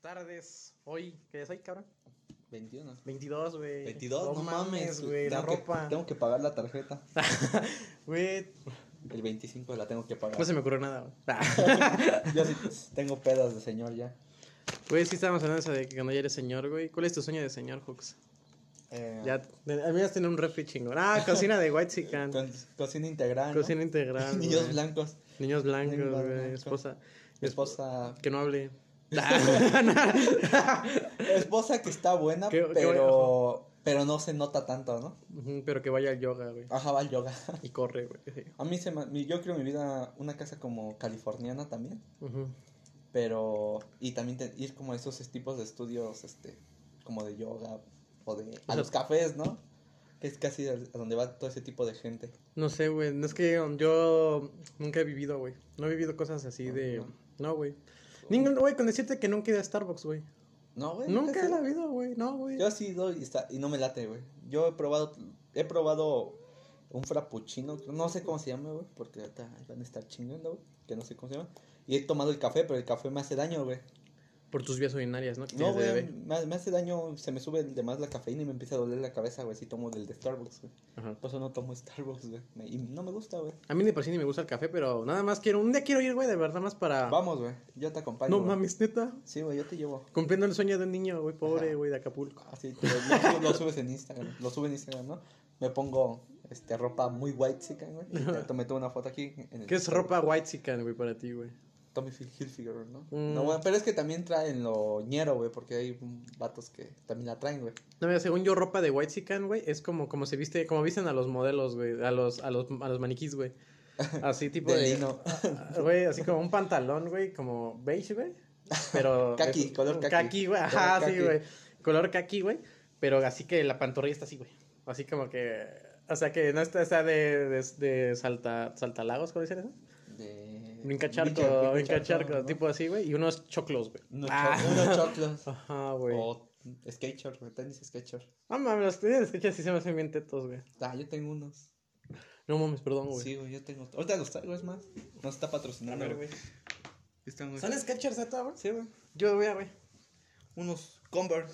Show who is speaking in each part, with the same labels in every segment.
Speaker 1: tardes. Hoy, ¿qué es hoy, cabrón?
Speaker 2: 21.
Speaker 1: 22, güey.
Speaker 2: 22, no, mames,
Speaker 1: güey. La
Speaker 2: tengo que-
Speaker 1: ropa.
Speaker 2: tengo que pagar la tarjeta.
Speaker 1: Güey,
Speaker 2: El 25 la tengo que pagar.
Speaker 1: no se me ocurrió nada, güey. Ah.
Speaker 2: Yo sí tengo pedas de señor ya.
Speaker 1: Güey, sí estábamos hablando de eso de que cuando ya eres señor, güey. ¿Cuál es tu sueño de señor, Hooks?
Speaker 2: Eh,
Speaker 1: Ya, de- al menos tener un refri chingón. Ah, cocina de White Chican.
Speaker 2: con- cocina integral. ¿no?
Speaker 1: Cocina integral.
Speaker 2: Niños
Speaker 1: güey.
Speaker 2: blancos.
Speaker 1: Niños blancos,
Speaker 2: Niños
Speaker 1: güey.
Speaker 2: blancos.
Speaker 1: Esposa.
Speaker 2: Mi esposa.
Speaker 1: Que no hable. Ah.
Speaker 2: Esposa que está buena,
Speaker 1: Qué- qué
Speaker 2: pero. Pero no se nota tanto, ¿no?
Speaker 1: Ujú, Pero que vaya al yoga, güey.
Speaker 2: Ajá, va al yoga.
Speaker 1: Y corre, güey. sí.
Speaker 2: A mí se me. mi- Yo creo mi vida una casa como californiana también.
Speaker 1: Ujú.
Speaker 2: Pero. Y también te- ir como a esos tipos de estudios, este. Como de yoga o de. A los cafés, ¿no? Que es casi a a donde va todo ese tipo de gente.
Speaker 1: No sé, güey. No es que um, yo nunca he vivido, güey. No he vivido cosas así de.
Speaker 2: Ajá.
Speaker 1: No, güey. Ningún, güey, con decirte que nunca he ido a Starbucks, güey.
Speaker 2: No, güey.
Speaker 1: Nunca
Speaker 2: sé.
Speaker 1: en la vida, güey. No, güey.
Speaker 2: Yo sí doy y, está- y no me late, güey. Yo he probado, he probado un frappuccino, no sé cómo se llama, güey, porque ahorita van a estar chingando, güey, que no sé cómo se llama. Y he tomado el café, pero el café me hace daño, güey.
Speaker 1: Por tus vías urinarias, ¿no? Que
Speaker 2: No,
Speaker 1: tienes de
Speaker 2: güey,
Speaker 1: bebé.
Speaker 2: me, me hace daño, se me sube de más la cafeína y me empieza a doler la cabeza, güey, si tomo del de Starbucks, güey.
Speaker 1: Ajá.
Speaker 2: Por eso no tomo Starbucks, güey. Me- Y no me gusta, güey.
Speaker 1: A mí ni por sí ni me gusta el café, pero nada más quiero. Un día quiero ir, güey, de verdad, más para.
Speaker 2: Vamos, güey, yo te acompaño.
Speaker 1: Ah. no
Speaker 2: güey.
Speaker 1: mames, neta.
Speaker 2: Sí, güey, yo te llevo.
Speaker 1: Cumpliendo el sueño de un niño, güey, pobre,
Speaker 2: Ajá.
Speaker 1: güey, de Acapulco.
Speaker 2: Así, te lo, lo subes en Instagram, lo subo en Instagram, ¿no? Me pongo este, ropa muy white, güey. Y te, me tomo una foto aquí. En el-
Speaker 1: ¿Qué es ropa white güey, para ti, güey?
Speaker 2: Tommy Fil- Hilfiger, ¿no?
Speaker 1: Mm.
Speaker 2: No, bueno, pero es que también traen lo ñero, güey, porque hay mm, vatos que también la traen, güey.
Speaker 1: No, mira, según yo, ropa de white güey, es como, como se viste, como visten a los modelos, güey, a los, a los, a los maniquís, güey. Así tipo
Speaker 2: De
Speaker 1: de.
Speaker 2: lino.
Speaker 1: Ah, Güey, así como un pantalón, güey, como beige, güey. Pero.
Speaker 2: Kaki,
Speaker 1: es-
Speaker 2: color kaki.
Speaker 1: güey.
Speaker 2: Color
Speaker 1: Ajá, sí,
Speaker 2: kaki.
Speaker 1: güey. Color kaki, güey. Pero así que la pantorrilla está así, güey. Así como que. O sea que no está, está de, de, de salta, saltalagos, ¿cómo dicen eso?
Speaker 2: De...
Speaker 1: Brinca charco,
Speaker 2: brinca-
Speaker 1: brinca charco,
Speaker 2: ¿no?
Speaker 1: tipo así, güey. Y unos choclos, güey.
Speaker 2: Unos,
Speaker 1: Ah.
Speaker 2: cho- unos choclos.
Speaker 1: Ajá, güey.
Speaker 2: O skate short, güey, tenis skate short.
Speaker 1: No mames, los tenis de sketch sí se me hacen bien tetos, güey.
Speaker 2: Ah, yo tengo unos.
Speaker 1: No mames, perdón, güey.
Speaker 2: Sí, güey, yo tengo. Ahorita los traigo, es más. Nos está patrocinando,
Speaker 1: A ver,
Speaker 2: güey. Están, güey.
Speaker 1: ¿Son Skechers neta, güey?
Speaker 2: Sí, güey.
Speaker 1: Yo voy a, güey.
Speaker 2: Unos Converse.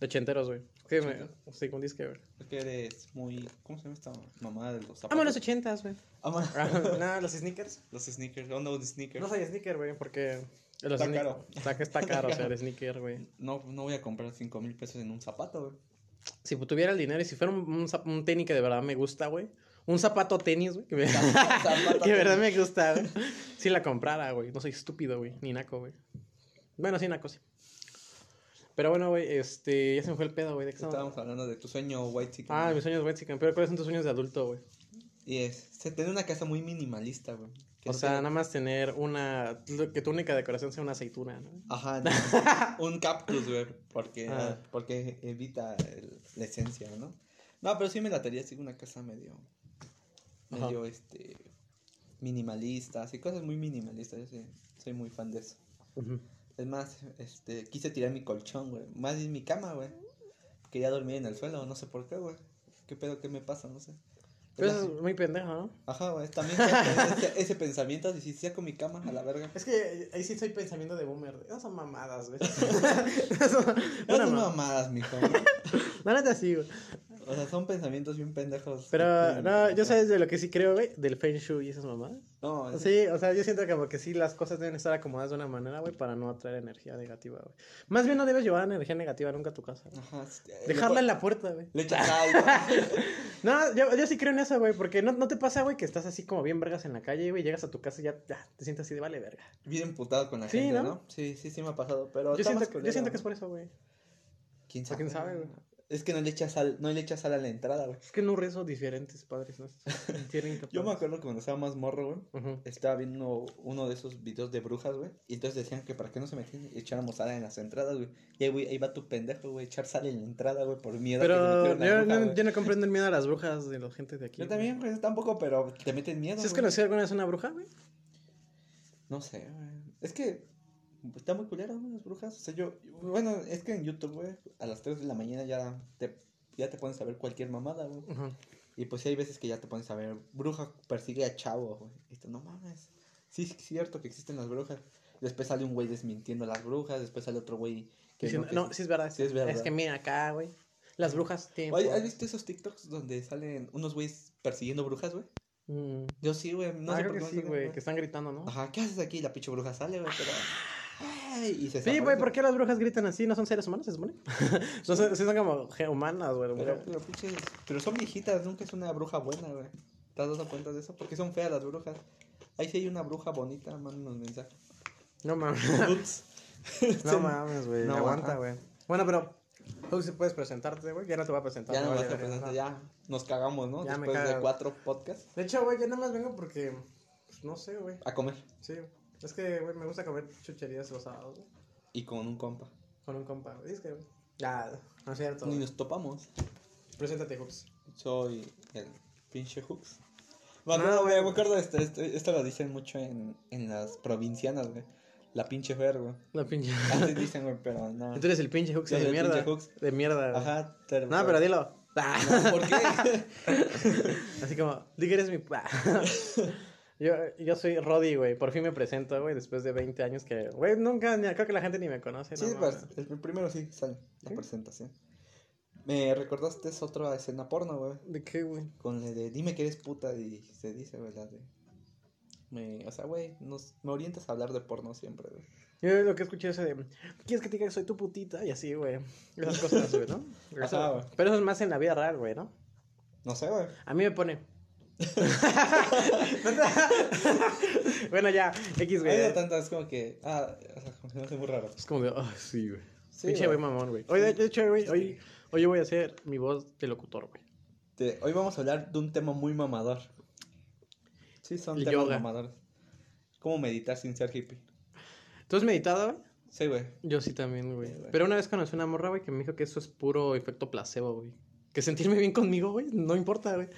Speaker 1: De ochenteros, güey. Sí, me...
Speaker 2: ¿Ochenteros?
Speaker 1: sí, con disque, güey.
Speaker 2: Porque eres muy. ¿Cómo se llama esta mamada de los zapatos?
Speaker 1: Amo los ochentas, güey.
Speaker 2: Amo-
Speaker 1: no, los sneakers.
Speaker 2: los sneakers. ¿Dónde los sneakers?
Speaker 1: No soy sneaker, güey, porque... los
Speaker 2: Está
Speaker 1: sne-
Speaker 2: caro.
Speaker 1: Está, está caro ser sneaker, güey.
Speaker 2: No, no voy a comprar 5 mil pesos en un zapato, güey.
Speaker 1: Si tuviera el dinero y si fuera un, un, zap- un tenis que de verdad me gusta, güey. Un zapato tenis, güey. Que, me-
Speaker 2: Zapato
Speaker 1: que de verdad
Speaker 2: tenis.
Speaker 1: me gusta, güey. Si la comprara, güey. No soy estúpido, güey. Ni naco, güey. Bueno, sí, naco, sí. Pero bueno, güey, este... Ya se me fue el pedo, güey. ¿De qué estábamos
Speaker 2: Estábamos hablando de tu sueño, White Chicken.
Speaker 1: Ah, mis sueños de white chicken. Pero ¿cuáles son tus sueños de adulto, güey?
Speaker 2: Y es se- tener una casa muy minimalista, güey. Que
Speaker 1: O
Speaker 2: no
Speaker 1: sea,
Speaker 2: tenga-
Speaker 1: nada más tener una... Que tu única decoración sea una aceituna, ¿no?
Speaker 2: Ajá, no, un cactus, güey. Porque,
Speaker 1: Ah.
Speaker 2: porque evita el- la esencia, ¿no? No, pero sí me latería así una casa medio.
Speaker 1: Ajá.
Speaker 2: medio, este. minimalista, así cosas muy minimalistas. Yo sí- soy muy fan de eso. Es más, este, quise tirar mi colchón, güey. Más bien mi cama, güey. Quería dormir en el suelo, no sé por qué, güey. ¿Qué pedo que me pasa? No sé.
Speaker 1: Pero eso Pues, es muy pendejo, ¿no?
Speaker 2: Ajá, güey. También ese, ese- ese pensamiento de si sea con mi cama a la verga.
Speaker 1: Es que eh, ahí sí estoy pensamiento de boomer. Esas son mamadas, güey.
Speaker 2: No
Speaker 1: Una
Speaker 2: son
Speaker 1: mamada.
Speaker 2: mamadas, mijo. güey.
Speaker 1: No, neta sí, güey.
Speaker 2: O sea, son pensamientos bien pendejos.
Speaker 1: Pero,
Speaker 2: Sí,
Speaker 1: no, yo
Speaker 2: güey.
Speaker 1: sabes de lo que sí creo, güey, del Feng Shui y esas mamadas.
Speaker 2: No, es-
Speaker 1: Ah, Sí, o sea, yo siento como que sí, las cosas deben estar acomodadas de una manera, güey, para no atraer energía negativa, güey. Más bien no debes llevar energía negativa nunca a tu casa. güey.
Speaker 2: Ajá. sí, eh,
Speaker 1: Dejarla en
Speaker 2: le
Speaker 1: la puerta, güey.
Speaker 2: pon- Le echa sal, güey.
Speaker 1: No, yo, yo sí creo en eso, güey, porque no, no te pasa, güey, que estás así como bien vergas en la calle, güey, llegas a tu casa y ya, ya, te sientes así de vale verga.
Speaker 2: Bien emputado con la
Speaker 1: Sí,
Speaker 2: gente,
Speaker 1: ¿no?
Speaker 2: ¿no? Sí, sí, sí me ha pasado. Pero
Speaker 1: Yo
Speaker 2: está
Speaker 1: siento,
Speaker 2: más
Speaker 1: que,
Speaker 2: culero,
Speaker 1: yo siento que
Speaker 2: ¿no?
Speaker 1: es por eso, güey.
Speaker 2: ¿Quién
Speaker 1: sea,
Speaker 2: sabe?
Speaker 1: quién sabe, güey.
Speaker 2: Es que no le echa sal, no le echa sal a la entrada, güey.
Speaker 1: Es que no rezo diferentes padres, ¿no? Tienen que-
Speaker 2: Yo me acuerdo que cuando estaba más morro, güey.
Speaker 1: Ujú.
Speaker 2: Estaba viendo uno de esos videos de brujas, güey. Y entonces decían que para qué no se metían echáramos sal en las entradas, güey. Y ahí, güey, ahí va tu pendejo, güey, echar sal en la entrada, güey, por miedo. a que se
Speaker 1: Pero
Speaker 2: metiera una
Speaker 1: yo,
Speaker 2: bruja,
Speaker 1: no-
Speaker 2: güey.
Speaker 1: yo no comprendo el miedo a las brujas de la gente de aquí.
Speaker 2: Yo
Speaker 1: güey.
Speaker 2: también, güey, tampoco, pero te meten miedo.
Speaker 1: ¿Sí has
Speaker 2: güey.
Speaker 1: conocido alguna vez una bruja, güey?
Speaker 2: No sé, güey. Es que está muy culero, güey, las brujas. O sea, yo. Bueno, es que en YouTube, güey, a las 3 de la mañana ya te, ya te pones a ver cualquier mamada, güey.
Speaker 1: Ujú.
Speaker 2: Y pues sí hay veces que ya te pones a ver, bruja persigue a chavo, güey. Y tú, no mames. Sí, es cierto que existen las brujas. Después sale un güey desmintiendo a las brujas. Después sale otro güey que.
Speaker 1: Diciendo,
Speaker 2: que
Speaker 1: no,
Speaker 2: sí-
Speaker 1: sí es verdad.
Speaker 2: sí es verdad.
Speaker 1: Es que mira acá, güey. Las brujas tienen.
Speaker 2: Oye,
Speaker 1: poder.
Speaker 2: ¿has visto esos TikToks donde salen unos güeyes persiguiendo brujas, güey?
Speaker 1: Mm.
Speaker 2: Yo sí, güey. No
Speaker 1: Ah,
Speaker 2: sé
Speaker 1: creo que
Speaker 2: por qué me
Speaker 1: sí,
Speaker 2: salen,
Speaker 1: güey. Que están gritando, ¿no?
Speaker 2: Ajá, ¿qué haces aquí? La pinche bruja sale, güey, pero. Ay, y se
Speaker 1: Ah. Sí, güey,
Speaker 2: desaparece.
Speaker 1: ¿por qué las brujas gritan así? ¿No son seres humanos, se supone? no son, sí son como ge- humanas, güey.
Speaker 2: Pero, pero, pinches- pero son viejitas, nunca es una bruja buena, güey. ¿Te has dado cuenta de eso? Porque son feas las brujas. Ahí sí hay una bruja bonita, mándanos mensaje.
Speaker 1: No mames.
Speaker 2: Ups.
Speaker 1: No mames, güey.
Speaker 2: pues, No,
Speaker 1: aguanta,
Speaker 2: ajá.
Speaker 1: güey. Bueno, pero tú sí puedes presentarte, güey. Ya no te voy a presentar.
Speaker 2: Ya
Speaker 1: te
Speaker 2: no
Speaker 1: vale
Speaker 2: vas a
Speaker 1: verga,
Speaker 2: presentar,
Speaker 1: no.
Speaker 2: ya nos cagamos, ¿no?
Speaker 1: Ya me
Speaker 2: Después de
Speaker 1: cago.
Speaker 2: cuatro podcasts.
Speaker 1: De hecho, güey, ya nada más vengo porque. pues, no sé, güey.
Speaker 2: A comer.
Speaker 1: Sí. Es que, güey, me gusta comer chucherías los sábados, güey.
Speaker 2: Y con un compa.
Speaker 1: Con un compa, güey. Es que, güey. Ya, no es cierto.
Speaker 2: Y
Speaker 1: güey.
Speaker 2: nos topamos.
Speaker 1: Preséntate, Hooks.
Speaker 2: Soy el pinche Hooks. Me
Speaker 1: No,
Speaker 2: acuerdo,
Speaker 1: güey.
Speaker 2: me acuerdo de esto, esto, esto lo dicen mucho en, en las provincianas, güey. La pinche Fer, güey.
Speaker 1: La pinche.
Speaker 2: Así dicen, güey, pero no.
Speaker 1: Tú eres el pinche Hooks
Speaker 2: Ah.
Speaker 1: de
Speaker 2: Yo soy el
Speaker 1: mierda.
Speaker 2: pinche Hooks.
Speaker 1: De mierda, güey.
Speaker 2: Ajá, te-
Speaker 1: No, pero dilo. Ah.
Speaker 2: No, ¿Por qué?
Speaker 1: Así como, di que eres mi... pa". yo, yo soy Roddy, güey. Por fin me presento, güey, después de 20 años que... Güey, nunca, ni- creo que la gente ni me conoce.
Speaker 2: Sí,
Speaker 1: no
Speaker 2: pues,
Speaker 1: mames.
Speaker 2: el primero sí sale la
Speaker 1: ¿Sí?
Speaker 2: presentación. Me recordaste es otra escena porno, güey.
Speaker 1: ¿De qué, güey?
Speaker 2: Con la de dime que eres puta y se dice, güey, la de. Me, o sea, güey, nos, me orientas a hablar de porno siempre, güey.
Speaker 1: Yo lo que escuché es de... ¿Quieres que te diga que soy tu putita? Y así, güey. Esas cosas, güey, ¿no?
Speaker 2: Ajá,
Speaker 1: Eso-
Speaker 2: güey.
Speaker 1: pero eso es más en la vida real, güey, ¿no?
Speaker 2: No sé, güey.
Speaker 1: A mí me pone... No te- bueno, ya. X,
Speaker 2: Hay de
Speaker 1: güey.
Speaker 2: tantas como que. Ah, o sea, como que no sé, muy raro.
Speaker 1: Es como de... Ah, sí, güey.
Speaker 2: Sí,
Speaker 1: Pinche güey
Speaker 2: güey.
Speaker 1: mamón, güey. Oye, de- de hecho, güey,
Speaker 2: Sí.
Speaker 1: hoy, hoy yo voy a hacer mi voz de locutor, güey.
Speaker 2: Te- hoy vamos a hablar de un tema muy mamador. Sí, son
Speaker 1: El
Speaker 2: temas
Speaker 1: yoga.
Speaker 2: mamadores. ¿Cómo meditar sin ser hippie?
Speaker 1: ¿Tú has meditado, güey?
Speaker 2: Sí, güey.
Speaker 1: Yo sí también, güey.
Speaker 2: Sí, güey.
Speaker 1: Pero una vez conocí una morra, güey, que me dijo que eso es puro efecto placebo, güey. Que sentirme bien conmigo, güey, no importa, güey.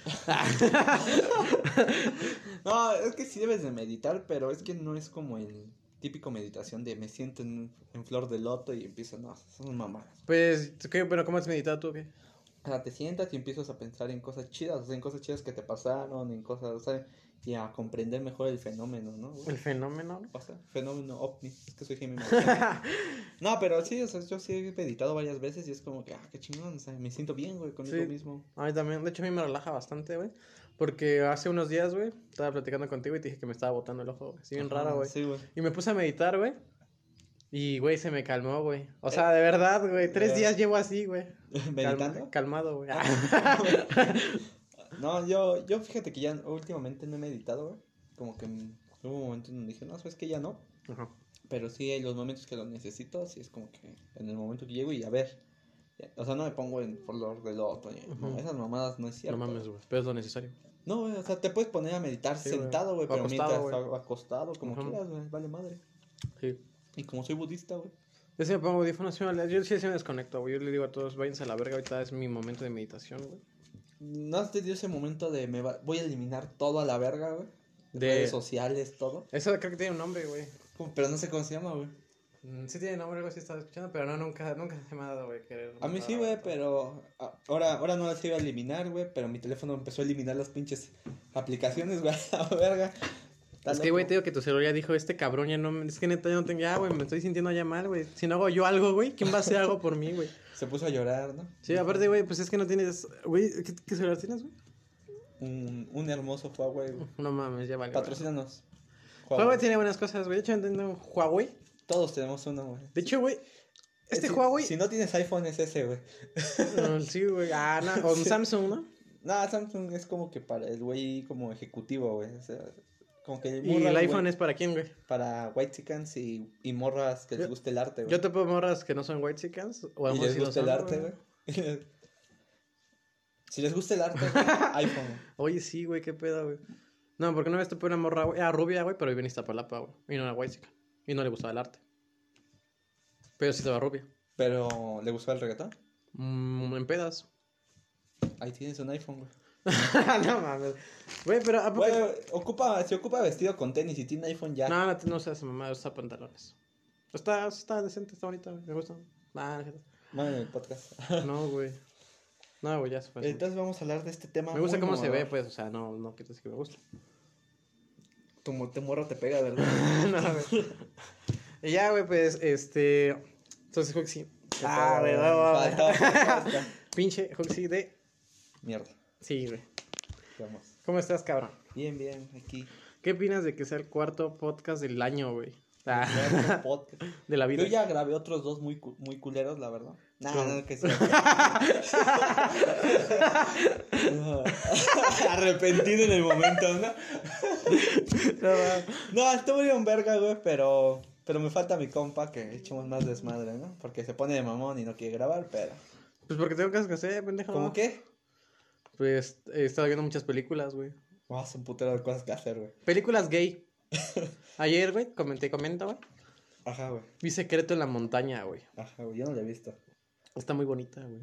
Speaker 2: No, es que sí debes de meditar, pero es que no es como el típico meditación de me siento en, en flor de loto y empiezo, no, son mamadas.
Speaker 1: Pues, ¿qué, bueno, ¿cómo has meditado tú, güey?
Speaker 2: O sea, te sientas y empiezas a pensar en cosas chidas, o sea, en cosas chidas que te pasaron, en cosas, o sea, y a comprender mejor el fenómeno, ¿no?
Speaker 1: El fenómeno.
Speaker 2: O sea, fenómeno ovni, es que soy Jaime Maussan. No, pero sí, o sea, yo sí he meditado varias veces y es como que, ah, qué chingón, o sea, me siento bien, güey, conmigo
Speaker 1: Sí.
Speaker 2: mismo.
Speaker 1: A mí también, de hecho, a mí me relaja bastante, güey. Porque hace unos días, güey, estaba platicando contigo y te dije que me estaba botando el ojo, güey. Así bien
Speaker 2: Ajá,
Speaker 1: raro, güey.
Speaker 2: Sí, güey.
Speaker 1: Y me puse a meditar, güey. Y, güey, se me calmó, güey. O sea, de verdad, güey. Tres
Speaker 2: Eh.
Speaker 1: días llevo así, güey. Calm-
Speaker 2: ¿Meditando? Ah,
Speaker 1: calmado, güey.
Speaker 2: No, yo, yo fíjate que ya últimamente no he meditado, güey. Como que mm, hubo un momento en donde dije, no, sabes que ya no.
Speaker 1: Ajá.
Speaker 2: Pero sí, en los momentos que lo necesito, sí es como que en el momento que llego y a ver. Ya, O sea, no me pongo en flor de loto. ni- no,
Speaker 1: Ujú.
Speaker 2: Esas mamadas no es cierto.
Speaker 1: No mames, güey. Pero es lo necesario.
Speaker 2: No, güey, o sea, te puedes poner a meditar
Speaker 1: Sí, güey.
Speaker 2: sentado, güey,
Speaker 1: O
Speaker 2: pero
Speaker 1: acostado,
Speaker 2: mientras o acostado, como
Speaker 1: Ujú.
Speaker 2: quieras, güey, vale madre.
Speaker 1: Sí.
Speaker 2: Y como soy budista, güey.
Speaker 1: Yo sí me pongo audífonos, sí me la- yo sí, sí me desconecto, güey. Yo le digo a todos, váyanse a la verga, ahorita es mi momento de meditación, güey.
Speaker 2: ¿No has tenido ese momento de me va- voy a eliminar todo a la verga, güey?
Speaker 1: De-
Speaker 2: Redes sociales, todo.
Speaker 1: Eso creo que tiene un nombre, güey.
Speaker 2: Como- Pero no sé cómo se llama, güey.
Speaker 1: Mm, Sí tiene nombre, algo así estaba escuchando, pero no, nunca, nunca se me ha dado, güey, querer.
Speaker 2: A mí sí, güey, pero a- ahora, ahora no las iba a eliminar, güey, pero mi teléfono empezó a eliminar las pinches aplicaciones, güey, a la verga. Está
Speaker 1: Es que, güey,
Speaker 2: loco.
Speaker 1: te digo que tu celular ya dijo, este cabrón ya no, me- es que neta ya no tengo, ya, güey, me estoy sintiendo ya mal, güey. Si no hago yo algo, güey, ¿quién va a hacer algo por mí, güey?
Speaker 2: Se puso a llorar, ¿no?
Speaker 1: Sí, aparte, güey, pues es que no tienes, güey, ¿qué, qué celular tienes, güey?
Speaker 2: Un, un hermoso Huawei, güey.
Speaker 1: No mames, ya vale. güey.
Speaker 2: Patrocínanos.
Speaker 1: Huawei. tiene buenas cosas, güey. De hecho, yo entiendo un Huawei.
Speaker 2: Todos tenemos uno, güey.
Speaker 1: De hecho, güey, este
Speaker 2: Si-
Speaker 1: Huawei...
Speaker 2: Si no tienes iPhone es ese, güey.
Speaker 1: Ah, Sí, güey, ah, no, o un
Speaker 2: Sí.
Speaker 1: Samsung, ¿no?
Speaker 2: No, Samsung es como que para el güey como ejecutivo, güey. O sea, como que
Speaker 1: Y el
Speaker 2: morras,
Speaker 1: iPhone
Speaker 2: güey,
Speaker 1: es para quién, güey.
Speaker 2: para white chickens y, y morras que les
Speaker 1: Yo-
Speaker 2: guste el arte, güey.
Speaker 1: Yo topo morras que no son white chickens. O a lo
Speaker 2: Y
Speaker 1: mejor
Speaker 2: les
Speaker 1: sí lo
Speaker 2: gusta el
Speaker 1: son,
Speaker 2: arte, güey. si les gusta el arte, güey, iPhone.
Speaker 1: Oye, sí, güey, qué pedo, güey. No, porque una vez topé una morra, güey. Era rubia, güey, pero vivía en Iztapalapa, güey. Y no era white chicken. Y no le gustaba el arte. Pero sí estaba rubia.
Speaker 2: Pero, ¿le gustó el reggaetón?
Speaker 1: Mm, en pedas.
Speaker 2: Ahí tienes un iPhone, güey.
Speaker 1: no mames. Güey, pero ¿a poco-
Speaker 2: Güey, ocupa, se ocupa vestido con tenis y tiene iPhone ya.
Speaker 1: No, no, no seas mamá, usa pantalones. Está, está decente, está bonita, güey. Me gusta. Nah, no es cierto.
Speaker 2: Mano, el podcast.
Speaker 1: no, güey. No, güey, ya se fue.
Speaker 2: Entonces vamos a hablar de este tema.
Speaker 1: Pues me gusta
Speaker 2: muy
Speaker 1: cómo se ve,
Speaker 2: mamador.
Speaker 1: pues, o sea, no, no quitas que me gusta. pues.
Speaker 2: Tu, mo- tu morro te pega, ¿verdad?
Speaker 1: no, güey. Y ya, güey, pues, este. Entonces, Huxi. Ah, güey,
Speaker 2: Faltó,
Speaker 1: güey, güey.
Speaker 2: faltó, faltó.
Speaker 1: Pinche Huxi de.
Speaker 2: Mierda.
Speaker 1: Sí, güey.
Speaker 2: Vamos.
Speaker 1: ¿Cómo estás, cabrón?
Speaker 2: Bien, bien, aquí.
Speaker 1: ¿Qué opinas de que sea el cuarto podcast del año, güey? Ah,
Speaker 2: Nuevo podcast.
Speaker 1: de la vida.
Speaker 2: Yo ya grabé otros dos muy, cu- muy culeros, la verdad. No,
Speaker 1: Con-
Speaker 2: no, que sí. No. Arrepentido en el momento, ¿no? No, estuvieron verga, güey, pero, pero me falta mi compa que echemos más desmadre, ¿no? Porque se pone de mamón y no quiere grabar, pero.
Speaker 1: Pues porque tengo cosas que hacer, pendejo.
Speaker 2: ¿Cómo qué?
Speaker 1: Pues he estado viendo muchas películas, güey.
Speaker 2: Vamos a un putero de cosas que hacer, güey.
Speaker 1: Películas gay. Ayer, güey, comenté, comento, güey.
Speaker 2: Ajá, güey.
Speaker 1: Vi Secreto en la Montaña, güey.
Speaker 2: Ajá, güey. Yo no lo he visto.
Speaker 1: Está muy bonita, güey.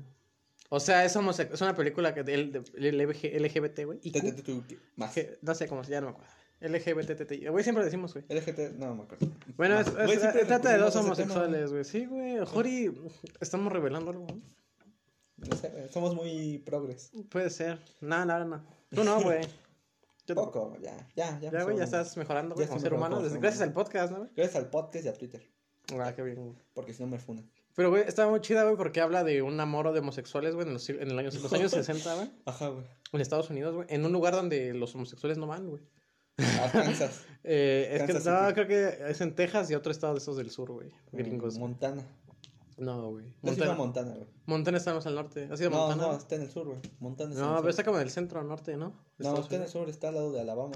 Speaker 1: O sea, es, homose- es una película que del del LG LGBT, güey. y
Speaker 2: Te- te-
Speaker 1: Q,
Speaker 2: te- te- Más.
Speaker 1: que- No sé cómo se llama, güey. LGBT, güey, siempre decimos, güey.
Speaker 2: LGT, no me acuerdo.
Speaker 1: Bueno,
Speaker 2: Más.
Speaker 1: es-
Speaker 2: Ah, Güey, pues,
Speaker 1: es-
Speaker 2: siempre
Speaker 1: trata de dos
Speaker 2: recurrimos a ese este tema,
Speaker 1: homosexuales, güey. Sí, güey. Jori, estamos revelando algo, ¿no?
Speaker 2: güey. No sé, güey, somos muy progres.
Speaker 1: Puede ser. No, no, no. Tú no, güey. Yo-
Speaker 2: Poco, ya, ya, ya.
Speaker 1: Ya, güey, ya
Speaker 2: somos-
Speaker 1: estás mejorando,
Speaker 2: Ya
Speaker 1: güey, como
Speaker 2: estoy
Speaker 1: ser humano.
Speaker 2: mejorando como
Speaker 1: desde-
Speaker 2: ser
Speaker 1: gracias al
Speaker 2: humano.
Speaker 1: podcast, ¿no, güey?
Speaker 2: Gracias al podcast y a Twitter,
Speaker 1: Ah, qué bien, güey.
Speaker 2: porque si no me funan.
Speaker 1: Pero, güey, está muy chida, güey, porque habla de un amor de homosexuales, güey, en los, sig- en el año- los años 60, güey.
Speaker 2: Ajá, güey.
Speaker 1: En Estados Unidos, güey. En un lugar donde los homosexuales no van, güey.
Speaker 2: Arkansas.
Speaker 1: Eh, es que,
Speaker 2: Kansas
Speaker 1: no,
Speaker 2: City. Mm,
Speaker 1: creo que es en Texas y otro estado de esos del sur, güey. Gringos. güey.
Speaker 2: Montana.
Speaker 1: No, güey.
Speaker 2: Yo sí fui a
Speaker 1: Montana.
Speaker 2: Montana, güey.
Speaker 1: Montana está más al norte. ¿Has ido a
Speaker 2: No,
Speaker 1: Montana?
Speaker 2: no,
Speaker 1: güey?
Speaker 2: está en el sur, güey. Montana está
Speaker 1: No,
Speaker 2: en
Speaker 1: pero
Speaker 2: el sur.
Speaker 1: está como en el centro o norte, ¿no? De
Speaker 2: No,
Speaker 1: Estados
Speaker 2: está en el
Speaker 1: Unidos.
Speaker 2: sur, está al lado de Alabama.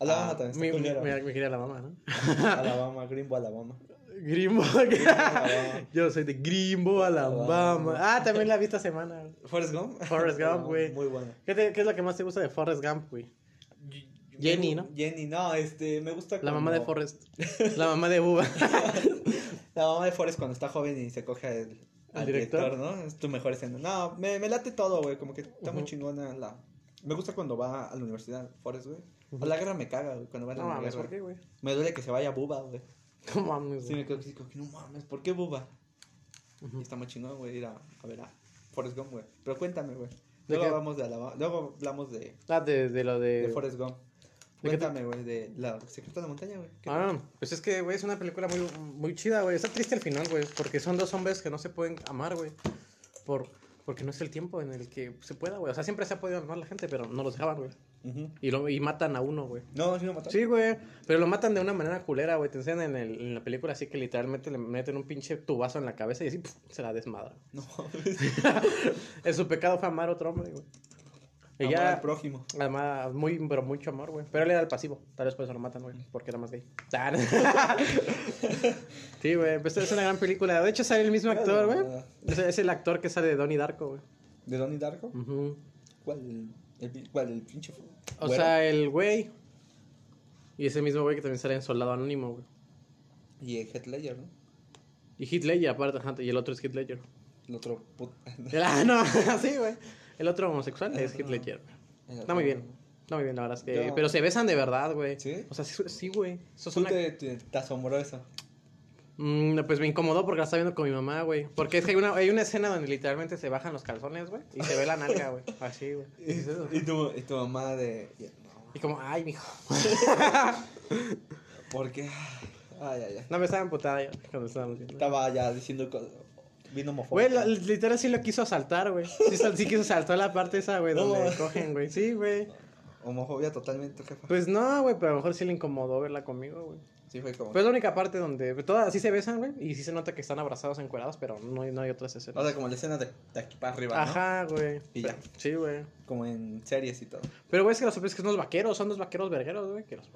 Speaker 2: Alabama
Speaker 1: Ah,
Speaker 2: también
Speaker 1: mi-
Speaker 2: está
Speaker 1: mi-
Speaker 2: culero,
Speaker 1: Me,
Speaker 2: güey.
Speaker 1: me giré a la mamá, ¿no?
Speaker 2: Alabama, Greenbow, Alabama.
Speaker 1: Grimbo.
Speaker 2: Alabama.
Speaker 1: Yo soy de Grimbo, Alabama. Ah, también la vi esta semana. güey.
Speaker 2: Forrest Gump.
Speaker 1: Forrest Gump,
Speaker 2: No,
Speaker 1: güey.
Speaker 2: Muy bueno.
Speaker 1: ¿Qué, te- qué es lo que más te gusta de Forrest Gump, güey? Jenny, ¿no?
Speaker 2: Jenny, no, este, me gusta
Speaker 1: La mamá de
Speaker 2: cuando-
Speaker 1: Forrest. La mamá de Bubba.
Speaker 2: La mamá de Forrest cuando está joven y se coge al,
Speaker 1: ¿Al
Speaker 2: al
Speaker 1: director?
Speaker 2: director? ¿no? Es tu mejor escena. No, me, me late todo, güey. Como que está muy
Speaker 1: Ujú.
Speaker 2: chingona la. Me gusta cuando va a la universidad, Forrest, güey. O la guerra me caga, güey. Cuando va a la
Speaker 1: No mames,
Speaker 2: guerra.
Speaker 1: ¿por qué, güey?
Speaker 2: Me duele que se vaya Buba, güey.
Speaker 1: No mames,
Speaker 2: Sí,
Speaker 1: güey.
Speaker 2: me quedo así como que no mames, ¿por qué Buba?
Speaker 1: Ujú.
Speaker 2: Y está muy chingón, güey, ir a, a ver a Forrest Gump, güey. Pero cuéntame, güey.
Speaker 1: ¿De
Speaker 2: Luego
Speaker 1: qué?
Speaker 2: hablamos de Alabama. Luego hablamos de,
Speaker 1: Ah, de, de lo de.
Speaker 2: de Forrest Gump.
Speaker 1: ¿de qué te-
Speaker 2: Cuéntame, güey, de la secreta de la montaña, güey. ¿Qué-
Speaker 1: Ah, pues es que, güey, es una película muy, muy chida, güey. Está triste el final, güey, porque son dos hombres que no se pueden amar, güey. Por, porque no es el tiempo en el que se pueda, güey. O sea, siempre se ha podido amar la gente, pero no los dejaban, güey.
Speaker 2: Ujú.
Speaker 1: Y, lo, y matan a uno, güey.
Speaker 2: No, sí lo mató.
Speaker 1: Sí, güey, pero lo matan de una manera culera, güey. Te enseñan en, el- en la película así que literalmente le meten un pinche tubazo en la cabeza y así pf, se la desmadra.
Speaker 2: No mames.
Speaker 1: Es su pecado fue amar a otro hombre, güey. Y
Speaker 2: Amar
Speaker 1: ya,
Speaker 2: al prójimo.
Speaker 1: Además, muy, pero mucho amor, güey. Pero él era el pasivo. Tal vez por eso lo matan, güey. Porque era más gay. Ah, no. sí, güey. Pues es una gran película. De hecho, sale el mismo actor, güey. Es, es el actor que sale de Donnie Darko, güey.
Speaker 2: ¿De Donnie Darko?
Speaker 1: Ujú.
Speaker 2: ¿Cuál? El, el pi- ¿Cuál? ¿El pinche? fu-
Speaker 1: O
Speaker 2: güero?
Speaker 1: sea, el güey. Y ese mismo güey que también sale en Soldado Anónimo, güey.
Speaker 2: Y el Heath Ledger, ¿no?
Speaker 1: Y Heath Ledger, aparte. ajá, Y el otro es Heath Ledger.
Speaker 2: El otro puta.
Speaker 1: El- ah, no, sí, güey. El otro homosexual es Heath Ledger, güey. Está muy bien. Está muy bien, la verdad es que.
Speaker 2: Yo-
Speaker 1: Pero se besan de verdad, güey.
Speaker 2: ¿Sí?
Speaker 1: O sea, sí, sí, güey. Eso es
Speaker 2: ¿Tú
Speaker 1: una-
Speaker 2: te, te, te asombró eso?
Speaker 1: Mm, pues me incomodó porque la estaba viendo con mi mamá, güey. Porque es que hay una, hay una escena donde literalmente se bajan los calzones, güey. Y se ve la nalga, güey. Así, güey. Y,
Speaker 2: Y,
Speaker 1: dices, "Ugh".
Speaker 2: y tu, y tu mamá de...
Speaker 1: Y como, ay, mijo.
Speaker 2: ¿Por qué? Ay, ay, ay.
Speaker 1: No me estaba emputada ya cuando estábamos viendo.
Speaker 2: Estaba ya diciendo... cosas- Vino
Speaker 1: Güey,
Speaker 2: homofóbico.
Speaker 1: lo- literal sí lo quiso asaltar, güey. Sí, sal- sí quiso asaltar la parte esa, güey,
Speaker 2: No,
Speaker 1: donde
Speaker 2: güey.
Speaker 1: cogen, güey. Sí, güey.
Speaker 2: Homofobia totalmente, jefa.
Speaker 1: Pues no, güey, pero a lo mejor sí le incomodó verla conmigo, güey.
Speaker 2: Sí, fue como...
Speaker 1: Pero es la única parte donde todas sí se besan, güey. Y sí se nota que están abrazados, encuerados, pero no hay, no hay otras
Speaker 2: o
Speaker 1: escenas.
Speaker 2: sea, como la escena de, de aquí para arriba, ¿no?
Speaker 1: Ajá, güey.
Speaker 2: Y ya.
Speaker 1: Sí, güey.
Speaker 2: Como en series y todo.
Speaker 1: Pero, güey, es que los sorpresa es que son los vaqueros, son los vaqueros vergueros, güey. Que los...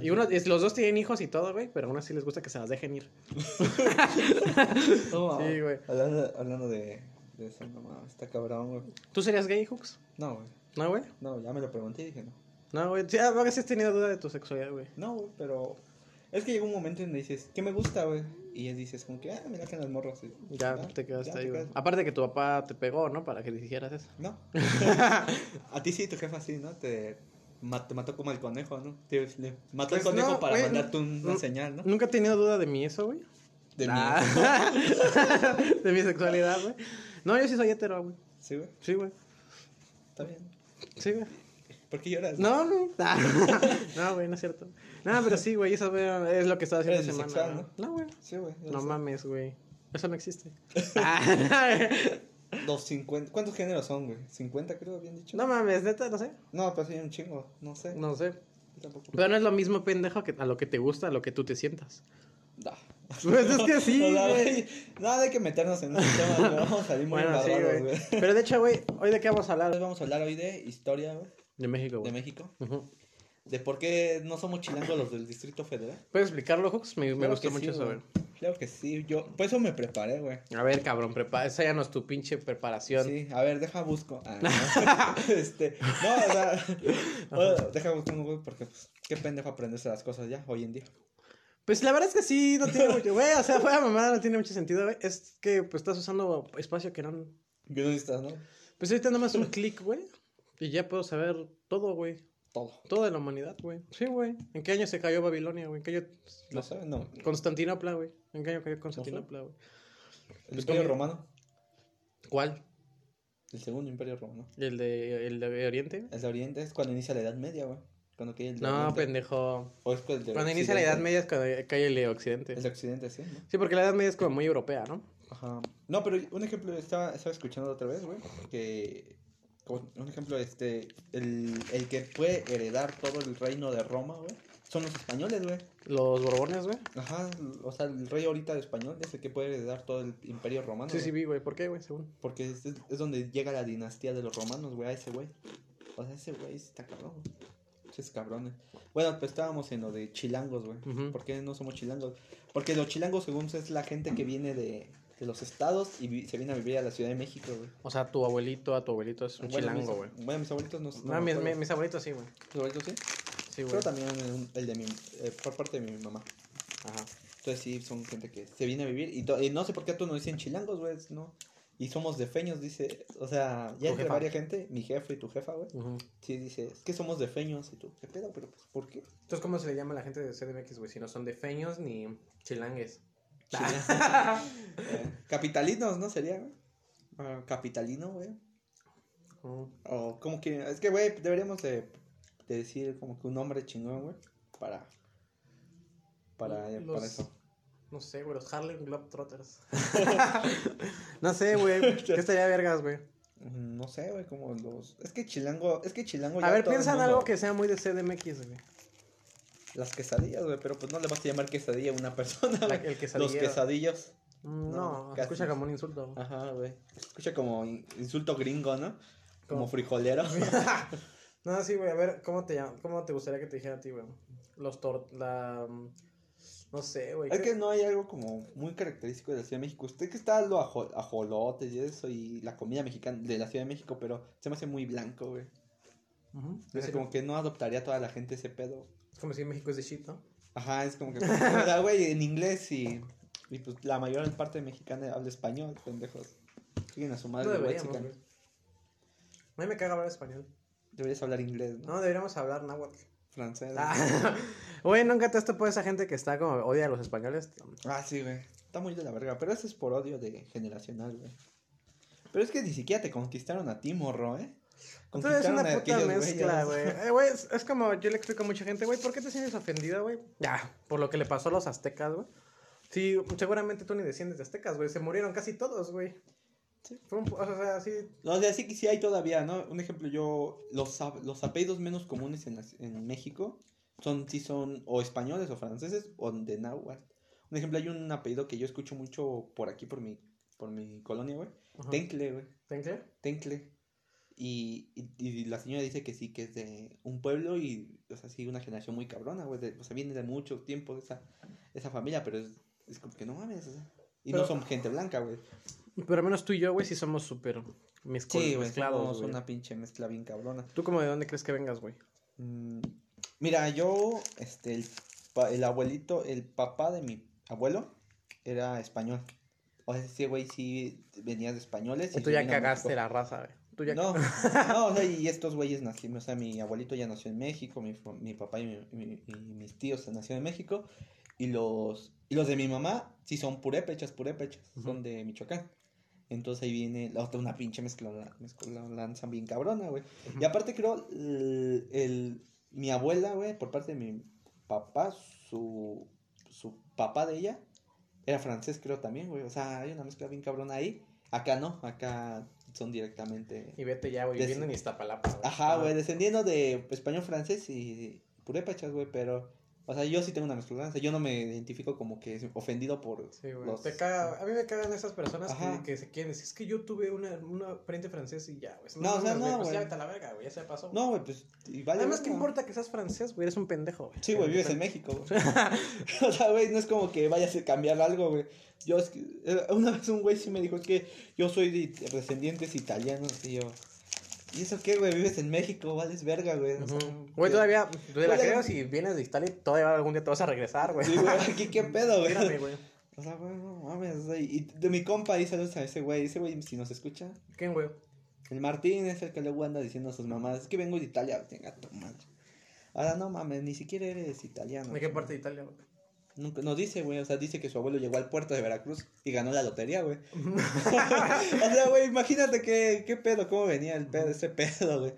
Speaker 1: Y uno, es- los dos tienen hijos y todo, güey, pero aún así les gusta que se las dejen ir.
Speaker 2: No,
Speaker 1: Sí, güey.
Speaker 2: Hablando, hablando de, de eso, no, mames, está cabrón, güey.
Speaker 1: ¿Tú serías gay, Hooks?
Speaker 2: No, güey.
Speaker 1: No, güey.
Speaker 2: No, ya me lo pregunté y dije no.
Speaker 1: No, güey. Sí, ah, ahora sí has tenido duda de tu sexualidad, güey.
Speaker 2: No, güey, pero es que llegó un momento en donde dices, ¿qué me gusta, güey? Y ya dices, como que, ah, me latan las morras. y-
Speaker 1: Ya
Speaker 2: ¿no?
Speaker 1: te quedaste
Speaker 2: Ya
Speaker 1: ahí, güey.
Speaker 2: quedas-
Speaker 1: Aparte que tu papá te pegó, ¿no? Para que le dijeras eso.
Speaker 2: No. A ti sí, tu jefa sí, ¿no? Te, ma- te mató como el conejo, ¿no? Te, le mató el
Speaker 1: Pues no,
Speaker 2: conejo para
Speaker 1: güey,
Speaker 2: mandarte un- una
Speaker 1: no-
Speaker 2: señal, ¿no?
Speaker 1: Nunca he tenido duda de mi eso, güey.
Speaker 2: De mí.
Speaker 1: Ah. de mi sexualidad, güey. No, yo sí soy hetero, güey.
Speaker 2: Sí, güey,
Speaker 1: Sí, güey.
Speaker 2: está bien.
Speaker 1: Sí, güey.
Speaker 2: ¿Por qué lloras?
Speaker 1: No, no. Ah. no, güey, no es cierto. No, pero sí, güey, eso güey, es lo que estaba haciendo
Speaker 2: Eres
Speaker 1: esta semana.
Speaker 2: bisexual,
Speaker 1: No, güey.
Speaker 2: Sí, güey. ya
Speaker 1: No
Speaker 2: sé.
Speaker 1: mames, güey. Eso no existe. Ah.
Speaker 2: Los 50. ¿Cuántos géneros son, güey? 50 creo, habían dicho.
Speaker 1: no mames, neta, no sé.
Speaker 2: No, pero sí hay un chingo. No sé.
Speaker 1: No sé.
Speaker 2: yo Tampoco.
Speaker 1: Pero no es lo mismo, pendejo, que a lo que te gusta, a lo que tú te sientas.
Speaker 2: Da.
Speaker 1: Pues es que sí,
Speaker 2: O sea,
Speaker 1: güey.
Speaker 2: güey, No, no hay que meternos en esos temas, güey. Vamos a salir muy
Speaker 1: Bueno, sí,
Speaker 2: embarrados,
Speaker 1: güey. Pero de hecho, güey, ¿hoy de qué vamos a
Speaker 2: Entonces
Speaker 1: hablar?
Speaker 2: vamos a hablar hoy de historia güey,
Speaker 1: De México,
Speaker 2: de
Speaker 1: güey.
Speaker 2: México.
Speaker 1: Ujú.
Speaker 2: De por qué no somos chilangos los del Distrito Federal.
Speaker 1: ¿Puedes explicarlo, Hooks? Me, me
Speaker 2: Claro
Speaker 1: gustó
Speaker 2: que sí,
Speaker 1: mucho
Speaker 2: güey.
Speaker 1: saber.
Speaker 2: Claro que sí. Yo, por eso me preparé, güey.
Speaker 1: A ver, cabrón, prepara. Esa ya no es tu pinche preparación.
Speaker 2: Sí, a ver, deja busco. Ah, no. este, no, o sea, bueno, deja busco en Google porque pues, qué pendejo aprenderse las cosas ya hoy en día.
Speaker 1: Pues la verdad es que sí, no tiene mucho. Güey, o sea, fuera mamada, no tiene mucho sentido, güey. Es que pues estás usando espacio que no.
Speaker 2: Yo no necesitas, ¿no?
Speaker 1: Pues ahorita nomás un clic, güey. Y ya puedo saber todo, güey.
Speaker 2: Todo.
Speaker 1: Todo de la humanidad, güey. Sí, güey. ¿En qué año se cayó Babilonia, güey? ¿En qué año.
Speaker 2: No sé, no.
Speaker 1: Constantinopla, güey. ¿En qué año cayó Constantinopla, güey?
Speaker 2: El Imperio
Speaker 1: que-
Speaker 2: Romano.
Speaker 1: ¿Cuál?
Speaker 2: El segundo Imperio Romano.
Speaker 1: ¿El de, el de Oriente?
Speaker 2: El de Oriente es cuando inicia la Edad Media, güey. Cuando cae el de
Speaker 1: No,
Speaker 2: Oriente.
Speaker 1: pendejo.
Speaker 2: O es que el de
Speaker 1: Cuando inicia la
Speaker 2: Occidente.
Speaker 1: Edad Media es cuando cae el de Occidente.
Speaker 2: El de Occidente, sí, ¿no?
Speaker 1: Sí, porque la Edad Media es como muy europea, ¿no?
Speaker 2: Ajá. No, pero un ejemplo, estaba, estaba escuchando otra vez, güey, que... como Un ejemplo, este, el, el que puede heredar todo el reino de Roma, güey, son los españoles, güey.
Speaker 1: Los Borbones, güey.
Speaker 2: Ajá, o sea, el rey ahorita de español es el que puede heredar todo el imperio romano.
Speaker 1: Sí, sí,
Speaker 2: güey.
Speaker 1: vi, güey. ¿Por qué, güey? Según.
Speaker 2: Porque es, es- es donde llega la dinastía de los romanos, güey, a ese güey. O sea, ese güey está cabrón. Esos cabrones. Bueno, pues estábamos en lo de chilangos, güey.
Speaker 1: Ujú.
Speaker 2: ¿Por qué no somos chilangos? Porque los chilangos, según es la gente que viene de, de los estados y vi- se viene a vivir a la Ciudad de México, güey.
Speaker 1: O sea, tu abuelito, a tu abuelito es un
Speaker 2: Bueno, mis-
Speaker 1: chilango, güey. Ah,
Speaker 2: Bueno, mis abuelitos Pues no.
Speaker 1: No, mis,
Speaker 2: me
Speaker 1: mis,
Speaker 2: acuerdo.
Speaker 1: mis abuelitos sí, güey.
Speaker 2: ¿Mis abuelitos sí?
Speaker 1: Sí, güey.
Speaker 2: Pero también el, el de mi. eh, por parte de mi mamá.
Speaker 1: Ajá.
Speaker 2: Entonces sí, son gente que se viene a vivir. Y, to- y no sé por qué a todos nos dicen chilangos, güey, ¿no? Y somos de feños, dice. O sea,
Speaker 1: Tu
Speaker 2: ya entre
Speaker 1: jefa.
Speaker 2: varias gente, mi jefe y tu jefa, güey.
Speaker 1: Ujú.
Speaker 2: Sí, dice, es que somos de feños. Y tú, ¿qué pedo? Pero, pues, ¿por qué?
Speaker 1: Entonces, ¿cómo se le llama a la gente de CDMX, güey? Si no son de feños ni chilangues.
Speaker 2: Eh, capitalinos, ¿no? Sería, güey. Ah, Capitalino, güey.
Speaker 1: Ujú.
Speaker 2: O como que, es que, güey, deberíamos de, de decir como que un nombre chingón, güey. Para, para, eh,
Speaker 1: Los-
Speaker 2: para eso.
Speaker 1: No sé, güey, los Harlem Globetrotters. no sé, güey. ¿Qué estaría vergas, güey?
Speaker 2: Mm, No sé, güey, como los... Es que chilango, es que chilango...
Speaker 1: A
Speaker 2: ya
Speaker 1: ver,
Speaker 2: todo el
Speaker 1: piensa en
Speaker 2: mundo-
Speaker 1: algo que sea muy de CDMX, güey.
Speaker 2: Las quesadillas, güey, pero pues no le vas a llamar quesadilla a una persona,
Speaker 1: La-
Speaker 2: güey.
Speaker 1: el quesadillero.
Speaker 2: Los quesadillos.
Speaker 1: Mm, No,
Speaker 2: No,
Speaker 1: se
Speaker 2: casi.
Speaker 1: escucha como un insulto. güey.
Speaker 2: Ajá, güey. Escucha como in- insulto gringo, ¿no? Como
Speaker 1: ¿Cómo?
Speaker 2: frijolero.
Speaker 1: No, sí, güey, a ver, ¿cómo te, llam- ¿cómo te gustaría que te dijera a ti, güey? Los tor... la... mm, No sé, güey.
Speaker 2: es
Speaker 1: ¿qué-
Speaker 2: que no hay algo como muy característico de la Ciudad de México. Usted que está a lo ajo- ajolotes y eso y la comida mexicana de la Ciudad de México, pero se me hace muy blanco, güey.
Speaker 1: Ujú.
Speaker 2: No sé, como que no adoptaría a toda la gente ese pedo.
Speaker 1: Es como si México es de shit, ¿no?
Speaker 2: Ajá, es como que... pues, o sea, güey, en inglés y... Y pues la mayor parte mexicana habla español, pendejos. Siguen a su madre.
Speaker 1: No
Speaker 2: de
Speaker 1: deberíamos,
Speaker 2: huachican.
Speaker 1: güey. A mí me caga hablar español.
Speaker 2: Deberías hablar inglés, ¿no?
Speaker 1: No, deberíamos hablar náhuatl.
Speaker 2: Francés.
Speaker 1: Ah, Güey, nunca te has topado pues, esa gente que está como odia a los españoles.
Speaker 2: Ah, sí, güey. Está muy de la verga. Pero eso es por odio de generacional, güey. Pero es que ni siquiera te conquistaron a ti, morro, ¿eh?
Speaker 1: Tú eres una
Speaker 2: a
Speaker 1: puta
Speaker 2: aquellos
Speaker 1: mezcla, güey.
Speaker 2: güeyes.
Speaker 1: Eh, güey, es, es como yo le explico a mucha gente, güey, ¿por qué te sientes ofendida, güey? Ya, por lo que le pasó a los aztecas, güey. Sí, seguramente tú ni desciendes de aztecas, güey. Se murieron casi todos, güey.
Speaker 2: Sí.
Speaker 1: Fue un, po- o sea, sí.
Speaker 2: No, o sea, sí que sí hay todavía, ¿no? Un ejemplo, yo. Los, a- los apellidos menos comunes en, las- en México son, sí son o españoles o franceses o de náhuatl. Un ejemplo, hay un apellido que yo escucho mucho por aquí, por mi, por mi colonia, güey.
Speaker 1: Ajá.
Speaker 2: Tencle, güey.
Speaker 1: ¿Tencle?
Speaker 2: Tencle. Y, y, y la señora dice que sí, que es de un pueblo y, o sea, sí, una generación muy cabrona, güey. de- O sea, viene de mucho tiempo esa, esa familia, pero es, es como que no mames, o sea, Y
Speaker 1: Pero-
Speaker 2: no son gente blanca, güey.
Speaker 1: Pero al menos tú y yo, güey, sí somos súper mezcla-
Speaker 2: Sí, güey,
Speaker 1: mezclados,
Speaker 2: somos
Speaker 1: güey.
Speaker 2: una pinche mezcla bien cabrona.
Speaker 1: ¿Tú como de dónde crees que vengas, güey?
Speaker 2: Mm, mira, yo, este, el, pa- el abuelito, el papá de mi abuelo era español. O sea, ese güey sí venía de españoles. y
Speaker 1: Tú
Speaker 2: se
Speaker 1: ya
Speaker 2: vino a
Speaker 1: cagaste
Speaker 2: México.
Speaker 1: la raza, güey. Tú ya
Speaker 2: No, no, o sea, y estos güeyes nacieron, o sea, mi abuelito ya nació en México, mi, fa- mi papá y, mi- mi- y mis tíos nacieron en México, y los, y los de mi mamá sí son purépechas, purépechas,
Speaker 1: Ujú.
Speaker 2: son de Michoacán. Entonces ahí viene la otra, una pinche mezcla, mezcla lanza bien cabrona, güey. Y aparte creo, el, el- mi abuela, güey, por parte de mi papá, su, su papá de ella, era francés, creo también, güey. O sea, hay una mezcla bien cabrona ahí. Acá no, acá son directamente...
Speaker 1: Y vete ya, güey,
Speaker 2: Des-
Speaker 1: viviendo en Iztapalapa, güey.
Speaker 2: Ajá, güey, descendiendo de español francés y purépachas, güey, pero... O sea, yo sí tengo una mezcla, yo no me identifico como que ofendido por
Speaker 1: Sí, güey.
Speaker 2: los...
Speaker 1: Te caga- A mí me cagan esas personas que,
Speaker 2: Ajá.
Speaker 1: que se quieren decir, es que yo tuve una, una frente francés y ya, güey.
Speaker 2: No, o sea,
Speaker 1: mames,
Speaker 2: no,
Speaker 1: pues
Speaker 2: güey.
Speaker 1: ya vete a la verga, güey, ya se pasó.
Speaker 2: No, güey, pues... y vale
Speaker 1: Además, ¿qué
Speaker 2: verga.
Speaker 1: importa que seas francés, güey? Eres un pendejo, güey.
Speaker 2: Sí, güey, vives en México, güey. o sea, güey, no es como que vayas a cambiar algo, güey. Yo, es que, eh, una vez un güey sí me dijo, es que yo soy de it- descendientes italianos, y yo, ¿y eso qué, güey? Vives en México, vales verga, güey. O sea,
Speaker 1: Ujú. Güey,
Speaker 2: ¿qué-
Speaker 1: todavía, te la
Speaker 2: Güey,
Speaker 1: creo, si vienes de Italia, todavía algún día te vas a regresar, güey.
Speaker 2: Sí, güey, aquí qué pedo, güey.
Speaker 1: Mírame, güey.
Speaker 2: O sea, güey, no mames, o sea, y de mi compa ahí saludos a ese güey, ese güey, si nos escucha,
Speaker 1: ¿Quién, güey?
Speaker 2: el Martín es el que luego anda diciendo a sus mamás, es que vengo de Italia, tenga tu madre. Ahora, no mames, ni siquiera eres italiano.
Speaker 1: ¿De qué
Speaker 2: chingada.
Speaker 1: parte de Italia, güey?
Speaker 2: Nunca, no dice, güey. O sea, dice que su abuelo llegó al puerto de Veracruz y ganó la lotería, güey. o sea, güey, imagínate qué, qué pedo, cómo venía el pedo, ese pedo, güey.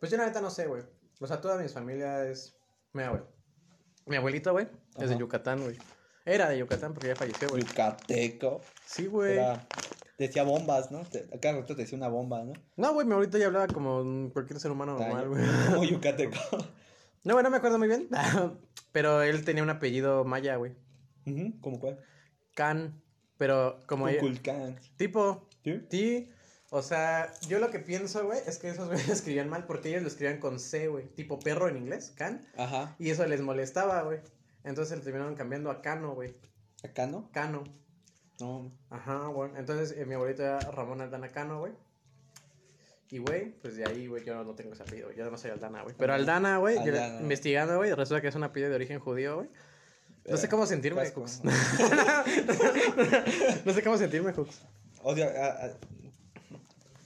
Speaker 1: Pues yo la neta no sé, güey. O sea, toda mi familia es... Mira, güey. Mi abuelita, güey, es de
Speaker 2: Ajá.
Speaker 1: Yucatán, güey. Era de Yucatán porque ya falleció, güey.
Speaker 2: Yucateco.
Speaker 1: Sí, güey.
Speaker 2: Era- decía bombas, ¿no? Te- Acá rato te decía una bomba, ¿no?
Speaker 1: No, güey, mi abuelita ya hablaba como cualquier ser humano
Speaker 2: Está
Speaker 1: normal,
Speaker 2: yu-
Speaker 1: güey.
Speaker 2: Como yucateco.
Speaker 1: No, güey, no me acuerdo muy bien. Pero él tenía un apellido maya, güey.
Speaker 2: Ujú, ¿Cómo cuál?
Speaker 1: Can. Pero como... ella-
Speaker 2: Cuculcán.
Speaker 1: Tipo,
Speaker 2: ¿Sí?
Speaker 1: ti. O sea, yo lo que pienso, güey, es que esos güeyes escribían mal porque ellos lo escribían con C, güey. Tipo perro en inglés, can.
Speaker 2: Ajá.
Speaker 1: Y eso les molestaba, güey. Entonces le terminaron cambiando a cano, güey.
Speaker 2: Acá no.
Speaker 1: Cano.
Speaker 2: No.
Speaker 1: Ajá, güey. Entonces eh, mi abuelito era Ramón Aldana Cano, güey. Y, güey, pues de ahí, güey, yo no tengo ese apellido. güey. Yo no soy Aldana, güey. Pero Aldana, güey, yo la-
Speaker 2: Aldana.
Speaker 1: investigando, güey, resulta que es un apellido de origen judío, güey. No sé
Speaker 2: Eh,
Speaker 1: cómo sentirme,
Speaker 2: casco.
Speaker 1: Cooks. no sé cómo sentirme, Cooks.
Speaker 2: O sea, a- a-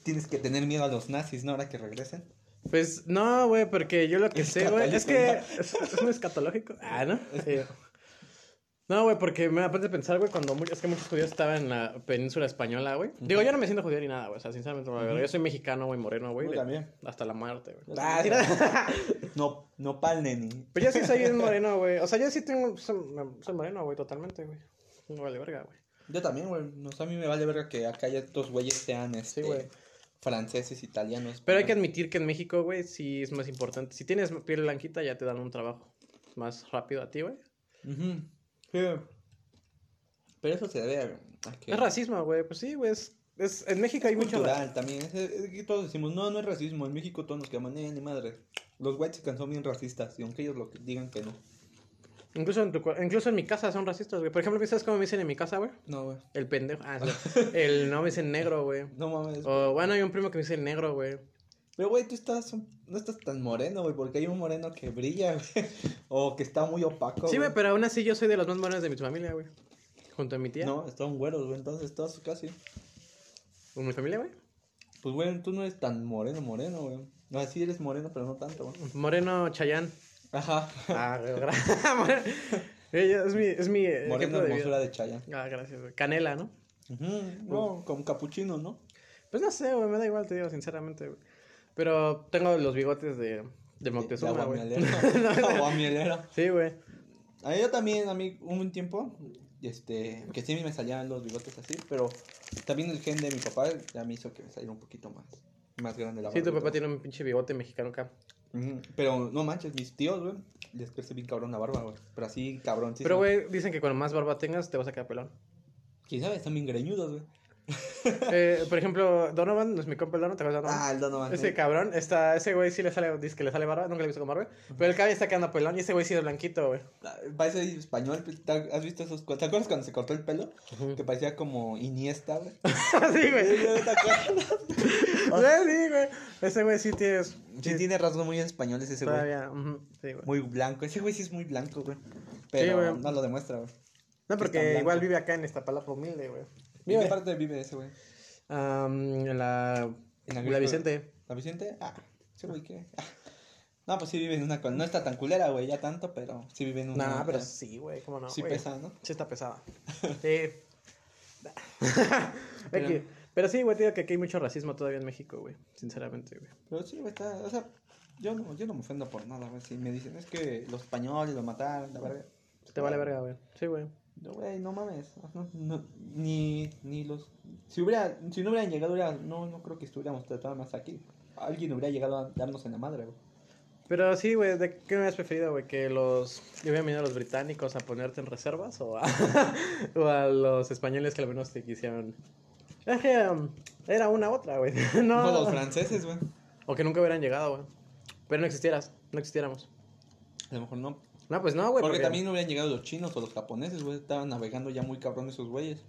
Speaker 2: tienes que tener miedo a los nazis, ¿no? Ahora que regresen.
Speaker 1: Pues no, güey, porque yo lo que sé, güey, es que
Speaker 2: Escatológico,
Speaker 1: es, es muy escatológico. Ah, ¿no? Sí. No, güey, porque me aparte de pensar, güey, cuando mu- es que muchos judíos estaban en la península española, güey. Digo, yo no me siento judío ni nada, güey, o sea, sinceramente, güey, yo soy mexicano, güey, moreno, güey.
Speaker 2: Yo
Speaker 1: de-
Speaker 2: también.
Speaker 1: Hasta la muerte, güey.
Speaker 2: Yo
Speaker 1: Ah,
Speaker 2: también.
Speaker 1: sí, no.
Speaker 2: No, no pal, neni.
Speaker 1: Pero yo sí soy un moreno, güey. O sea, yo sí tengo. Soy, soy moreno, güey, totalmente, güey. No vale verga, güey.
Speaker 2: Yo también, güey. No sé, a mí me vale verga que acá ya estos güeyes sean este,
Speaker 1: güey.
Speaker 2: franceses, italianos.
Speaker 1: Pero hay que admitir que en México, güey, sí es más importante. Si tienes piel blanquita, ya te dan un trabajo más rápido a ti, güey.
Speaker 2: Ujú. Sí. Pero eso se debe a- a que.
Speaker 1: Es racismo, güey. Pues sí, güey. Es, es- en México hay mucho racismo.
Speaker 2: cultural también. Es, es que todos decimos, no, no es racismo. En México todos nos queman, eh, ni madre. Los whites son bien racistas, y aunque ellos lo que- digan que no.
Speaker 1: Incluso en, tu cua- incluso en mi casa son racistas, güey. Por ejemplo, ¿sabes cómo me dicen en mi casa, güey?
Speaker 2: No, güey.
Speaker 1: El pendejo. Ah, sí. El no me dicen negro, güey.
Speaker 2: No mames.
Speaker 1: O bueno, hay un primo que me dice el negro, güey.
Speaker 2: Pero, güey, tú estás, un- no estás tan moreno, güey, porque hay un moreno que brilla, güey. O que está muy opaco.
Speaker 1: Sí, güey,
Speaker 2: güey.
Speaker 1: pero aún así yo soy de los más buenos de mi familia, güey. Junto a mi tía.
Speaker 2: No, están güeros, güey. Entonces, todos casi.
Speaker 1: Con mi familia, güey.
Speaker 2: Pues, güey, tú no eres tan moreno, moreno, güey. No, sí eres moreno, pero no tanto, güey.
Speaker 1: Moreno Chayán.
Speaker 2: Ajá.
Speaker 1: Ah, güey, gra- Moreno- Ella es mi, es mi eh, ejemplo
Speaker 2: Moreno,
Speaker 1: de vida.
Speaker 2: hermosura de Chaya.
Speaker 1: Ah, gracias, güey. Canela, ¿no?
Speaker 2: No, como capuchino, ¿no?
Speaker 1: Pues no sé, güey, me da igual, te digo, sinceramente, güey. Pero tengo los bigotes de, de
Speaker 2: De
Speaker 1: Moctezuma, güey.
Speaker 2: aguamielero. Aguamielero.
Speaker 1: Sí, güey.
Speaker 2: A mí Ah, yo también, a mí hubo un tiempo, este, que sí me salían los bigotes así, pero también el gen de mi papá ya me hizo que me saliera un poquito más, más grande la
Speaker 1: Sí, tu
Speaker 2: barba y
Speaker 1: papá
Speaker 2: todo.
Speaker 1: tiene un pinche bigote mexicano acá.
Speaker 2: Ujú, Pero no manches, mis tíos, güey, les crece bien cabrón la barba, güey. Pero así, cabrón.
Speaker 1: Pero, güey, dicen que cuando más barba tengas, te vas a quedar pelón.
Speaker 2: ¿Quién sabe? Están bien greñudos, güey.
Speaker 1: Eh, por ejemplo, Donovan, no es mi compa el Donovan, ¿te acuerdas de Donovan?
Speaker 2: Ah, el Donovan.
Speaker 1: Ese cabrón, está, ese güey sí le sale, dice que le sale barba, nunca le he visto con barba, pero el cabello está quedando pelón y ese güey sí es blanquito, güey.
Speaker 2: Ah, Parece español, ¿te- ¿has visto esos? cu- ¿Te acuerdas cuando se cortó el pelo? Que parecía como Iniesta, güey.
Speaker 1: sí, güey.
Speaker 2: Sí, güey, ¿te acuerdas?
Speaker 1: Güey, sí, güey. Ese güey sí tienes.
Speaker 2: Sí, tiene rasgos muy españoles ese güey.
Speaker 1: Todavía. ujú, Sí, güey.
Speaker 2: Muy blanco. Ese güey sí es muy blanco, güey.
Speaker 1: Sí,
Speaker 2: Pero
Speaker 1: güey.
Speaker 2: no lo demuestra, güey.
Speaker 1: No,
Speaker 2: Está
Speaker 1: porque
Speaker 2: blanco.
Speaker 1: igual vive acá en Iztapalapa humilde, güey.
Speaker 2: ¿Y qué
Speaker 1: Vive.
Speaker 2: parte vive ese güey?
Speaker 1: Am, en la.
Speaker 2: En
Speaker 1: la
Speaker 2: Agrícola.
Speaker 1: Vicente.
Speaker 2: ¿La Vicente? Ah, ese güey qué. Ah. No, pues sí vive en una. col- No está tan culera, güey, ya tanto, pero sí vive en una.
Speaker 1: Nah, pero sí, güey, cómo no.
Speaker 2: Sí
Speaker 1: güey.
Speaker 2: pesa, ¿no?
Speaker 1: Sí está pesada. Sí. Hay que- pero sí, güey, te digo que aquí hay mucho racismo todavía en México, güey. Sinceramente, güey.
Speaker 2: Pero sí, güey, está. O sea, yo no, yo no me ofendo por nada, güey. Si me dicen, es que los españoles lo mataron, la verga.
Speaker 1: Te vale verga, güey. Sí, güey.
Speaker 2: No, güey, no mames. No, no, ni, ni los. Si, hubiera, si no hubieran llegado, hubiera- no, no creo que estuviéramos tratando más aquí. Alguien hubiera llegado a darnos en la madre, güey.
Speaker 1: Pero sí, güey, ¿de qué me has preferido, güey? ¿Que los... le hubieran venido a los británicos a ponerte en reservas o a, o a los españoles que al menos te quisieron? Es que um, era una otra, güey.
Speaker 2: No.
Speaker 1: No,
Speaker 2: los franceses, güey.
Speaker 1: o que nunca hubieran llegado, güey. Pero no existieras, no existiéramos.
Speaker 2: A lo mejor no.
Speaker 1: No, pues no, güey.
Speaker 2: porque también no hubieran llegado los chinos o los japoneses, güey. Estaban navegando ya muy cabrón esos güeyes.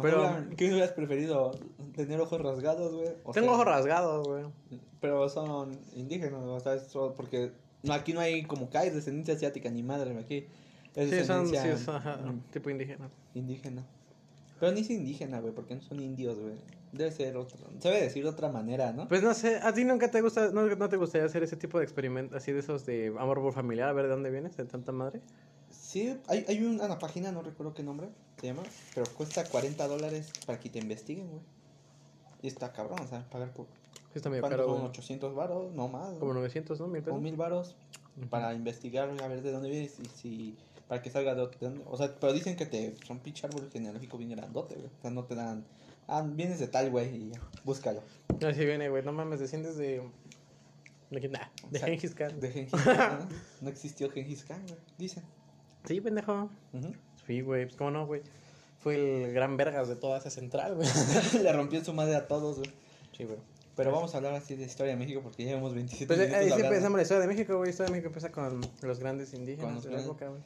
Speaker 1: Pero-
Speaker 2: Pero, ¿qué hubieras preferido? ¿Tener ojos rasgados, güey? O
Speaker 1: Tengo
Speaker 2: ser-
Speaker 1: ojos rasgados, güey.
Speaker 2: Pero son indígenas, o sea, es todo porque no, aquí no hay como que hay descendencia asiática ni madre, aquí es
Speaker 1: Sí, son, sí,
Speaker 2: descendencia
Speaker 1: es, ajá,
Speaker 2: mm,
Speaker 1: tipo indígena.
Speaker 2: indígena. Pero ni es indígena, güey, porque no son indios, güey. Debe ser otra, se debe decir de otra manera, ¿no?
Speaker 1: Pues no sé, ¿a ti nunca te gusta, no, no te gustaría hacer ese tipo de experimentos así de esos de amor por familiar, a ver de dónde vienes, de tanta madre?
Speaker 2: Sí, hay, hay una, una página, no recuerdo qué nombre se llama, pero cuesta 40 dólares para que te investiguen, güey. Y está cabrón, o sea, pagar por...
Speaker 1: Sí, está medio
Speaker 2: ¿Cuánto
Speaker 1: caro,
Speaker 2: son?
Speaker 1: güey.
Speaker 2: 800 varos, no más.
Speaker 1: Como 900, ¿no? Mil
Speaker 2: o
Speaker 1: pesos.
Speaker 2: mil varos
Speaker 1: Ujú.
Speaker 2: para investigar a ver de dónde vienes y si para que salga de dónde- de dónde. O sea, pero dicen que te son pinche árbol genealógico bien grandote, güey. O sea, no te dan. Ah, vienes de tal, güey, y ya, búscalo.
Speaker 1: Así viene, güey. No mames, desciendes de. De, quién? Nah, de
Speaker 2: O sea,
Speaker 1: Gengis Khan.
Speaker 2: De Gengis Khan. ¿no? No existió Gengis Khan, güey. Dicen.
Speaker 1: Sí, pendejo.
Speaker 2: Ujú.
Speaker 1: Sí, güey. Pues cómo no, güey. Fue el gran vergas de toda esa central, güey.
Speaker 2: Le rompió su madre a todos, güey.
Speaker 1: Sí, güey.
Speaker 2: Pero vamos a hablar así de historia de México porque ya llevamos 27
Speaker 1: Pues eh,
Speaker 2: minutos
Speaker 1: ahí sí
Speaker 2: hablando.
Speaker 1: empezamos la historia de México, güey. La historia de México empieza con los grandes indígenas
Speaker 2: Con los
Speaker 1: de
Speaker 2: grandes-
Speaker 1: la época, güey.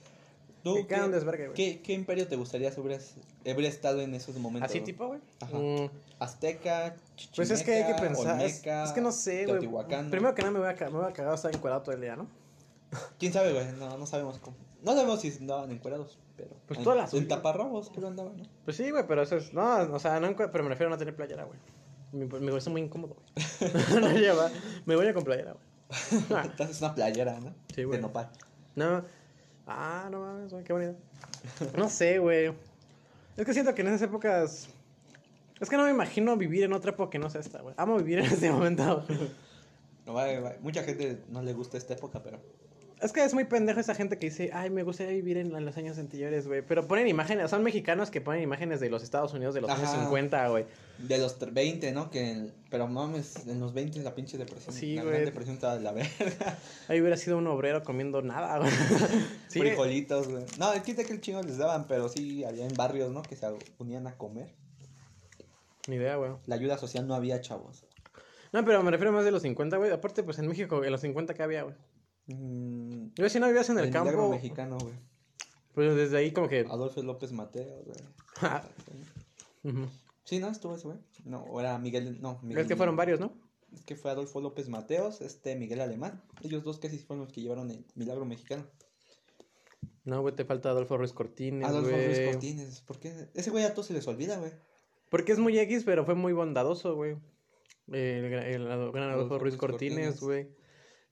Speaker 2: ¿Tú
Speaker 1: Que cada un desvergue,
Speaker 2: qué,
Speaker 1: güey.
Speaker 2: qué, qué imperio te gustaría si hubieras, habría estado en esos momentos?
Speaker 1: Así
Speaker 2: güey?
Speaker 1: tipo, güey.
Speaker 2: Ajá.
Speaker 1: Mm,
Speaker 2: Azteca,
Speaker 1: pues es que hay que
Speaker 2: Chichimeca,
Speaker 1: pensar. es-
Speaker 2: Olmeca,
Speaker 1: es, que no sé, güey.
Speaker 2: Teotihuacán.
Speaker 1: Primero que nada me voy a, ca- me voy a cagar hasta encuadrado todo el día, ¿no?
Speaker 2: ¿Quién sabe, güey? No, no sabemos cómo. No sabemos si andaban encuerados, pero.
Speaker 1: Pues
Speaker 2: en,
Speaker 1: todas las-
Speaker 2: En taparrabos, creo andaban, ¿no?
Speaker 1: Pues sí, güey, pero eso es. No, o sea, no encue- pero me refiero a no tener playera, güey. Me, pues, me parece muy incómodo, güey. no lleva. Me voy a con playera, güey. Ah,
Speaker 2: Entonces es una playera, ¿no?
Speaker 1: Sí, güey.
Speaker 2: De nopal.
Speaker 1: No. Ah, no mames, güey, qué bonito. No sé, güey. Es que siento que en esas épocas. Es que no me imagino vivir en otra época que no sea esta, güey. Amo vivir en este momento. güey.
Speaker 2: No, güey, güey. Mucha gente no le gusta esta época, pero.
Speaker 1: Es que es muy pendejo esa gente que dice, ay, me gustaría vivir en, en los años anteriores, güey. Pero ponen imágenes, son mexicanos que ponen imágenes de los Estados Unidos de los años
Speaker 2: Ajá.
Speaker 1: 50, güey.
Speaker 2: De los tre- 20, ¿no? Que el- Pero mames, en los 20 la pinche depresión.
Speaker 1: Sí,
Speaker 2: la
Speaker 1: güey.
Speaker 2: gran depresión estaba de la verga.
Speaker 1: Ahí hubiera sido un obrero comiendo nada, güey. Sí,
Speaker 2: Frijolitos, güey. No, el quita que el chingo les daban, pero sí había en barrios, ¿no? Que se unían a comer.
Speaker 1: ni idea, güey.
Speaker 2: La ayuda social no había, chavos.
Speaker 1: No, pero me refiero más de los 50, güey. Aparte, pues en México, en los 50 que había, güey.
Speaker 2: Mm,
Speaker 1: Yo si no vivías en el,
Speaker 2: milagro
Speaker 1: campo,
Speaker 2: mexicano, güey.
Speaker 1: pues desde ahí como que...
Speaker 2: Adolfo López Mateo, güey.
Speaker 1: Ujú.
Speaker 2: Sí, ¿no? Estuvo ese, güey. No, o era Miguel, no. Miguel,
Speaker 1: Es que fueron varios, ¿no?
Speaker 2: Es que fue Adolfo López Mateos, este Miguel Alemán. Ellos dos casi fueron los que llevaron el milagro mexicano.
Speaker 1: No, güey, te falta Adolfo Ruiz Cortines,
Speaker 2: Adolfo Ruiz
Speaker 1: güey.
Speaker 2: Cortines, ¿por qué? Ese güey a todos se les olvida, güey.
Speaker 1: Porque es muy X, pero fue muy bondadoso, güey. El, gra- el ado- gran Adolfo Ruiz Cortines,
Speaker 2: Cortines.
Speaker 1: güey.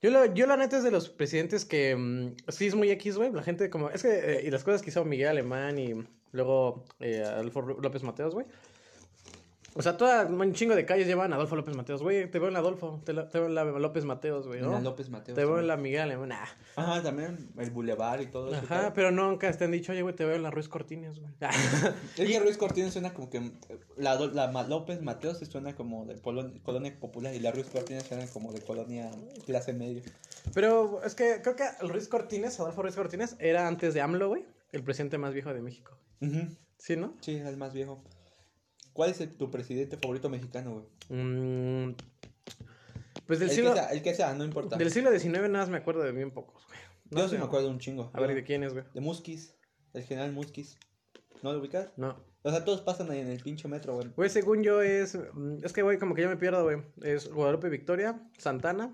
Speaker 1: Yo, la- yo la neta es de los presidentes que mm, sí es muy X, güey. La gente como... Es que... eh, y las cosas que hizo Miguel Alemán y luego eh, Adolfo Ru- López Mateos, güey. O sea, toda un chingo de calles llevan a Adolfo López Mateos, güey. Te veo en la Adolfo, te, la- te veo en la López Mateos, güey,
Speaker 2: Mira,
Speaker 1: ¿no?
Speaker 2: López Mateos.
Speaker 1: Te veo en
Speaker 2: también.
Speaker 1: la Miguel Alemán. nah.
Speaker 2: Ajá, también el bulevar y todo eso.
Speaker 1: Ajá, pero nunca te han dicho, oye, güey, te veo en la Ruiz Cortines, güey. Ah.
Speaker 2: Es que Ruiz Cortines suena como que. La, Adol- la Ma- López Mateos suena como de polo- colonia popular y la Ruiz Cortines suena como de colonia clase media.
Speaker 1: Pero es que creo que el Ruiz Cortines, Adolfo Ruiz Cortines, era antes de AMLO, güey, el presidente más viejo de México.
Speaker 2: Ujú.
Speaker 1: ¿Sí, no?
Speaker 2: Sí, era el más viejo. ¿Cuál es el- tu presidente favorito mexicano, güey?
Speaker 1: Mm, pues del
Speaker 2: el,
Speaker 1: siglo,
Speaker 2: que sea, el que sea, no importa.
Speaker 1: del siglo XIX nada más me acuerdo de bien pocos, güey. No
Speaker 2: Yo sí
Speaker 1: sé.
Speaker 2: me acuerdo un chingo.
Speaker 1: A ver,
Speaker 2: Yo-
Speaker 1: ¿de quién es, güey?
Speaker 2: De Musquis, el general Musquis. ¿No lo ubicas?
Speaker 1: No.
Speaker 2: O sea, todos pasan ahí en el pinche metro, güey.
Speaker 1: Güey, según yo es... mm, Es que, güey, como que yo me pierdo, güey. Es Guadalupe Victoria, Santana,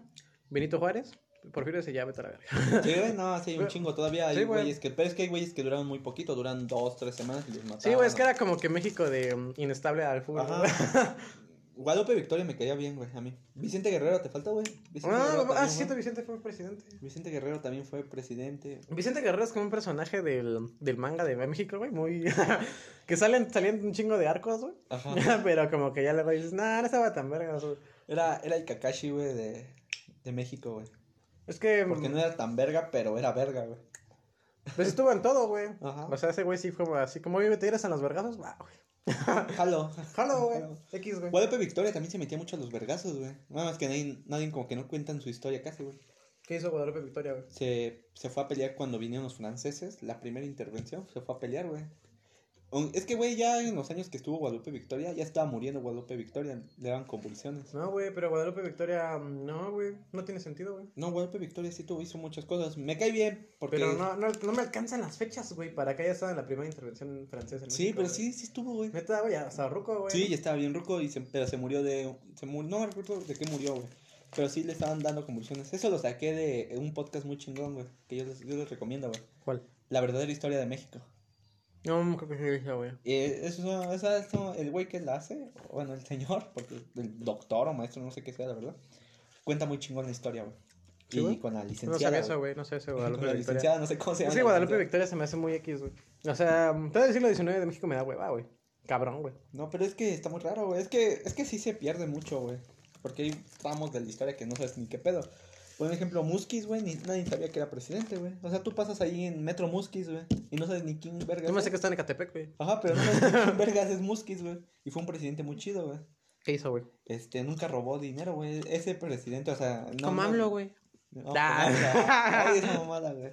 Speaker 1: Benito Juárez, Porfirio ese ya, vete a la verga.
Speaker 2: Sí, güey, no, sí, hay un
Speaker 1: Pero-
Speaker 2: chingo. Todavía hay
Speaker 1: sí, güey.
Speaker 2: güeyes que. Pero es que hay güeyes que duraron muy poquito, duran dos, tres semanas y los mataron.
Speaker 1: Sí, güey, es que era como que México de mm, inestable al fútbol.
Speaker 2: Ajá.
Speaker 1: güey.
Speaker 2: Guadalupe Victoria me caía bien, güey, a mí. Vicente Guerrero, ¿te falta, güey? Vicente
Speaker 1: Ah,
Speaker 2: Guerrero también
Speaker 1: ah,
Speaker 2: fue-
Speaker 1: cierto, Vicente fue presidente.
Speaker 2: Vicente Guerrero también fue presidente.
Speaker 1: Vicente Guerrero es como un personaje del, del manga de México, güey, muy... que salen, salían un chingo de arcos, güey.
Speaker 2: Ajá.
Speaker 1: Pero como que ya luego dices, nah, no estaba tan verga.
Speaker 2: Era, era el Kakashi, güey, de, de México, güey.
Speaker 1: Es que...
Speaker 2: Porque no era tan verga, pero era verga, güey.
Speaker 1: Pues estuvo en todo, güey.
Speaker 2: Ajá.
Speaker 1: O sea, ese güey sí fue como así como, oye, te irás a los vergazos, va, güey.
Speaker 2: Jalo.
Speaker 1: Jalo, güey.
Speaker 2: Jalo.
Speaker 1: X, güey.
Speaker 2: Guadalupe Victoria también se metía mucho a los vergazos, güey. Nada más que nadie, nadie como que no cuentan su historia casi, güey.
Speaker 1: ¿Qué hizo Guadalupe Victoria, güey?
Speaker 2: Se, se fue a pelear cuando vinieron los franceses. La primera intervención se fue a pelear, güey. Un- Es que, güey, ya en los años que estuvo Guadalupe Victoria, ya estaba muriendo Guadalupe Victoria. Le daban convulsiones.
Speaker 1: No, güey, pero Guadalupe Victoria, mm, no, güey. No tiene sentido, güey.
Speaker 2: No, Guadalupe Victoria sí tuvo, hizo muchas cosas. Me cae bien, porque...
Speaker 1: Pero no, no, no me alcanzan las fechas, güey, para que haya estado en la primera intervención francesa. en
Speaker 2: Sí,
Speaker 1: México,
Speaker 2: pero
Speaker 1: güey.
Speaker 2: sí, sí estuvo, güey.
Speaker 1: Neta, güey, hasta Ruco, güey.
Speaker 2: Sí, ya estaba bien ruco, y se- pero se murió de... Se murió, no me acuerdo de qué murió, güey. Pero sí le estaban dando convulsiones. Eso lo saqué de un podcast muy chingón, güey. Que yo les, yo les recomiendo, güey.
Speaker 1: ¿Cuál?
Speaker 2: La verdadera historia de México.
Speaker 1: No, no creo que sí, esa, güey.
Speaker 2: Eh, eso, eso, eso- el güey que la hace, bueno, el señor, porque el doctor o maestro, no sé qué sea, la verdad. Cuenta muy chingón la historia, güey.
Speaker 1: Sí,
Speaker 2: y
Speaker 1: güey.
Speaker 2: con la
Speaker 1: No
Speaker 2: licenciada.
Speaker 1: sabía eso, güey. No sé eso,
Speaker 2: güey. Con
Speaker 1: Guadalupe
Speaker 2: la
Speaker 1: Victoria.
Speaker 2: licenciada, no sé cómo se llama.
Speaker 1: Es que
Speaker 2: la
Speaker 1: Guadalupe
Speaker 2: licenciada.
Speaker 1: Victoria se me hace muy X, güey. O sea, mm, todo el siglo XIX de México me da hueva, güey. Cabrón, güey.
Speaker 2: No, pero es que está muy raro, güey. Es que, es que sí se pierde mucho, güey. Porque ahí estamos de la historia que no sabes ni qué pedo. Por ejemplo, Muskis, güey, ni- nadie sabía que era presidente, güey. O sea, tú pasas ahí en Metro Muskis, güey, y no sabes ni quién vergas
Speaker 1: Yo me sé
Speaker 2: es.
Speaker 1: que está en Ecatepec, güey.
Speaker 2: Ajá, pero no sabes ni quién vergas es Muskis, güey. Y fue un presidente muy chido, güey.
Speaker 1: ¿Qué hizo, güey?
Speaker 2: Este, nunca robó dinero, güey. Ese presidente, o sea... No,
Speaker 1: Como
Speaker 2: no-
Speaker 1: AMLO, güey. Ah.
Speaker 2: No, como
Speaker 1: Da.
Speaker 2: AMLO. Ay, esa mamada, güey.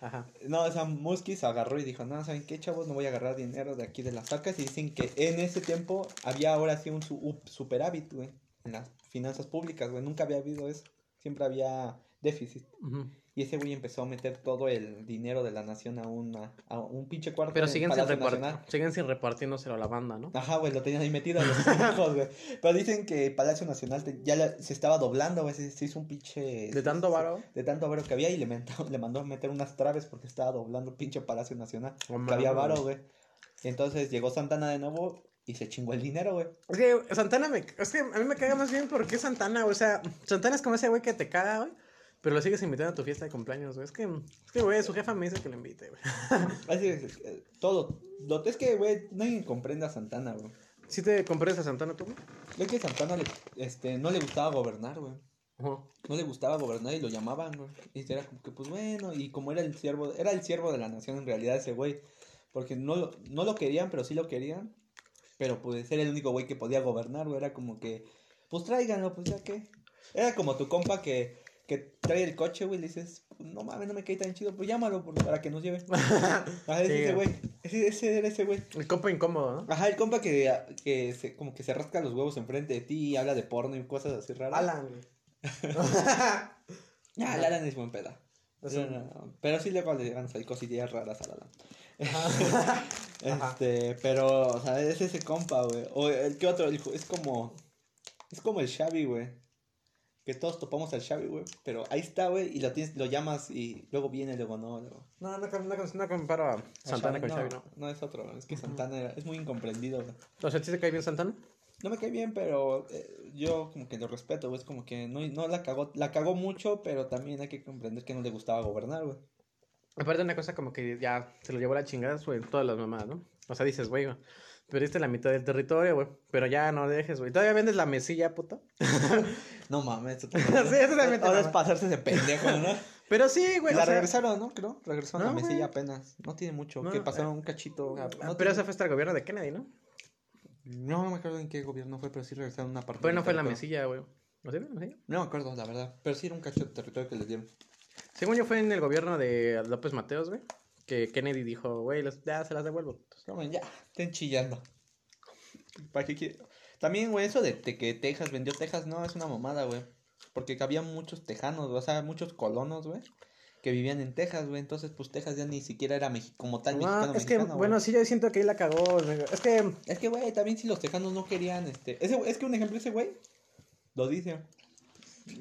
Speaker 1: Ajá.
Speaker 2: No, o sea, Muskis agarró y dijo, no, ¿saben qué, chavos? No voy a agarrar dinero de aquí de las vacas. Y dicen que en ese tiempo había ahora sí un su- un superávit, güey, en las finanzas públicas, güey. Nunca había habido eso. Siempre había déficit.
Speaker 1: Ujú.
Speaker 2: Y ese güey empezó a meter todo el dinero de la nación a, una, a un pinche cuarto.
Speaker 1: Pero
Speaker 2: en el
Speaker 1: siguen sin,
Speaker 2: Palacio
Speaker 1: repart-
Speaker 2: Nacional. Ah,
Speaker 1: siguen sin repartiéndoselo a la banda, ¿no?
Speaker 2: Ajá, güey, lo tenían ahí metido los pendejos, güey. Pero dicen que Palacio Nacional te- ya la- se estaba doblando, güey. Se, se hizo un pinche...
Speaker 1: De tanto varo.
Speaker 2: de tanto varo que había y le, mentó- le mandó a meter unas traves porque estaba doblando pinche Palacio Nacional.
Speaker 1: No
Speaker 2: que había
Speaker 1: mames.
Speaker 2: varo, güey. Y entonces llegó Santana de nuevo y se chingó el dinero, güey.
Speaker 1: Es que Santana me... Es que a mí me caga más bien porque es Santana, güey. O sea, Santana es como ese güey que te caga, güey. Pero lo sigues invitando a tu fiesta de cumpleaños, güey. Es que, es que, güey, su jefa me dice que lo invite, güey.
Speaker 2: Así es, eh, todo. Lo, es que, güey, nadie comprende a Santana, güey.
Speaker 1: ¿Sí te compras a Santana tú, güey?
Speaker 2: Es que Santana le- este, no le gustaba gobernar, güey.
Speaker 1: Ujú.
Speaker 2: No le gustaba gobernar y lo llamaban, güey. Y era como que, pues bueno, y como era el siervo, era el siervo de la nación en realidad ese güey. Porque no lo, no lo querían, pero sí lo querían. Pero pues era el único güey que podía gobernar, güey. Era como que, pues tráiganlo, pues ya qué. Era como tu compa que, que trae el coche, güey, y le dices, no mames, no me cae tan chido, pues llámalo por- para que nos lleve. Ajá, es
Speaker 1: Sí.
Speaker 2: ese güey. Ese, ese era ese güey.
Speaker 1: El copo incómodo, ¿no?
Speaker 2: Ajá, el compa que, que se, como que se rasca los huevos enfrente de ti y habla de porno y cosas así raras.
Speaker 1: Alan, güey.
Speaker 2: Ah, el Alan es buen peda.
Speaker 1: Es
Speaker 2: Sí,
Speaker 1: un-
Speaker 2: no, no, Pero sí luego le llegan a cosillas raras al Alan.
Speaker 1: Ajá.
Speaker 2: Este, pero, o sea, es ese compa, güey. O el que otro, el ju- es como. Es como el Xavi, güey. Que todos topamos al Xavi, güey. Pero ahí está, güey. Y lo tienes, lo llamas y luego viene, luego no. Luego.
Speaker 1: No, no, com- no, com- no comparo a
Speaker 2: A
Speaker 1: Santana con Xavi,
Speaker 2: no,
Speaker 1: no.
Speaker 2: no es otro, es que Santana era- es muy incomprendido, güey.
Speaker 1: O sea, ¿sí te cae bien Santana?
Speaker 2: No me cae bien, pero eh, yo como que lo respeto, güey. Es como que no, no la cagó, la cagó mucho, pero también hay que comprender que no le gustaba gobernar, güey.
Speaker 1: Aparte una cosa como que ya se lo llevó la chingada, güey, todas las mamadas, ¿no? O sea, dices, güey, güey, perdiste la mitad del territorio, güey, pero ya no dejes, güey. Todavía vendes la mesilla, puto.
Speaker 2: No mames, esto
Speaker 1: Sí, eso también te
Speaker 2: Ahora es
Speaker 1: mama.
Speaker 2: pasarse de pendejo, ¿no?
Speaker 1: Pero sí, güey, o
Speaker 2: la
Speaker 1: sea,
Speaker 2: regresaron, ¿no? Creo. Regresaron
Speaker 1: No,
Speaker 2: a
Speaker 1: güey.
Speaker 2: Mesilla apenas. No tiene mucho.
Speaker 1: No, eh,
Speaker 2: que pasaron un cachito.
Speaker 1: ah,
Speaker 2: No,
Speaker 1: pero
Speaker 2: tiene-
Speaker 1: esa fue hasta el gobierno de Kennedy, ¿no?
Speaker 2: no, no me acuerdo en qué gobierno fue, pero sí regresaron una parte.
Speaker 1: Pues no
Speaker 2: del
Speaker 1: fue la
Speaker 2: territorio.
Speaker 1: mesilla, güey. ¿No sí fue la mesilla?
Speaker 2: No me acuerdo, la verdad. Pero sí era un cachito de territorio que les dieron.
Speaker 1: Según yo fue en el gobierno de López Mateos, güey, que Kennedy dijo, güey, los- ya se las devuelvo.
Speaker 2: No, men, ya, estén chillando. ¿Para qué quiere- También, güey, eso de te- que Texas vendió Texas, no, es una mamada, güey. Porque había muchos tejanos, o sea, muchos colonos, güey, que vivían en Texas, güey. Entonces, pues Texas ya ni siquiera era Mex- como tal
Speaker 1: Ah,
Speaker 2: mexicano.
Speaker 1: es que,
Speaker 2: mexicano, güey.
Speaker 1: bueno, sí, yo siento que ahí la cagó. güey. Es que
Speaker 2: Es que, güey, también si los tejanos no querían, este... Ese, es que un ejemplo, ese güey lo dice.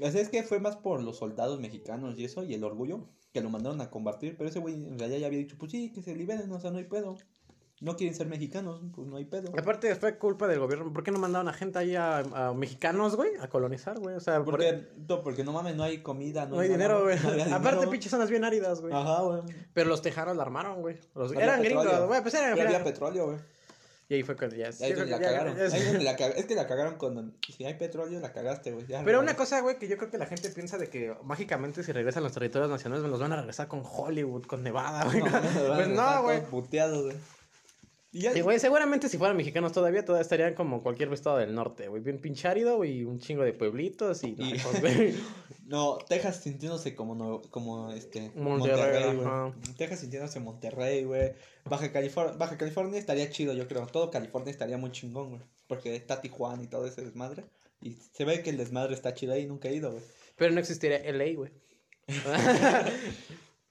Speaker 2: O sea, es que fue más por los soldados mexicanos y eso, y el orgullo, que lo mandaron a combatir. Pero ese güey en realidad ya había dicho, pues sí, que se liberen, o sea, no hay pedo. no quieren ser mexicanos, pues no hay pedo.
Speaker 1: Aparte, fue culpa del gobierno. ¿Por qué no mandaron a gente ahí a, a mexicanos, güey? A colonizar, güey. O sea, por-
Speaker 2: Porque, no, porque no mames, no hay comida, no,
Speaker 1: no hay
Speaker 2: nada,
Speaker 1: dinero, güey.
Speaker 2: no había
Speaker 1: Aparte,
Speaker 2: dinero.
Speaker 1: pinches zonas bien áridas, güey.
Speaker 2: Ajá, güey.
Speaker 1: Pero los tejanos la armaron, güey. Los-
Speaker 2: No había
Speaker 1: Eran
Speaker 2: petróleo.
Speaker 1: gringos, güey. Pues eran.
Speaker 2: Pero había
Speaker 1: eran-
Speaker 2: petróleo, güey.
Speaker 1: Y ahí fue cuando ya.
Speaker 2: Ahí
Speaker 1: yo
Speaker 2: es donde
Speaker 1: creo
Speaker 2: la
Speaker 1: que ya-
Speaker 2: cagaron.
Speaker 1: ya-
Speaker 2: Ahí es donde la cag- Es que la cagaron con. Si hay petróleo, la cagaste, güey. ya,
Speaker 1: Pero
Speaker 2: güey.
Speaker 1: una cosa, güey, que yo creo que la gente piensa de que mágicamente si regresan los territorios nacionales nos van a regresar con Hollywood, con Nevada, güey. pues no, güey.
Speaker 2: Puteado, güey. Y ya.
Speaker 1: Sí, güey, seguramente si fueran mexicanos todavía, todavía estarían como cualquier estado del norte, güey. Bien pinchárido y un chingo de pueblitos y...
Speaker 2: Y-
Speaker 1: narcos, güey.
Speaker 2: No, Texas sintiéndose como, no- como este,
Speaker 1: Monterrey,
Speaker 2: Monterrey, güey.
Speaker 1: ajá.
Speaker 2: Texas sintiéndose Monterrey, güey. Baja, California, Baja California estaría chido, yo creo. Todo California estaría muy chingón, güey. Porque está Tijuana y todo ese desmadre. Y se ve que el desmadre está chido ahí, nunca he ido, güey.
Speaker 1: Pero no existiría LA, güey.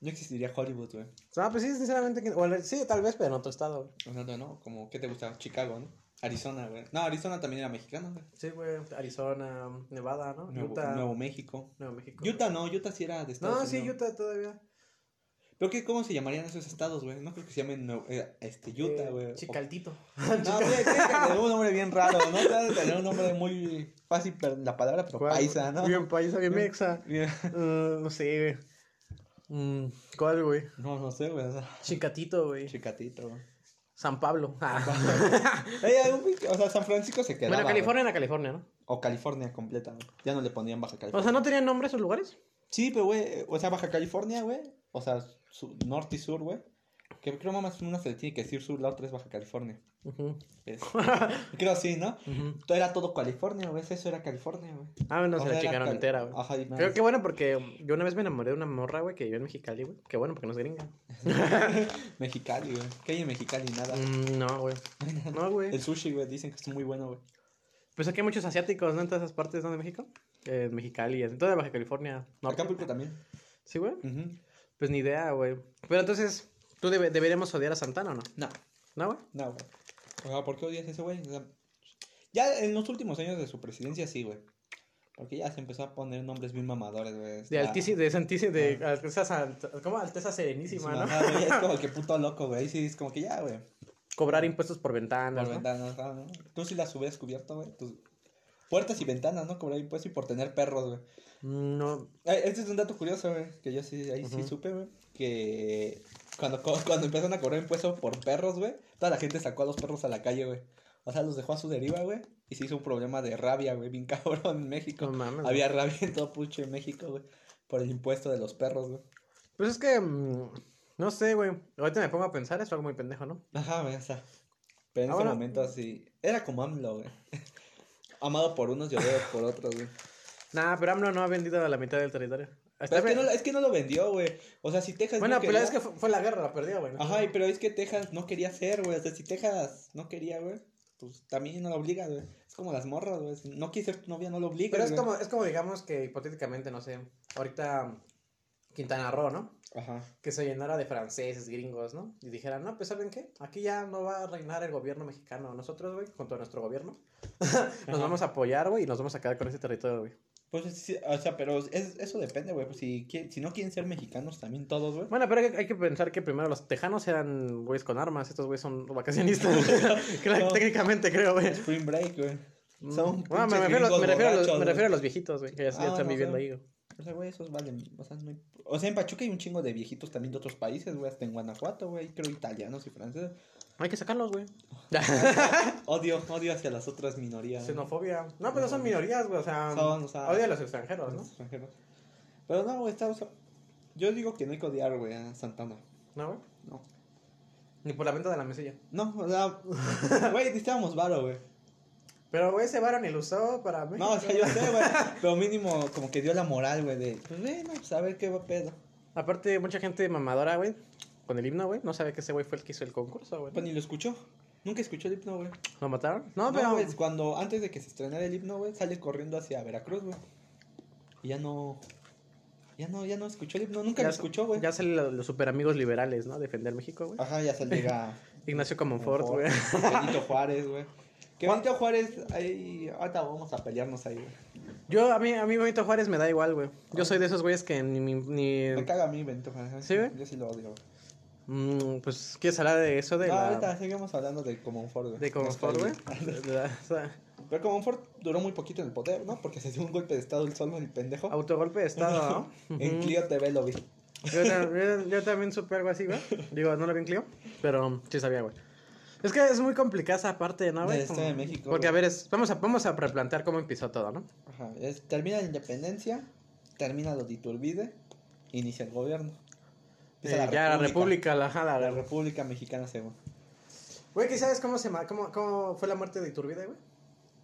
Speaker 2: No existiría Hollywood, güey.
Speaker 1: no, pues sí, sinceramente... que- bueno, sí, tal vez, pero en otro estado, güey.
Speaker 2: No, no, no, como, ¿qué te gusta? Chicago, ¿no? Arizona, güey. No, Arizona también era mexicano, güey.
Speaker 1: Sí, güey. Arizona, Nevada, ¿no?
Speaker 2: Nuevo,
Speaker 1: Utah.
Speaker 2: Nuevo México.
Speaker 1: Nuevo México.
Speaker 2: Utah no, Utah sí era de Estados
Speaker 1: No, sí,
Speaker 2: Unidos.
Speaker 1: Utah todavía.
Speaker 2: Pero que, ¿cómo se llamarían esos estados, güey? No creo que se llamen Nuevo- eh, este, Utah,
Speaker 1: Eh,
Speaker 2: güey. O-
Speaker 1: Chicaltito.
Speaker 2: No, güey, tiene que tener un nombre bien raro, ¿no? Tiene que tener un nombre muy fácil, pero la palabra, pero
Speaker 1: ¿Cuál?
Speaker 2: paisa, ¿no?
Speaker 1: Bien paisa, bien mexa.
Speaker 2: Bien.
Speaker 1: Mm, no sé, güey. Mm, ¿Cuál, güey?
Speaker 2: No, no sé, güey. o sea,
Speaker 1: Chicatito, güey.
Speaker 2: Chicatito, güey.
Speaker 1: San Pablo. Ah.
Speaker 2: Ey, hay un pinche- o sea, San Francisco se quedaba.
Speaker 1: bueno,
Speaker 2: güey.
Speaker 1: California era California, ¿no?
Speaker 2: O California completa, güey. Ya no le ponían Baja California.
Speaker 1: O sea, ¿no tenían nombre esos lugares?
Speaker 2: Sí, pero, güey, o sea, Baja California, güey. O sea, su- norte y sur, güey. Que creo más una se le tiene que decir sur, la otra es Baja California.
Speaker 1: Ujú,
Speaker 2: Es- creo sí, ¿no?
Speaker 1: ujú.
Speaker 2: Todo Era todo California, güey. Eso era California, güey.
Speaker 1: Ah, bueno,
Speaker 2: O
Speaker 1: se la
Speaker 2: sea, era Ah,
Speaker 1: chingaron
Speaker 2: Cali-
Speaker 1: entera, güey.
Speaker 2: Ajá, y
Speaker 1: Creo que bueno porque yo una vez me enamoré de una morra, güey, que vivió en Mexicali, güey. Qué bueno, porque no es gringa.
Speaker 2: Mexicali, güey. ¿Qué hay en Mexicali? Nada.
Speaker 1: Mm, no, güey. No, güey.
Speaker 2: El sushi, güey, dicen que es muy bueno, güey.
Speaker 1: Pues aquí hay muchos asiáticos, ¿no? En todas esas partes, ¿no? De México. Eh, En Mexicali, en toda Baja California. norte.
Speaker 2: Acapulco también.
Speaker 1: Sí, güey.
Speaker 2: Ujú.
Speaker 1: Pues ni idea, güey. Pero entonces, ¿tú debe- deberíamos odiar a Santana o no?
Speaker 2: No,
Speaker 1: ¿No, güey?
Speaker 2: no, güey. O sea, ¿por qué odias a ese güey? O sea, ya en los últimos años de su presidencia, sí, güey. Porque ya se empezó a poner nombres bien mamadores, güey.
Speaker 1: De
Speaker 2: Está-
Speaker 1: altísima, de santísima, de alteza, Sant- ¿cómo? Alteza serenísima, ¿no?
Speaker 2: Ajá, güey, Es como que puto loco, güey. Ahí Sí, es como que ya, güey.
Speaker 1: Cobrar impuestos por
Speaker 2: Por
Speaker 1: ventanas, ¿no?
Speaker 2: ventanas, ajá, ¿no? Tú sí las hubieras cubierto, güey. Tus puertas y ventanas, ¿no? Cobrar impuestos y por tener perros, güey.
Speaker 1: Mm, No,
Speaker 2: Ay, Este es un dato curioso, güey, que yo sí, ahí sí
Speaker 1: Ujú.
Speaker 2: supe, güey, que cuando, co- cuando empezaron a cobrar impuestos por perros, güey, toda la gente sacó a los perros a la calle, güey. O sea, los dejó a su deriva, güey, y se hizo un problema de rabia, güey, bien cabrón en México.
Speaker 1: no mames.
Speaker 2: Había rabia en todo pucho en México, güey, por el impuesto de los perros, güey.
Speaker 1: Pues es que, mm, no sé, güey. Ahorita me pongo a pensar, es algo muy pendejo, ¿no?
Speaker 2: Ajá, güey, o sea. Pero en
Speaker 1: Ahora-
Speaker 2: ese momento así, era como AMLO, güey. Amado por unos y odiado por otros, güey.
Speaker 1: Nah, pero AMLO no ha vendido a la mitad del territorio. Hasta
Speaker 2: Pero es que,
Speaker 1: ve-
Speaker 2: no, lo- es que no lo vendió, güey. O sea, si Texas
Speaker 1: Bueno,
Speaker 2: no
Speaker 1: pero
Speaker 2: quería-
Speaker 1: es que fue, fue la guerra, la perdió, güey. ¿no?
Speaker 2: Ajá, y pero es que Texas no quería ser, güey. O sea, si Texas no quería, güey, pues también no lo obliga, güey. Es como las morras, güey. Si no quiere ser tu novia, no lo obliga.
Speaker 1: Pero es como, es como digamos que hipotéticamente, no sé, ahorita mm, Quintana Roo, ¿no?
Speaker 2: Ajá.
Speaker 1: que se llenara de franceses, gringos, ¿no? Y dijeran, no, pues ¿saben qué? Aquí ya no va a reinar el gobierno mexicano. Nosotros, güey, junto a nuestro gobierno, nos vamos a apoyar, güey, y nos vamos a quedar con ese territorio, güey.
Speaker 2: Pues, sí, o sea, pero es- eso depende, güey. Pues, si, quiere- si no quieren ser mexicanos, también todos, güey.
Speaker 1: Bueno, pero hay, hay que pensar que primero los tejanos eran güeyes con armas, estos güeyes son vacacionistas. Creo-
Speaker 2: No.
Speaker 1: Técnicamente, creo, güey.
Speaker 2: Spring Break, güey. Son
Speaker 1: Bueno, me,
Speaker 2: pinches
Speaker 1: refiero, a los- me refiero a
Speaker 2: gringos
Speaker 1: los,
Speaker 2: borrachos,
Speaker 1: me
Speaker 2: güey.
Speaker 1: refiero a los viejitos, güey, que ya, ya
Speaker 2: Ah,
Speaker 1: están
Speaker 2: no,
Speaker 1: viviendo
Speaker 2: sí.
Speaker 1: ahí, güey.
Speaker 2: O sea, güey, esos valen. O sea, no hay- o sea, en Pachuca hay un chingo de viejitos también de otros países, güey. Hasta en Guanajuato, güey. Creo italianos y franceses.
Speaker 1: Hay que sacarlos, güey.
Speaker 2: Odio, odio hacia las otras minorías. güey.
Speaker 1: Xenofobia. No, pero son minorías, güey, o sea,
Speaker 2: Son, o sea,
Speaker 1: odia a los extranjeros, ¿no?
Speaker 2: extranjeros. Pero no, güey, está- o sea, yo digo que no hay que odiar, güey, a Santana.
Speaker 1: ¿No, güey?
Speaker 2: No.
Speaker 1: Ni por la venta de la mesilla.
Speaker 2: No, o sea, güey, necesitábamos varo, güey.
Speaker 1: Pero, güey, ese varo ni lo usó para México.
Speaker 2: No, o sea, yo sé, güey. Pero mínimo, como que dio la moral, güey, de, pues, bueno, pues a ver qué va pedo.
Speaker 1: Aparte, mucha gente mamadora, güey, con el himno, güey, no sabe que ese güey fue el que hizo el concurso, güey.
Speaker 2: Pues ni lo escuchó. Nunca escuchó el himno, güey.
Speaker 1: ¿Lo mataron? No, pero...
Speaker 2: güey, es cuando, antes de que se estrenara el himno, güey, sale corriendo hacia Veracruz, güey. Y ya no. Ya no, ya no escuchó el himno. Nunca
Speaker 1: ya
Speaker 2: lo escuchó, güey. Ah.
Speaker 1: Ya salen los, los super amigos liberales, ¿no? Defender México, güey.
Speaker 2: Ajá, ya se llega.
Speaker 1: Ignacio Comonfort, güey.
Speaker 2: Benito Juárez, güey. Que Benito Juárez, ahí. Ahorita vamos a pelearnos ahí, güey.
Speaker 1: Yo, a mí, a mí Benito Juárez me da igual, güey. Yo soy de esos güeyes que ni... ni- ni-
Speaker 2: Me caga a mí Benito Juárez.
Speaker 1: ¿Sí, güey?
Speaker 2: Yo sí lo odio. güey.
Speaker 1: Mm, pues, ¿quieres hablar de eso? De
Speaker 2: no,
Speaker 1: la...
Speaker 2: ahorita seguimos hablando de Comonfort, güey.
Speaker 1: De como
Speaker 2: Nos fue
Speaker 1: güey.
Speaker 2: bien.
Speaker 1: De la- o sea,
Speaker 2: Pero Comonfort duró muy poquito en el poder, ¿no? Porque se dio un golpe de estado el solo, el pendejo.
Speaker 1: autogolpe de estado, ¿no?
Speaker 2: En
Speaker 1: Ah, Ujú.
Speaker 2: Clio TV lo vi.
Speaker 1: Yo, ta- yo- yo también supe algo así, güey. Digo, no lo vi en Clio, pero um, sí sabía, güey. Es que es muy complicada esa parte, ¿no, güey?
Speaker 2: Del Estado de
Speaker 1: Como-
Speaker 2: México,
Speaker 1: Porque, a
Speaker 2: güey.
Speaker 1: ver, es- vamos, a, vamos a replantear cómo empezó todo, ¿no?
Speaker 2: Ajá. es- termina la independencia, termina lo de Iturbide, inicia el gobierno. Empieza
Speaker 1: Eh, ya la República, la jala.
Speaker 2: La
Speaker 1: la-
Speaker 2: República Mexicana según.
Speaker 1: Güey, ¿qué sabes cómo, se, ma- cómo, cómo fue la muerte de Iturbide, güey?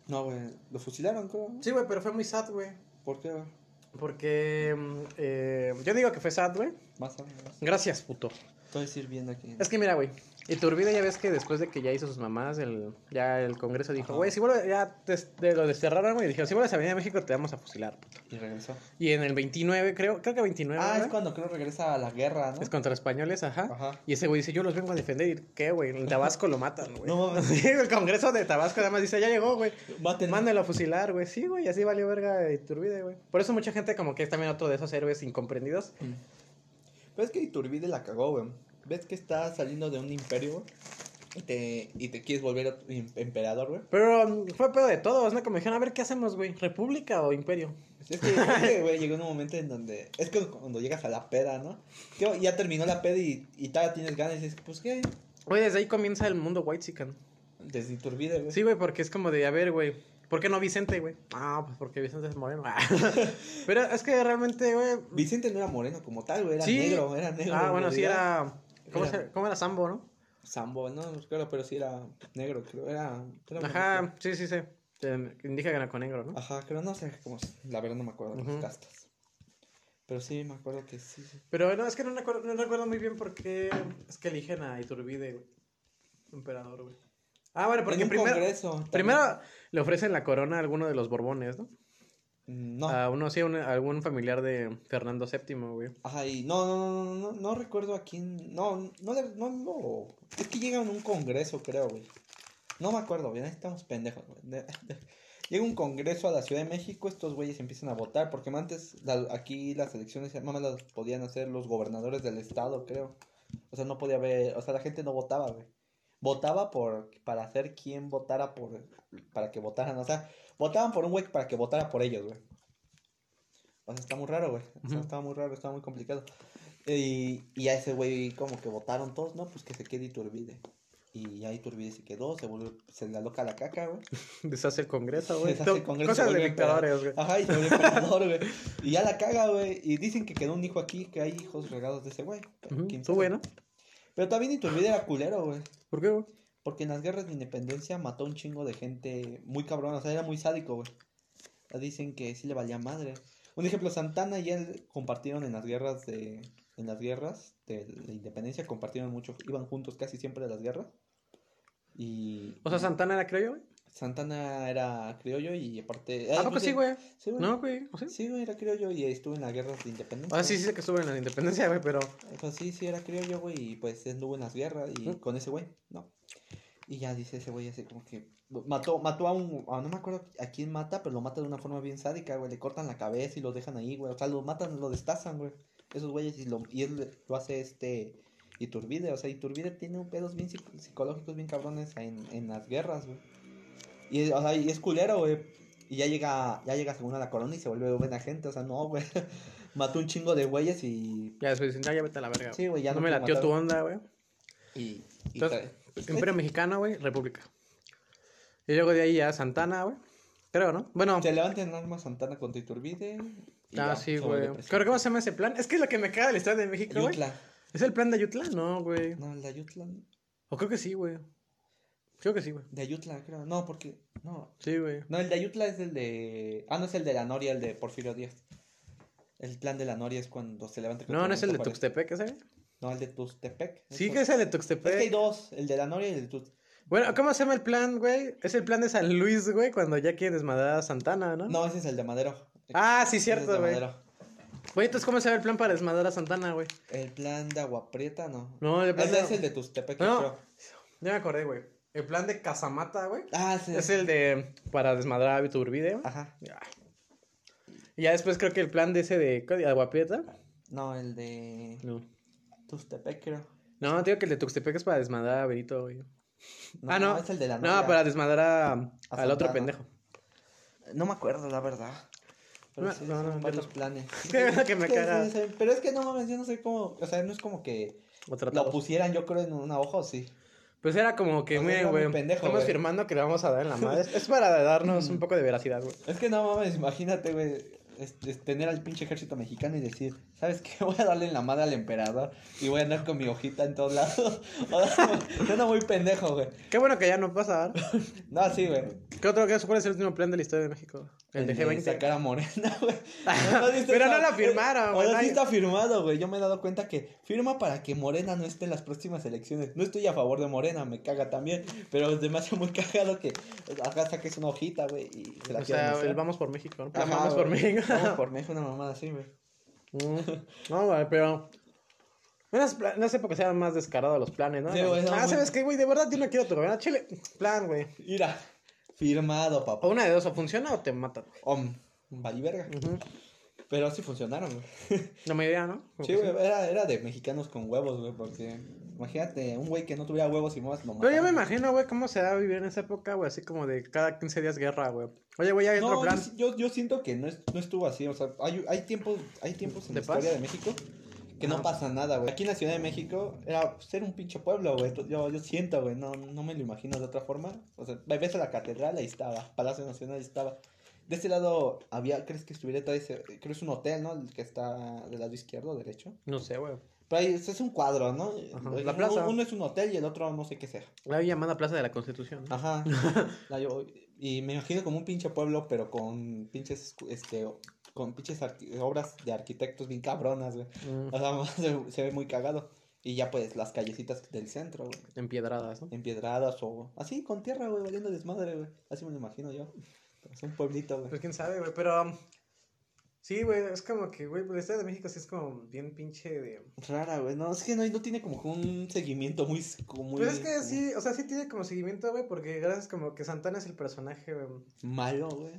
Speaker 2: No, güey, lo fusilaron, creo. ¿no?
Speaker 1: Sí, güey, pero fue muy sad, güey.
Speaker 2: ¿Por qué? güey?
Speaker 1: Porque mm, eh, yo digo que fue sad, güey.
Speaker 2: Más o menos.
Speaker 1: Gracias, puto.
Speaker 2: Estoy sirviendo aquí.
Speaker 1: Es que mira, güey. Iturbide ya ves que después de que ya hizo sus mamás, el, ya el Congreso dijo,
Speaker 2: Ajá.
Speaker 1: güey, si vuelves, ya des- de- lo desterraron, güey, y dijeron, si vuelves a venir a México te vamos a fusilar, puto.
Speaker 2: Y regresó.
Speaker 1: Y en el 29, creo, creo que 29,
Speaker 2: Ah, es
Speaker 1: ¿verdad?
Speaker 2: cuando creo regresa a la guerra, ¿no?
Speaker 1: Es contra españoles, ajá.
Speaker 2: Ajá.
Speaker 1: Y ese güey dice, yo los vengo a defender. ¿Y qué, güey? En Tabasco lo matan, güey.
Speaker 2: No mames.
Speaker 1: Sí, el Congreso de Tabasco además dice, ya llegó, güey.
Speaker 2: Maten.
Speaker 1: Mándalo a fusilar, güey. Sí, güey, así valió verga Iturbide, güey. Por eso mucha gente como que es también otro de esos héroes incomprendidos.
Speaker 2: Pero es que Iturbide la cagó, güey. Ves que estás saliendo de un imperio, güey. Y te, y te quieres volver a- em- emperador, güey.
Speaker 1: Pero um, fue pedo de todos, ¿no? Como dijeron, a ver, ¿qué hacemos, güey? ¿República o imperio?
Speaker 2: Es que, es que, güey, llegó un momento en donde. Es que cuando llegas a la peda, ¿no? Que ya terminó la peda y, y todavía tienes ganas y dices, pues qué.
Speaker 1: Güey, desde ahí comienza el mundo white chican.
Speaker 2: Desde Iturbide, güey.
Speaker 1: Sí, güey, porque es como de, a ver, güey, ¿por qué no Vicente, güey? Ah, pues porque Vicente es moreno. Ah. Pero es que realmente, güey,
Speaker 2: Vicente no era moreno como tal, güey. Era
Speaker 1: Sí.
Speaker 2: negro, era negro.
Speaker 1: Ah,
Speaker 2: en
Speaker 1: bueno, sí
Speaker 2: realidad.
Speaker 1: era. ¿Cómo
Speaker 2: Era-
Speaker 1: se- cómo era Sambo, no?
Speaker 2: Sambo, no, no creo, pero sí era negro, creo. Era. era Ah.
Speaker 1: Ajá, sí, sí, sí. Eh, Indica que era con negro, ¿no?
Speaker 2: Ajá, creo, no sé cómo. es. La verdad no me acuerdo de
Speaker 1: Ujú.
Speaker 2: los castas. Pero sí, me acuerdo que sí. sí.
Speaker 1: Pero no, es que no recuerdo, no recuerdo muy bien por qué es que eligen a Iturbide, güey. Emperador, güey. Ah, bueno, porque
Speaker 2: en un
Speaker 1: primero,
Speaker 2: congreso. también.
Speaker 1: primero le ofrecen la corona a alguno de los Borbones, ¿no?
Speaker 2: Mm, No.
Speaker 1: A uno, sí, a un- a algún familiar de Fernando VII, güey.
Speaker 2: Ajá, y no, no, no, no, no, no recuerdo a quién. No, no, le- no, no. Es que llega en un congreso, creo, güey. No me acuerdo, bien, ahí estamos pendejos, güey. De- de- Llega un congreso a la Ciudad de México, estos güeyes empiezan a votar, porque antes la- aquí las elecciones nada más las podían hacer los gobernadores del estado, creo. O sea, no podía haber, o sea, la gente no votaba, güey. Votaba por, para hacer quién votara por, para que votaran, o sea, votaban por un güey para que votara por ellos, güey. O sea, está muy raro, güey. O sea,
Speaker 1: Ujú.
Speaker 2: estaba muy raro, estaba muy complicado. Y, y a ese güey como que votaron todos, ¿no? Pues que se quede Iturbide. Y ya Iturbide se quedó, se volvió, se le aloca la caca, güey.
Speaker 1: Deshace el Congreso, güey.
Speaker 2: Deshace el
Speaker 1: To-
Speaker 2: Congreso, Ah,
Speaker 1: Cosas de
Speaker 2: vuelve emperador.
Speaker 1: dictadores, güey.
Speaker 2: Ajá, y se volvió emperador, güey. Y ya la caga, güey. Y dicen que quedó un hijo aquí, que hay hijos regados de ese güey.
Speaker 1: Ujú,
Speaker 2: ¿Quién
Speaker 1: Tú,
Speaker 2: sabe?
Speaker 1: güey, ¿no?
Speaker 2: Pero también Iturbide era culero, güey.
Speaker 1: ¿Por qué, güey?
Speaker 2: Porque en las guerras de independencia mató un chingo de gente muy cabrón, o sea, era muy sádico, güey. O sea, Dicen que sí le valía madre. Un ejemplo, Santana y él compartieron en las guerras de. En las guerras de la independencia compartieron mucho, iban juntos casi siempre a las guerras. Y.
Speaker 1: O sea, Santana era creo yo, güey.
Speaker 2: Santana era criollo y aparte.
Speaker 1: ¿A
Speaker 2: Ah,
Speaker 1: poco
Speaker 2: pues
Speaker 1: sí, güey?
Speaker 2: Sí, güey.
Speaker 1: No, güey. ¿o sí?
Speaker 2: Sí, güey, era criollo y estuvo en las guerras de independencia.
Speaker 1: Ah, sí, sí, sé que estuve en la independencia, güey, pero.
Speaker 2: Pues sí, sí, era criollo, güey, y pues anduvo en las guerras y
Speaker 1: Ujú.
Speaker 2: con ese güey, no. Y ya dice ese güey así como que mató, mató a un, a- no me acuerdo a quién mata, pero lo mata de una forma bien sádica, güey, le cortan la cabeza y lo dejan ahí, güey, o sea, lo matan, lo destazan, güey, esos güeyes y, lo, y él lo hace este Iturbide, o sea, Iturbide tiene un pedos bien psic- psicológicos bien cabrones en, en las guerras, güey. Y, es- o sea, y es culero, güey. Y ya llega, ya llega según a la corona y se vuelve buena gente, o sea, no, güey. Mató un chingo de güeyes y
Speaker 1: Ya después dicen, ya, ya vete a la verga.
Speaker 2: Sí, güey, ya
Speaker 1: no,
Speaker 2: no
Speaker 1: me
Speaker 2: te
Speaker 1: latió tu
Speaker 2: mataron.
Speaker 1: onda, güey.
Speaker 2: Y, y
Speaker 1: Entonces,
Speaker 2: trae-
Speaker 1: Imperio Mexicano, güey, República. Y luego de ahí ya Santana, güey. Creo, ¿no? Bueno,
Speaker 2: se levanta en armas Santana contra Iturbide. y
Speaker 1: ah,
Speaker 2: ya,
Speaker 1: sí,
Speaker 2: se vuelve
Speaker 1: güey.
Speaker 2: presidente.
Speaker 1: Creo que cómo se llama ese plan. Es que es lo que me caga de la historia de México, güey.
Speaker 2: Yutla.
Speaker 1: ¿Es el plan de Ayutla? No, güey.
Speaker 2: No, el de Ayutla.
Speaker 1: O creo que sí, güey. Creo que sí, güey.
Speaker 2: De Ayutla, creo. No, porque. No.
Speaker 1: Sí, güey.
Speaker 2: No, el de Ayutla es el de. Ah, no es el de la Noria, el de Porfirio Díaz. El plan de la Noria es cuando se levanta. contra
Speaker 1: No, no es el de
Speaker 2: Benito Juárez.
Speaker 1: Tuxtepec, ¿ese? güey?
Speaker 2: No, el de Tuxtepec.
Speaker 1: Sí,
Speaker 2: Eso-
Speaker 1: que es el de
Speaker 2: Es que hay
Speaker 1: Tuxtepec.
Speaker 2: dos, el de la Noria y el de Tux.
Speaker 1: Bueno, ¿cómo se llama el plan, güey? Es el plan de San Luis, güey, cuando ya quieren desmadrar a Santana, ¿no?
Speaker 2: No, ese es el de Madero.
Speaker 1: Ah, sí,
Speaker 2: Ese es el de
Speaker 1: cierto, güey.
Speaker 2: Madero.
Speaker 1: Güey, entonces, ¿cómo se llama el plan para desmadrar a Santana, güey?
Speaker 2: El plan de Agua Prieta, no.
Speaker 1: No, el plan
Speaker 2: Ese
Speaker 1: de-
Speaker 2: es el de Tuxtepec,
Speaker 1: No.
Speaker 2: creo.
Speaker 1: Ya me acordé, güey. El plan de Casamata, güey.
Speaker 2: Ah, ese
Speaker 1: Es el de para desmadrar a Iturbide, güey.
Speaker 2: Ajá.
Speaker 1: Y ya después creo que el plan de ese de, ¿cuál? de Aguaprieta.
Speaker 2: No, el de
Speaker 1: No.
Speaker 2: Tustepec, creo.
Speaker 1: No, te digo que el de Tuxtepec es para desmadrar a Berito, güey. ah, no.
Speaker 2: es el de la
Speaker 1: No,
Speaker 2: novia.
Speaker 1: para desmadrar a- al
Speaker 2: Santana.
Speaker 1: otro pendejo.
Speaker 2: No me acuerdo, la verdad. Pero
Speaker 1: No,
Speaker 2: sí,
Speaker 1: no,
Speaker 2: son
Speaker 1: no,
Speaker 2: varios
Speaker 1: yo-
Speaker 2: planes.
Speaker 1: Que me
Speaker 2: Es
Speaker 1: caga.
Speaker 2: sí, sí, Pero es que no mames, yo no sé cómo. O sea, no es como que
Speaker 1: O
Speaker 2: lo
Speaker 1: tratados.
Speaker 2: pusieran, yo creo, en una hoja o sí.
Speaker 1: Pues era como que,
Speaker 2: pues, O sea,
Speaker 1: miren,
Speaker 2: era muy
Speaker 1: güey,
Speaker 2: pendejo,
Speaker 1: estamos
Speaker 2: güey.
Speaker 1: firmando que le vamos a dar en la madre. Es para darnos un poco de veracidad, güey.
Speaker 2: Es que no mames, imagínate, güey. este, tener al pinche ejército mexicano y decir, ¿sabes qué? Voy a darle en la madre al emperador y voy a andar con mi hojita en todos lados. O sea, yo no muy pendejo, güey.
Speaker 1: Qué bueno que ya no pasa. ¿verdad?
Speaker 2: No, sí, güey.
Speaker 1: ¿Qué otro que cuál es el último plan de la historia de México? El de G20.
Speaker 2: Sacar a Morena, güey. viste
Speaker 1: Pero
Speaker 2: esa-
Speaker 1: no la firmaron, güey,
Speaker 2: O sea, sí
Speaker 1: nadie-
Speaker 2: está firmado, güey. Yo me he dado cuenta que firma para que Morena no esté en las próximas elecciones. No estoy a favor de Morena, me caga también. Pero se me hace muy cagado que acá saques una hojita, güey, y se la
Speaker 1: O sea,
Speaker 2: quieran
Speaker 1: el
Speaker 2: mostrar.
Speaker 1: vamos por México, ¿no?
Speaker 2: Ajá,
Speaker 1: vamos por
Speaker 2: güey.
Speaker 1: México.
Speaker 2: Vamos por México, una mamada así, güey.
Speaker 1: Mm. No, güey, pero. En las, pla- en las épocas eran más descarados los planes, ¿no?
Speaker 2: Sí, güey, no,
Speaker 1: ah,
Speaker 2: güey.
Speaker 1: ¿sabes qué, güey? De verdad yo no quiero tu gobierno. Chile, plan, güey.
Speaker 2: Mira, firmado,
Speaker 1: O
Speaker 2: papá.
Speaker 1: una de dos, o funciona o te matan.
Speaker 2: Om, vale verga.
Speaker 1: Ujú.
Speaker 2: Pero sí funcionaron, güey.
Speaker 1: La mayoría, ¿no? Como
Speaker 2: Sí,
Speaker 1: que
Speaker 2: güey, era, era de mexicanos con huevos, güey, porque imagínate un güey que no tuviera huevos y más lo
Speaker 1: Pero yo me
Speaker 2: mataron.
Speaker 1: imagino, güey, cómo se va a vivir en esa época, güey, así como de cada 15 días guerra, güey. Oye, güey, ya hay otro
Speaker 2: No, yo,
Speaker 1: plan.
Speaker 2: si- yo, yo siento que no, es- no estuvo así. O sea, hay, hay tiempos, hay tiempos en
Speaker 1: ¿De
Speaker 2: la
Speaker 1: paz? Ah.
Speaker 2: historia de México que no,
Speaker 1: Ajá.
Speaker 2: pasa nada, güey. Aquí en la Ciudad de México era ser un pinche pueblo, güey. Yo, yo siento, güey. No, no me lo imagino de otra forma. O sea, ves a la catedral, ahí estaba. Palacio Nacional, ahí estaba. De este lado había, ¿crees que estuviera todo ese? Creo que es un hotel, ¿no? El que está del lado izquierdo o derecho.
Speaker 1: No sé, güey.
Speaker 2: Pero ahí es es un cuadro, ¿no?
Speaker 1: Ajá,
Speaker 2: Oye,
Speaker 1: la
Speaker 2: uno-
Speaker 1: plaza.
Speaker 2: Uno, es un hotel y el otro no sé qué sea.
Speaker 1: La llamada Plaza de la Constitución. ¿no?
Speaker 2: Ajá. La yo- y me imagino como un pinche pueblo, pero con pinches, este, con pinches arqui- obras de arquitectos bien cabronas, güey.
Speaker 1: Mm,
Speaker 2: O sea, se, se ve muy cagado. Y ya pues las callecitas del centro, güey.
Speaker 1: Empiedradas, ¿no?
Speaker 2: Empiedradas o así, con tierra, güey, valiendo desmadre, güey. Así me lo imagino yo. Es un pueblito, güey.
Speaker 1: Pues quién sabe, güey, pero. um, Sí, güey, es como que, güey, la historia de México sí es como bien pinche de.
Speaker 2: Rara, güey. No, es que no, no tiene como que un seguimiento muy... como muy
Speaker 1: Pero Pues es que sí, o sea, sí tiene como seguimiento, güey, porque gracias como que Santana es el personaje, güey. Pues
Speaker 2: Malo, güey.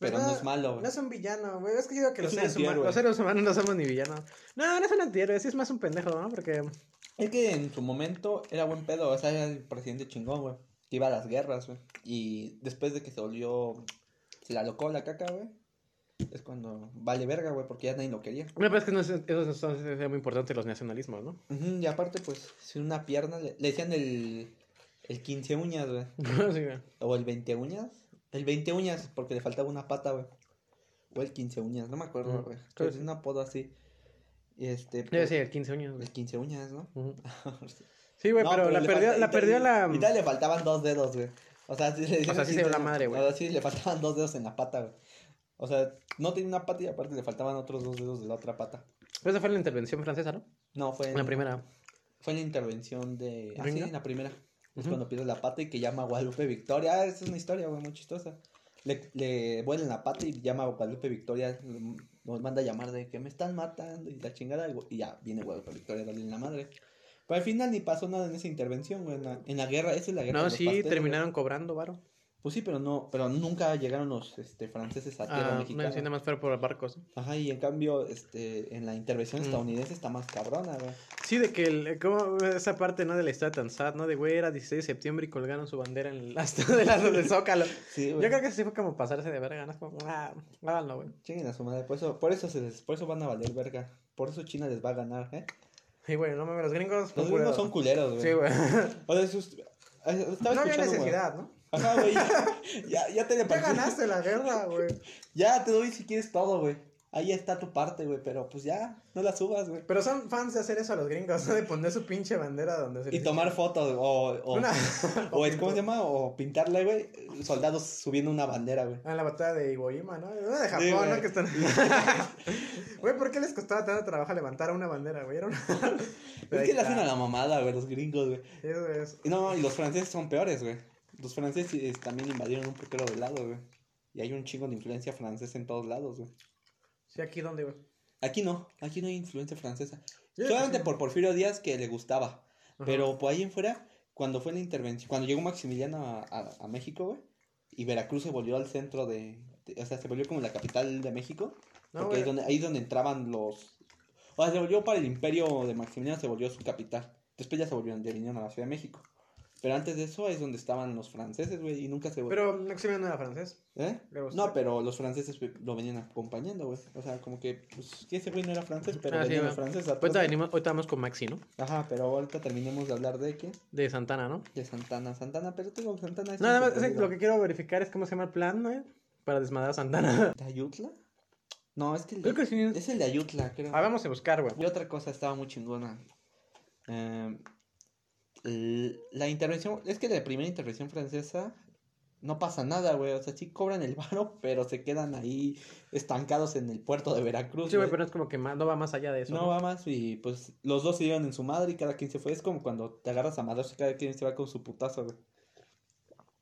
Speaker 2: Pero
Speaker 1: no-
Speaker 2: no es malo, güey.
Speaker 1: No es un villano, güey. Es que yo digo que
Speaker 2: Es
Speaker 1: los
Speaker 2: un
Speaker 1: seres,
Speaker 2: antihéroe.
Speaker 1: humanos, los seres humanos no somos ni villanos. No, no es un antihéroe, sí es más un pendejo, ¿no? Porque.
Speaker 2: Es que en su momento era buen pedo, o sea, era el presidente chingón, güey. Que iba a las guerras, güey. Y después de que se volvió. Se la locó la caca, güey. Es cuando vale verga, güey, porque ya nadie lo quería.
Speaker 1: Me parece que no es, eso no son- es muy importante los nacionalismos, ¿no?
Speaker 2: Ujú, Y aparte, pues, sin una pierna, le, le decían el. El 15 uñas, güey.
Speaker 1: sí, güey.
Speaker 2: O el 20 uñas. El 20 uñas, porque le faltaba una pata, güey. O el 15 uñas, no me acuerdo,
Speaker 1: Ujú,
Speaker 2: güey.
Speaker 1: creo
Speaker 2: Pero
Speaker 1: que
Speaker 2: es un apodo así. Y este.
Speaker 1: Yo
Speaker 2: pues,
Speaker 1: decía el 15 años, güey.
Speaker 2: el 15 uñas, ¿no?
Speaker 1: Ujú. Sí, güey,
Speaker 2: No,
Speaker 1: pero, la
Speaker 2: le
Speaker 1: perdió,
Speaker 2: falta-
Speaker 1: la
Speaker 2: y
Speaker 1: perdió
Speaker 2: tal-
Speaker 1: la.
Speaker 2: Y tal le faltaban dos dedos, güey. O sea, sí le
Speaker 1: O sea, sí se dio la madre, güey.
Speaker 2: O sea, sí le faltaban dos dedos en la pata, güey. O sea, no tenía una pata y aparte le faltaban otros dos dedos de la otra pata.
Speaker 1: Esa fue la intervención francesa, ¿no?
Speaker 2: No, fue en,
Speaker 1: La primera.
Speaker 2: fue en la intervención de... Ah, sí,
Speaker 1: ¿Gringa?
Speaker 2: en la primera. Es
Speaker 1: Ujú.
Speaker 2: cuando pierdes la pata y que llama a Guadalupe Victoria. Ah, esa es una historia, güey, muy chistosa. Le, le vuelan la pata y llama a Guadalupe Victoria. Nos manda a llamar de que me están matando y la chingada. y gu- Y ya viene Guadalupe Victoria a darle en la madre. Pero al final ni pasó nada en esa intervención, güey. En la, en la guerra, esa es la guerra.
Speaker 1: No,
Speaker 2: de los
Speaker 1: sí,
Speaker 2: pasteles, güey.
Speaker 1: terminaron cobrando, varo.
Speaker 2: Pues sí, pero no, pero nunca llegaron los este, franceses a tierra
Speaker 1: Ah, no,
Speaker 2: mexicana.
Speaker 1: sí, nada más fueron por barcos.
Speaker 2: Ajá, y en cambio, este, en la intervención
Speaker 1: Mm.
Speaker 2: estadounidense está más cabrona, güey.
Speaker 1: Sí, de que el, eh, como esa parte, ¿no? De la historia tan sad, ¿no? De güey, era 16 de septiembre y colgaron su bandera en el asta del lado del Zócalo.
Speaker 2: Sí,
Speaker 1: Yo
Speaker 2: güey.
Speaker 1: creo que sí fue como pasarse de verga, ¿no? Es como, ah, háganlo, güey.
Speaker 2: Chinguen a su madre, por eso, por eso se les- por eso van a valer verga. Por eso China les va a ganar, ¿eh?
Speaker 1: Y güey, no mames, los gringos.
Speaker 2: Los
Speaker 1: son
Speaker 2: gringos
Speaker 1: culeros.
Speaker 2: son culeros, güey.
Speaker 1: Sí, güey.
Speaker 2: O sea, sus- ah, estaba
Speaker 1: No había
Speaker 2: escuchando, güey.
Speaker 1: necesidad, ¿no?
Speaker 2: Ajá, güey. Ya, ya, ya te le
Speaker 1: Ya
Speaker 2: partí-
Speaker 1: ganaste la guerra, güey.
Speaker 2: Ya te doy si quieres todo, güey. Ahí está tu parte, güey, pero pues ya, no la subas, güey.
Speaker 1: Pero son fans de hacer eso a los gringos, ¿no? De poner su pinche bandera donde se
Speaker 2: Y
Speaker 1: les-
Speaker 2: tomar fotos, o, o,
Speaker 1: Una-
Speaker 2: O es, ¿cómo se llama? O pintarle, güey, soldados subiendo una bandera, güey.
Speaker 1: Ah, en la batalla de Iwo Jima, ¿no? Era de
Speaker 2: Sí,
Speaker 1: Japón,
Speaker 2: güey.
Speaker 1: ¿no? Que están... Güey, ¿por qué les costaba tanto trabajo levantar una bandera, güey? Era una... Pero ahí
Speaker 2: Es que le
Speaker 1: está.
Speaker 2: hacen a la mamada, güey, los gringos, güey.
Speaker 1: Sí, güey, es-
Speaker 2: Y No, y los franceses son peores, güey. Los franceses eh, también invadieron un putero de lado, güey. Y hay un chingo de influencia francesa en todos lados, güey.
Speaker 1: Sí, aquí donde, güey.
Speaker 2: Aquí no, aquí no hay influencia francesa.
Speaker 1: Yo digo que
Speaker 2: Solamente
Speaker 1: sí.
Speaker 2: por Porfirio Díaz que le gustaba.
Speaker 1: Ajá.
Speaker 2: Pero por ahí en fuera, cuando fue la intervención, cuando llegó Maximiliano a, a- a México, güey, y Veracruz se volvió al centro de, de- O sea, se volvió como la capital de México.
Speaker 1: No,
Speaker 2: porque
Speaker 1: güey.
Speaker 2: ahí es, donde, ahí es donde entraban los. O sea, se volvió para el imperio de Maximiliano, se volvió su capital. Después ya se volvieron, ya vinieron a la Ciudad de México. Pero antes de eso es donde estaban los franceses, güey, y nunca se volvieron.
Speaker 1: Pero Maximiliano no era francés.
Speaker 2: ¿Eh?
Speaker 1: Pero-
Speaker 2: No, pero los franceses güey, lo venían acompañando, güey. O sea, como que, pues, que ese güey no era francés, pero
Speaker 1: Ah, sí,
Speaker 2: venían
Speaker 1: va.
Speaker 2: los franceses atrás.
Speaker 1: Ahorita, venimos, ahorita vamos con Maxi, ¿no?
Speaker 2: Ajá, pero ahorita terminemos de hablar de qué?
Speaker 1: De Santana, ¿no?
Speaker 2: De Santana. Santana, pero tengo Santana. es
Speaker 1: No, nada más, es
Speaker 2: súper
Speaker 1: que lo que
Speaker 2: perdido.
Speaker 1: quiero verificar es cómo se llama el plan, ¿no? Para desmadrar a Santana.
Speaker 2: ¿Tayutla? No, es que el de-
Speaker 1: Creo que sí.
Speaker 2: es el de Ayutla, creo.
Speaker 1: Ah, vamos a buscar, güey.
Speaker 2: Y otra cosa estaba muy chingona. Eh, l- la intervención, es que la primera intervención francesa no pasa nada, güey. O sea, sí cobran el varo, pero se quedan ahí estancados en el puerto de Veracruz.
Speaker 1: Sí, güey,
Speaker 2: güey.
Speaker 1: pero es como que más- no va más allá de eso.
Speaker 2: No va más y pues los dos se dieron en su madre y cada quien se fue. Es como cuando te agarras a madres y cada quien se va con su putazo, güey.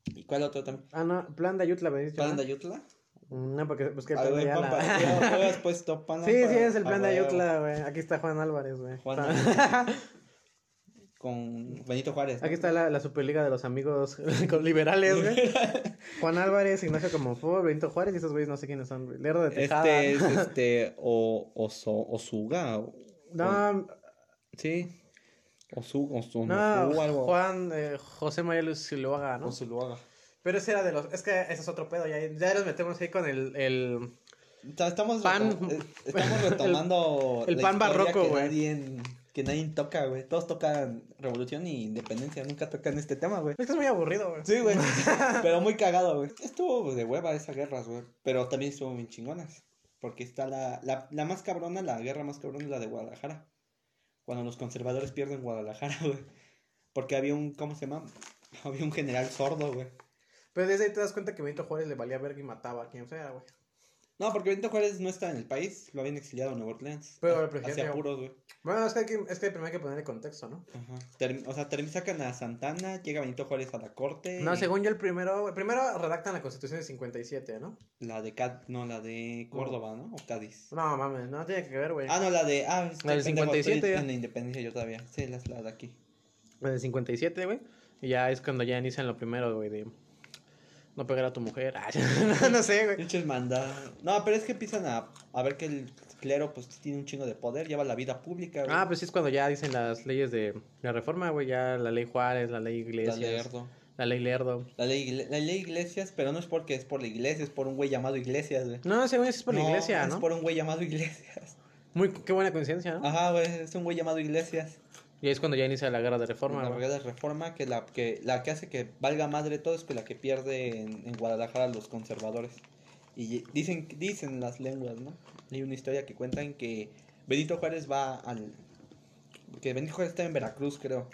Speaker 2: ¿Y cuál otro también?
Speaker 1: Ah, no, plan de Ayutla, me dijiste,
Speaker 2: ¿Plan
Speaker 1: ¿no? Mm,
Speaker 2: de Ayutla?
Speaker 1: No, porque busqué el
Speaker 2: Ah,
Speaker 1: plan
Speaker 2: güey,
Speaker 1: de
Speaker 2: pan
Speaker 1: Ayala.
Speaker 2: para- tú- tú has puesto pan
Speaker 1: Sí, sí,
Speaker 2: para-
Speaker 1: es el
Speaker 2: ah,
Speaker 1: plan de
Speaker 2: güey,
Speaker 1: Ayutla, güey. Aquí está Juan Álvarez, güey.
Speaker 2: Juan
Speaker 1: Está-
Speaker 2: Con Benito Juárez. ¿no?
Speaker 1: Aquí está la, la Superliga de los amigos con liberales, güey. Juan Álvarez, Ignacio Comonfort, Benito Juárez y esos güeyes no sé quiénes son. güey. Lerdo de Tejada.
Speaker 2: Este es este o, oso, Osuga. o- o-
Speaker 1: No,
Speaker 2: sí. Osu, osu,
Speaker 1: no,
Speaker 2: osu, algo.
Speaker 1: Juan eh, José María Luciloaga, ¿no?
Speaker 2: Osuluaga.
Speaker 1: Pero ese era de los. Es que ese es otro pedo. Ya, ya los metemos ahí con el. el...
Speaker 2: O sea, Estamos,
Speaker 1: Pan-
Speaker 2: retom- eh, estamos retomando
Speaker 1: el
Speaker 2: la
Speaker 1: pan
Speaker 2: historia
Speaker 1: barroco,
Speaker 2: que
Speaker 1: güey.
Speaker 2: nadie, que nadie toca, güey. Todos tocan revolución y independencia, nunca tocan este tema, güey.
Speaker 1: Es que es muy aburrido, güey.
Speaker 2: Sí, güey. Pero muy cagado, güey. Estuvo de hueva esas guerras, güey. Pero también estuvo bien chingonas. Porque está la, la, la más cabrona, la guerra más cabrona es la de Guadalajara. Cuando los conservadores pierden Guadalajara, güey. Porque había un, ¿cómo se llama? Había un general sordo, güey.
Speaker 1: Pero desde ahí te das cuenta que Benito Juárez le valía verga y mataba a quien sea, güey.
Speaker 2: No, porque Benito Juárez no está en el país. Lo habían exiliado a Nueva Orleans. Ah,
Speaker 1: Pero el presidente-
Speaker 2: Hacia puros, güey.
Speaker 1: Bueno, es que, hay que- es que primero hay que ponerle contexto, ¿no?
Speaker 2: Ajá. Term- o sea, term- sacan a Santana, llega Benito Juárez a la corte.
Speaker 1: No,
Speaker 2: y
Speaker 1: según yo, el primero. güey, Primero redactan la constitución de 57, ¿no?
Speaker 2: La de, Cad- no, la de Córdoba, ¿no? O Cádiz.
Speaker 1: No, mames, no tiene que ver, güey.
Speaker 2: Ah, no, la de. Ah, este
Speaker 1: La del
Speaker 2: pendejo,
Speaker 1: 57
Speaker 2: estoy
Speaker 1: ya.
Speaker 2: En la independencia yo todavía. Sí, la, la de aquí.
Speaker 1: En el 57, güey. Y ya es cuando ya inician lo primero, güey, de no pegar a tu mujer. Ah, no, no sé, güey.
Speaker 2: Pinches manda. No, pero es que empiezan a, a ver que el clero, pues tiene un chingo de poder, lleva la vida pública. güey.
Speaker 1: Ah, pues sí es cuando ya dicen las leyes de la reforma, güey. Ya la ley Juárez, la ley
Speaker 2: la
Speaker 1: Iglesias.
Speaker 2: ley Erdo.
Speaker 1: La ley Lerdo.
Speaker 2: La ley, Igle- la ley Iglesias, pero no es porque es por la iglesia, es por un güey llamado Iglesias, güey.
Speaker 1: No, según eso es por la
Speaker 2: No,
Speaker 1: iglesia,
Speaker 2: Es
Speaker 1: ¿no?
Speaker 2: por Ah. un güey llamado Iglesias.
Speaker 1: Muy, qué buena coincidencia, ¿no?
Speaker 2: Ajá, güey, es un güey llamado Iglesias.
Speaker 1: Y ahí es cuando ya inicia la guerra de reforma,
Speaker 2: la
Speaker 1: güey.
Speaker 2: verdad reforma que la que la que hace que valga madre todo es que la que pierde en, en Guadalajara los conservadores y dicen dicen las lenguas no hay una historia que cuentan que Benito Juárez va al que Benito Juárez está en Veracruz creo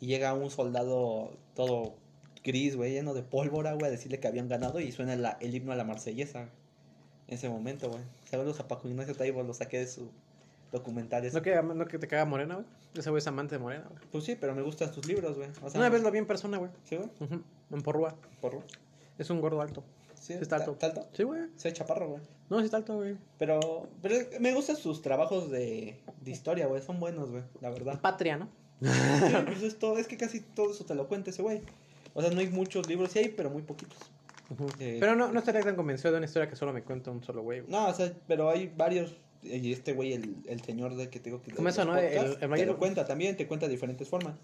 Speaker 2: y llega un soldado todo gris güey lleno de pólvora güey a decirle que habían ganado y suena la- el himno a la marsellesa en ese momento güey saludos a Paco Ignacio Taibo lo saqué de su documental ese.
Speaker 1: ¿No que, no que te caga Morena, güey. Ese güey es amante de Morena, güey.
Speaker 2: pues sí pero me gustan tus libros güey O sea,
Speaker 1: Una vez lo vi en persona, güey.
Speaker 2: ¿sí, güey?
Speaker 1: Ujú, En Porrúa.
Speaker 2: Porro.
Speaker 1: Es un gordo alto.
Speaker 2: Sí,
Speaker 1: Sí, está
Speaker 2: ta-
Speaker 1: alto.
Speaker 2: talto.
Speaker 1: Sí, güey.
Speaker 2: Soy chaparro, güey.
Speaker 1: No, sí está alto, güey.
Speaker 2: Pero, pero me gustan sus trabajos de, de historia, güey. Son buenos, güey, la verdad.
Speaker 1: Patria, ¿no?
Speaker 2: Sí, pues es, todo- es que casi todo eso te lo cuenta ese güey. O sea, no hay muchos libros, sí hay, pero muy poquitos.
Speaker 1: Ujú.
Speaker 2: Eh,
Speaker 1: Pero no, no estaría tan convencido de una historia que solo me cuenta un solo güey. güey.
Speaker 2: No, o sea, pero hay varios. Y este güey, el, el señor de que te digo que. de
Speaker 1: Como
Speaker 2: los
Speaker 1: eso, ¿no? El-
Speaker 2: podcasts,
Speaker 1: el
Speaker 2: te
Speaker 1: mayor-
Speaker 2: lo cuenta también, te cuenta de diferentes formas.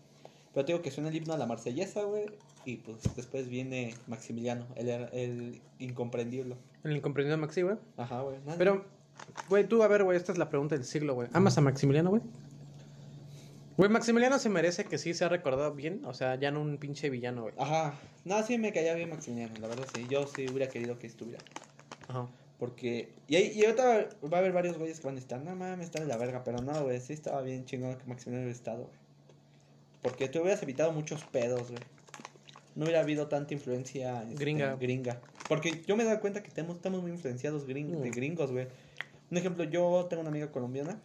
Speaker 2: Pero te digo que suena el himno a la marsellesa, güey. Y pues después viene Maximiliano, el, el incomprendible.
Speaker 1: El incomprendido Maxi, güey.
Speaker 2: Ajá, güey. nada.
Speaker 1: Pero, güey, tú, a ver, güey, esta es la pregunta del siglo, güey. ¿Amas a Maximiliano, güey? Güey, Maximiliano se merece que sí sea recordado bien. O sea, ya no un pinche villano, güey.
Speaker 2: Ajá. No, sí me caía bien Maximiliano, la verdad sí. Yo sí hubiera querido que estuviera.
Speaker 1: Ajá.
Speaker 2: Porque. Y, ahí, y ahorita va a haber varios güeyes que van a estar. No mames, están de la verga. Pero no, güey. Sí estaba bien chingón que Maximiliano hubiera estado, güey. Porque te hubieras evitado muchos pedos, güey. No hubiera habido tanta influencia este,
Speaker 1: Gringa.
Speaker 2: gringa. Porque yo me he dado cuenta que tenemos, estamos muy influenciados gring-
Speaker 1: Mm.
Speaker 2: de gringos, güey. Un ejemplo, yo tengo una amiga colombiana.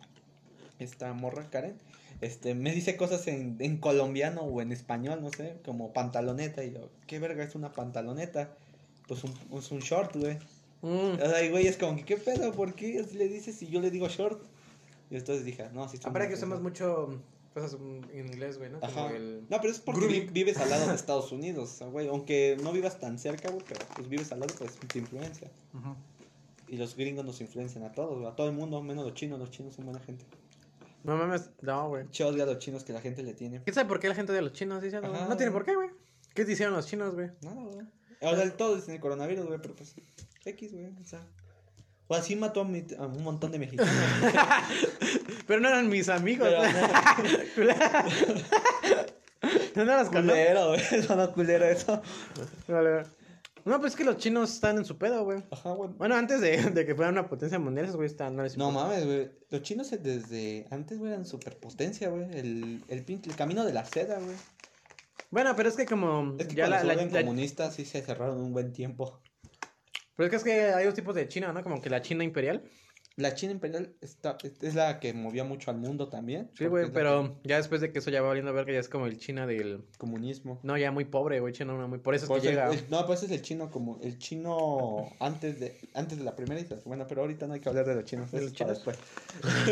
Speaker 2: Esta morra, Karen. Este, me dice cosas en, en colombiano o en español, no sé, como pantaloneta. Y yo, ¿qué verga es una pantaloneta? Pues un, es un short, güey.
Speaker 1: Mm.
Speaker 2: O sea, y güey, es como que, ¿qué pedo? ¿Por qué así le dices si yo le digo short? Y entonces dije, "Ah, no, si
Speaker 1: Aparte que usamos mucho mm, cosas en inglés, güey, ¿no? Como
Speaker 2: Ajá.
Speaker 1: el-
Speaker 2: No, pero es porque
Speaker 1: groovy.
Speaker 2: vi- vives al lado de Estados Unidos, o sea, güey. Aunque no vivas tan cerca, güey, pero pues vives al lado, pues te influencia. Y los gringos nos influencian a todos, güey, a todo el mundo, menos los chinos. Los chinos son buena gente.
Speaker 1: No mames, no, güey.
Speaker 2: Yo odio a los chinos que la gente le tiene.
Speaker 1: ¿Quién sabe por qué la gente de los chinos dice algo? güey?
Speaker 2: Ajá,
Speaker 1: No tiene
Speaker 2: güey.
Speaker 1: por qué, güey. ¿Qué te hicieron los chinos, güey?
Speaker 2: Nada, güey. O sea, el todo es en el coronavirus, güey, pero pues. X, güey. O sea. O así mató a, mi- a un montón de mexicanos. güey,
Speaker 1: Pero no eran mis amigos.
Speaker 2: pero
Speaker 1: güey.
Speaker 2: no,
Speaker 1: Culera. no eras con Vale,
Speaker 2: culero, güey. Eso no culero, eso.
Speaker 1: vale. No, pues es que los chinos están en su pedo, güey.
Speaker 2: Ajá, güey.
Speaker 1: Bueno, antes de, de que fueran una potencia mundial, esos güeyes están. No, les
Speaker 2: No
Speaker 1: importa.
Speaker 2: mames, güey. Los chinos desde antes, güey, eran superpotencia, güey. El, el, pin- el camino de la seda, güey.
Speaker 1: Bueno, pero es que como.
Speaker 2: Es que
Speaker 1: ya
Speaker 2: con
Speaker 1: la,
Speaker 2: el
Speaker 1: la-
Speaker 2: orden
Speaker 1: la-
Speaker 2: comunista sí se cerraron un buen tiempo.
Speaker 1: Pero es que, es que hay dos tipos de China, ¿no? Como que la China imperial.
Speaker 2: La China imperial está, es la que movió mucho al mundo también.
Speaker 1: Sí,
Speaker 2: porque
Speaker 1: güey,
Speaker 2: es la
Speaker 1: pero ya después de que eso ya va valiendo ver que ya es como el China del.
Speaker 2: que- Comunismo.
Speaker 1: No, ya muy pobre, güey, China una muy. Por eso es
Speaker 2: Pues
Speaker 1: que
Speaker 2: el-
Speaker 1: llega.
Speaker 2: el- no, pues es el chino como el chino antes de antes de la primera y la- bueno, pero ahorita no hay que hablar de los chinos,
Speaker 1: De
Speaker 2: eso
Speaker 1: los
Speaker 2: es para
Speaker 1: chinos.
Speaker 2: después.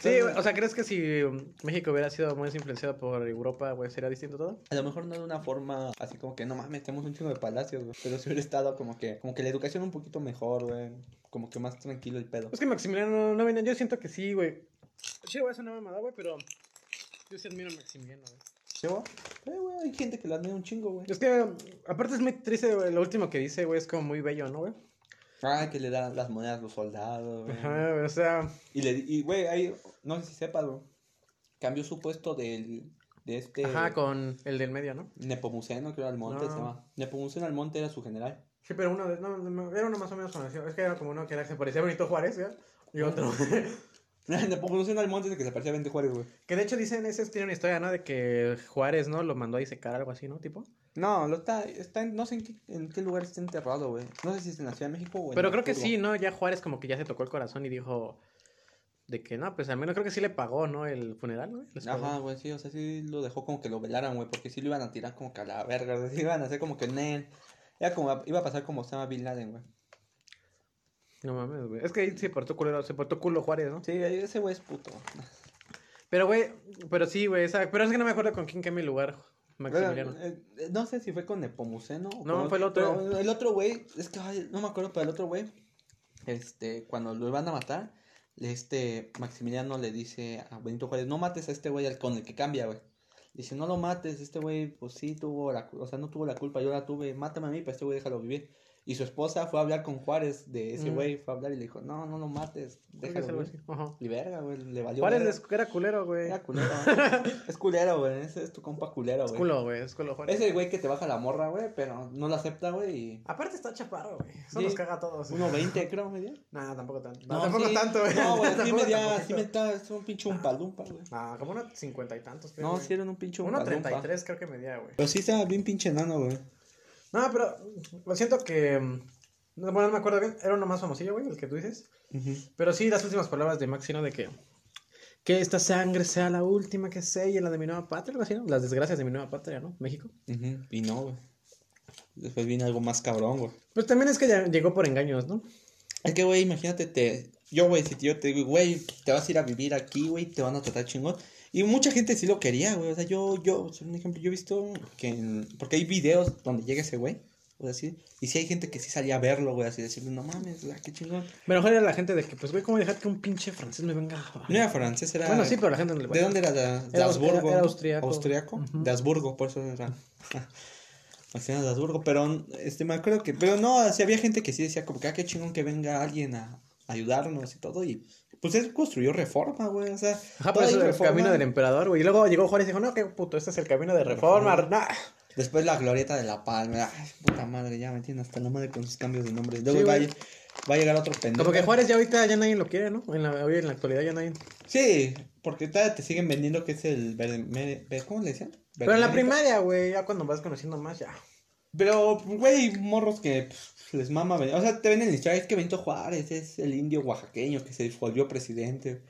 Speaker 1: Sí, güey, o sea, ¿crees que si um, México hubiera sido más influenciado por Europa, güey, sería distinto todo?
Speaker 2: A lo mejor no de una forma así como que no mames, tenemos un chingo de palacios, güey, pero si hubiera estado como que como que la educación un poquito mejor, güey, como que más tranquilo el pedo.
Speaker 1: Es que Maximiliano no venía, yo siento que sí, güey. Sí, güey, es una mamada, güey, pero yo sí admiro a Maximiliano, güey.
Speaker 2: ¿Sí, güey? Eh, güey, hay gente que lo admira un chingo, güey.
Speaker 1: Es que, um, aparte es muy triste, güey, lo último que dice, güey, es como muy bello, ¿no, güey?
Speaker 2: Ah, que le dan las monedas a los soldados, güey.
Speaker 1: Ajá, güey, o sea,
Speaker 2: Y, le, y güey, ahí, no sé si sepas, güey. Cambió su puesto del, de este
Speaker 1: ajá, con el del medio, ¿no?
Speaker 2: Nepomuceno, creo, Almonte
Speaker 1: No.
Speaker 2: se llama. Nepomuceno Almonte era su general.
Speaker 1: Sí, pero uno, de, no, no, era uno más o menos conocido, es que era como uno que era, se parecía a Benito Juárez, ¿ya? Y otro,
Speaker 2: Nepomuceno Almonte es el que se parecía a Benito Juárez, güey.
Speaker 1: que de hecho dicen, ese tiene una historia, ¿no? De que Juárez, ¿no? Lo mandó a disecar, algo así, ¿no? Tipo.
Speaker 2: No, lo está, está en- no sé en qué, en qué lugar está enterrado, güey. No sé si es en la Ciudad de México o en
Speaker 1: Pero creo que
Speaker 2: Acapulco.
Speaker 1: sí, ¿no? Ya Juárez como que ya se tocó el corazón y dijo de que no, pues al menos creo que sí le pagó, ¿no? El funeral, güey. Les pagó.
Speaker 2: Ajá, güey, sí, o sea, sí lo dejó como que lo velaran, güey, porque sí lo iban a tirar como que a la verga, o sea, sí iban a hacer como que Nel. Era como, iba a pasar como Osama Bin Laden, güey.
Speaker 1: No mames, güey. Es que ahí se portó culo, se portó culo Juárez, ¿no?
Speaker 2: Sí, ese güey es puto.
Speaker 1: Pero, güey, pero sí, güey. esa- Pero es que no me acuerdo con quién cambió el lugar, Maximiliano.
Speaker 2: Bueno, eh, eh, no sé si fue con Nepomuceno. o
Speaker 1: No,
Speaker 2: con
Speaker 1: fue el otro.
Speaker 2: pero el otro güey, es que ay, no me acuerdo, pero el otro güey, este, cuando lo iban a matar, este, Maximiliano le dice a Benito Juárez, no mates a este güey al- con el que cambia, güey. Dice, no lo mates, este güey, pues sí, tuvo la, cu- o sea, no tuvo la culpa, yo la tuve, mátame a mí, pero este güey déjalo vivir. Y su esposa fue a hablar con Juárez de ese
Speaker 1: Mm.
Speaker 2: güey, fue a hablar y le dijo, no, no lo mates,
Speaker 1: Creo que es
Speaker 2: déjalo
Speaker 1: algo
Speaker 2: vivir.
Speaker 1: así. Ajá.
Speaker 2: Y verga, güey, le valió
Speaker 1: Juárez
Speaker 2: verga.
Speaker 1: es- era culero, güey.
Speaker 2: Era culero. es culero, güey, ese es tu compa culero,
Speaker 1: Es
Speaker 2: güey.
Speaker 1: culo, güey. Es culo Juárez.
Speaker 2: Es el güey que te baja la morra, güey, pero no la acepta, güey. y-
Speaker 1: Aparte está chaparro, güey. Eso
Speaker 2: Sí.
Speaker 1: nos caga a todos.
Speaker 2: 1.20, creo, media.
Speaker 1: Nada, tampoco tanto. No, tampoco tanto, güey.
Speaker 2: güey. No, güey, sí
Speaker 1: Tampoco
Speaker 2: media,
Speaker 1: tampoco
Speaker 2: sí me está, es un pinche un palumpa, güey.
Speaker 1: Ah, como unos cincuenta y tantos, creo.
Speaker 2: No,
Speaker 1: güey.
Speaker 2: sí era un pinche un
Speaker 1: Uno treinta y tres creo que medía, güey.
Speaker 2: Pero sí estaba bien pinche enano, güey.
Speaker 1: No, pero mm, lo siento que. mm, No, bueno, no me acuerdo bien. Era uno más famosillo, güey, el que tú dices. Pero sí, las últimas palabras de Maxi, ¿no? De que. Que esta sangre sea la última que selle la de mi nueva patria, algo así, ¿no? Las desgracias de mi nueva patria, ¿no? México.
Speaker 2: Ujú, Y no, güey. Después viene algo más cabrón, güey.
Speaker 1: Pues también es que ya llegó por engaños, ¿no?
Speaker 2: Es que, güey, imagínate, te... yo, güey, si yo te digo, güey, te vas a ir a vivir aquí, güey, te van a tratar chingón. Y mucha gente sí lo quería, güey. O sea, yo, yo, es un ejemplo, yo he visto que, en- porque hay videos donde llega ese güey, o sea, sí, y sí hay gente que sí salía a verlo, güey, así decirle, no mames, güey, qué chingón.
Speaker 1: Pero mejor era la gente de que, pues, güey, ¿cómo dejar que un pinche francés me venga? a-
Speaker 2: No era francés, era.
Speaker 1: Bueno, sí, pero la gente no le
Speaker 2: ¿De dónde era? De, de
Speaker 1: Era-
Speaker 2: Habsburgo.
Speaker 1: era- era austriaco.
Speaker 2: ¿Austriaco?
Speaker 1: Ujú.
Speaker 2: De Habsburgo, por eso era. Maximiliano de Habsburgo, pero este, me acuerdo que. Pero no, sí había gente que sí decía, como que, ah, qué chingón que venga alguien a ayudarnos y todo. Y pues él construyó reforma, güey. O sea,
Speaker 1: Ajá,
Speaker 2: toda
Speaker 1: pues
Speaker 2: ahí
Speaker 1: el
Speaker 2: Reforma.
Speaker 1: camino del emperador, güey. Y luego llegó Juárez y dijo, no, qué puto, este es el camino de reforma. nah.
Speaker 2: Después la glorieta de la palma. Ay, puta madre, ya me tiene hasta la madre con sus cambios de nombres. Luego
Speaker 1: Sí,
Speaker 2: va, a,
Speaker 1: güey.
Speaker 2: va a llegar otro pendejo.
Speaker 1: Como que Juárez ya ahorita ya nadie lo quiere, ¿no? En la, hoy en la actualidad ya nadie.
Speaker 2: Sí, porque todavía te siguen vendiendo que es el. verde- mere- ¿Cómo le decían?
Speaker 1: Pero en la
Speaker 2: Vermérica.
Speaker 1: primaria, güey, ya cuando vas conociendo más, ya.
Speaker 2: Pero, güey, morros que pf, les mama. ven- O sea, te venden la historia. Es que Benito Juárez es el indio oaxaqueño que se volvió presidente.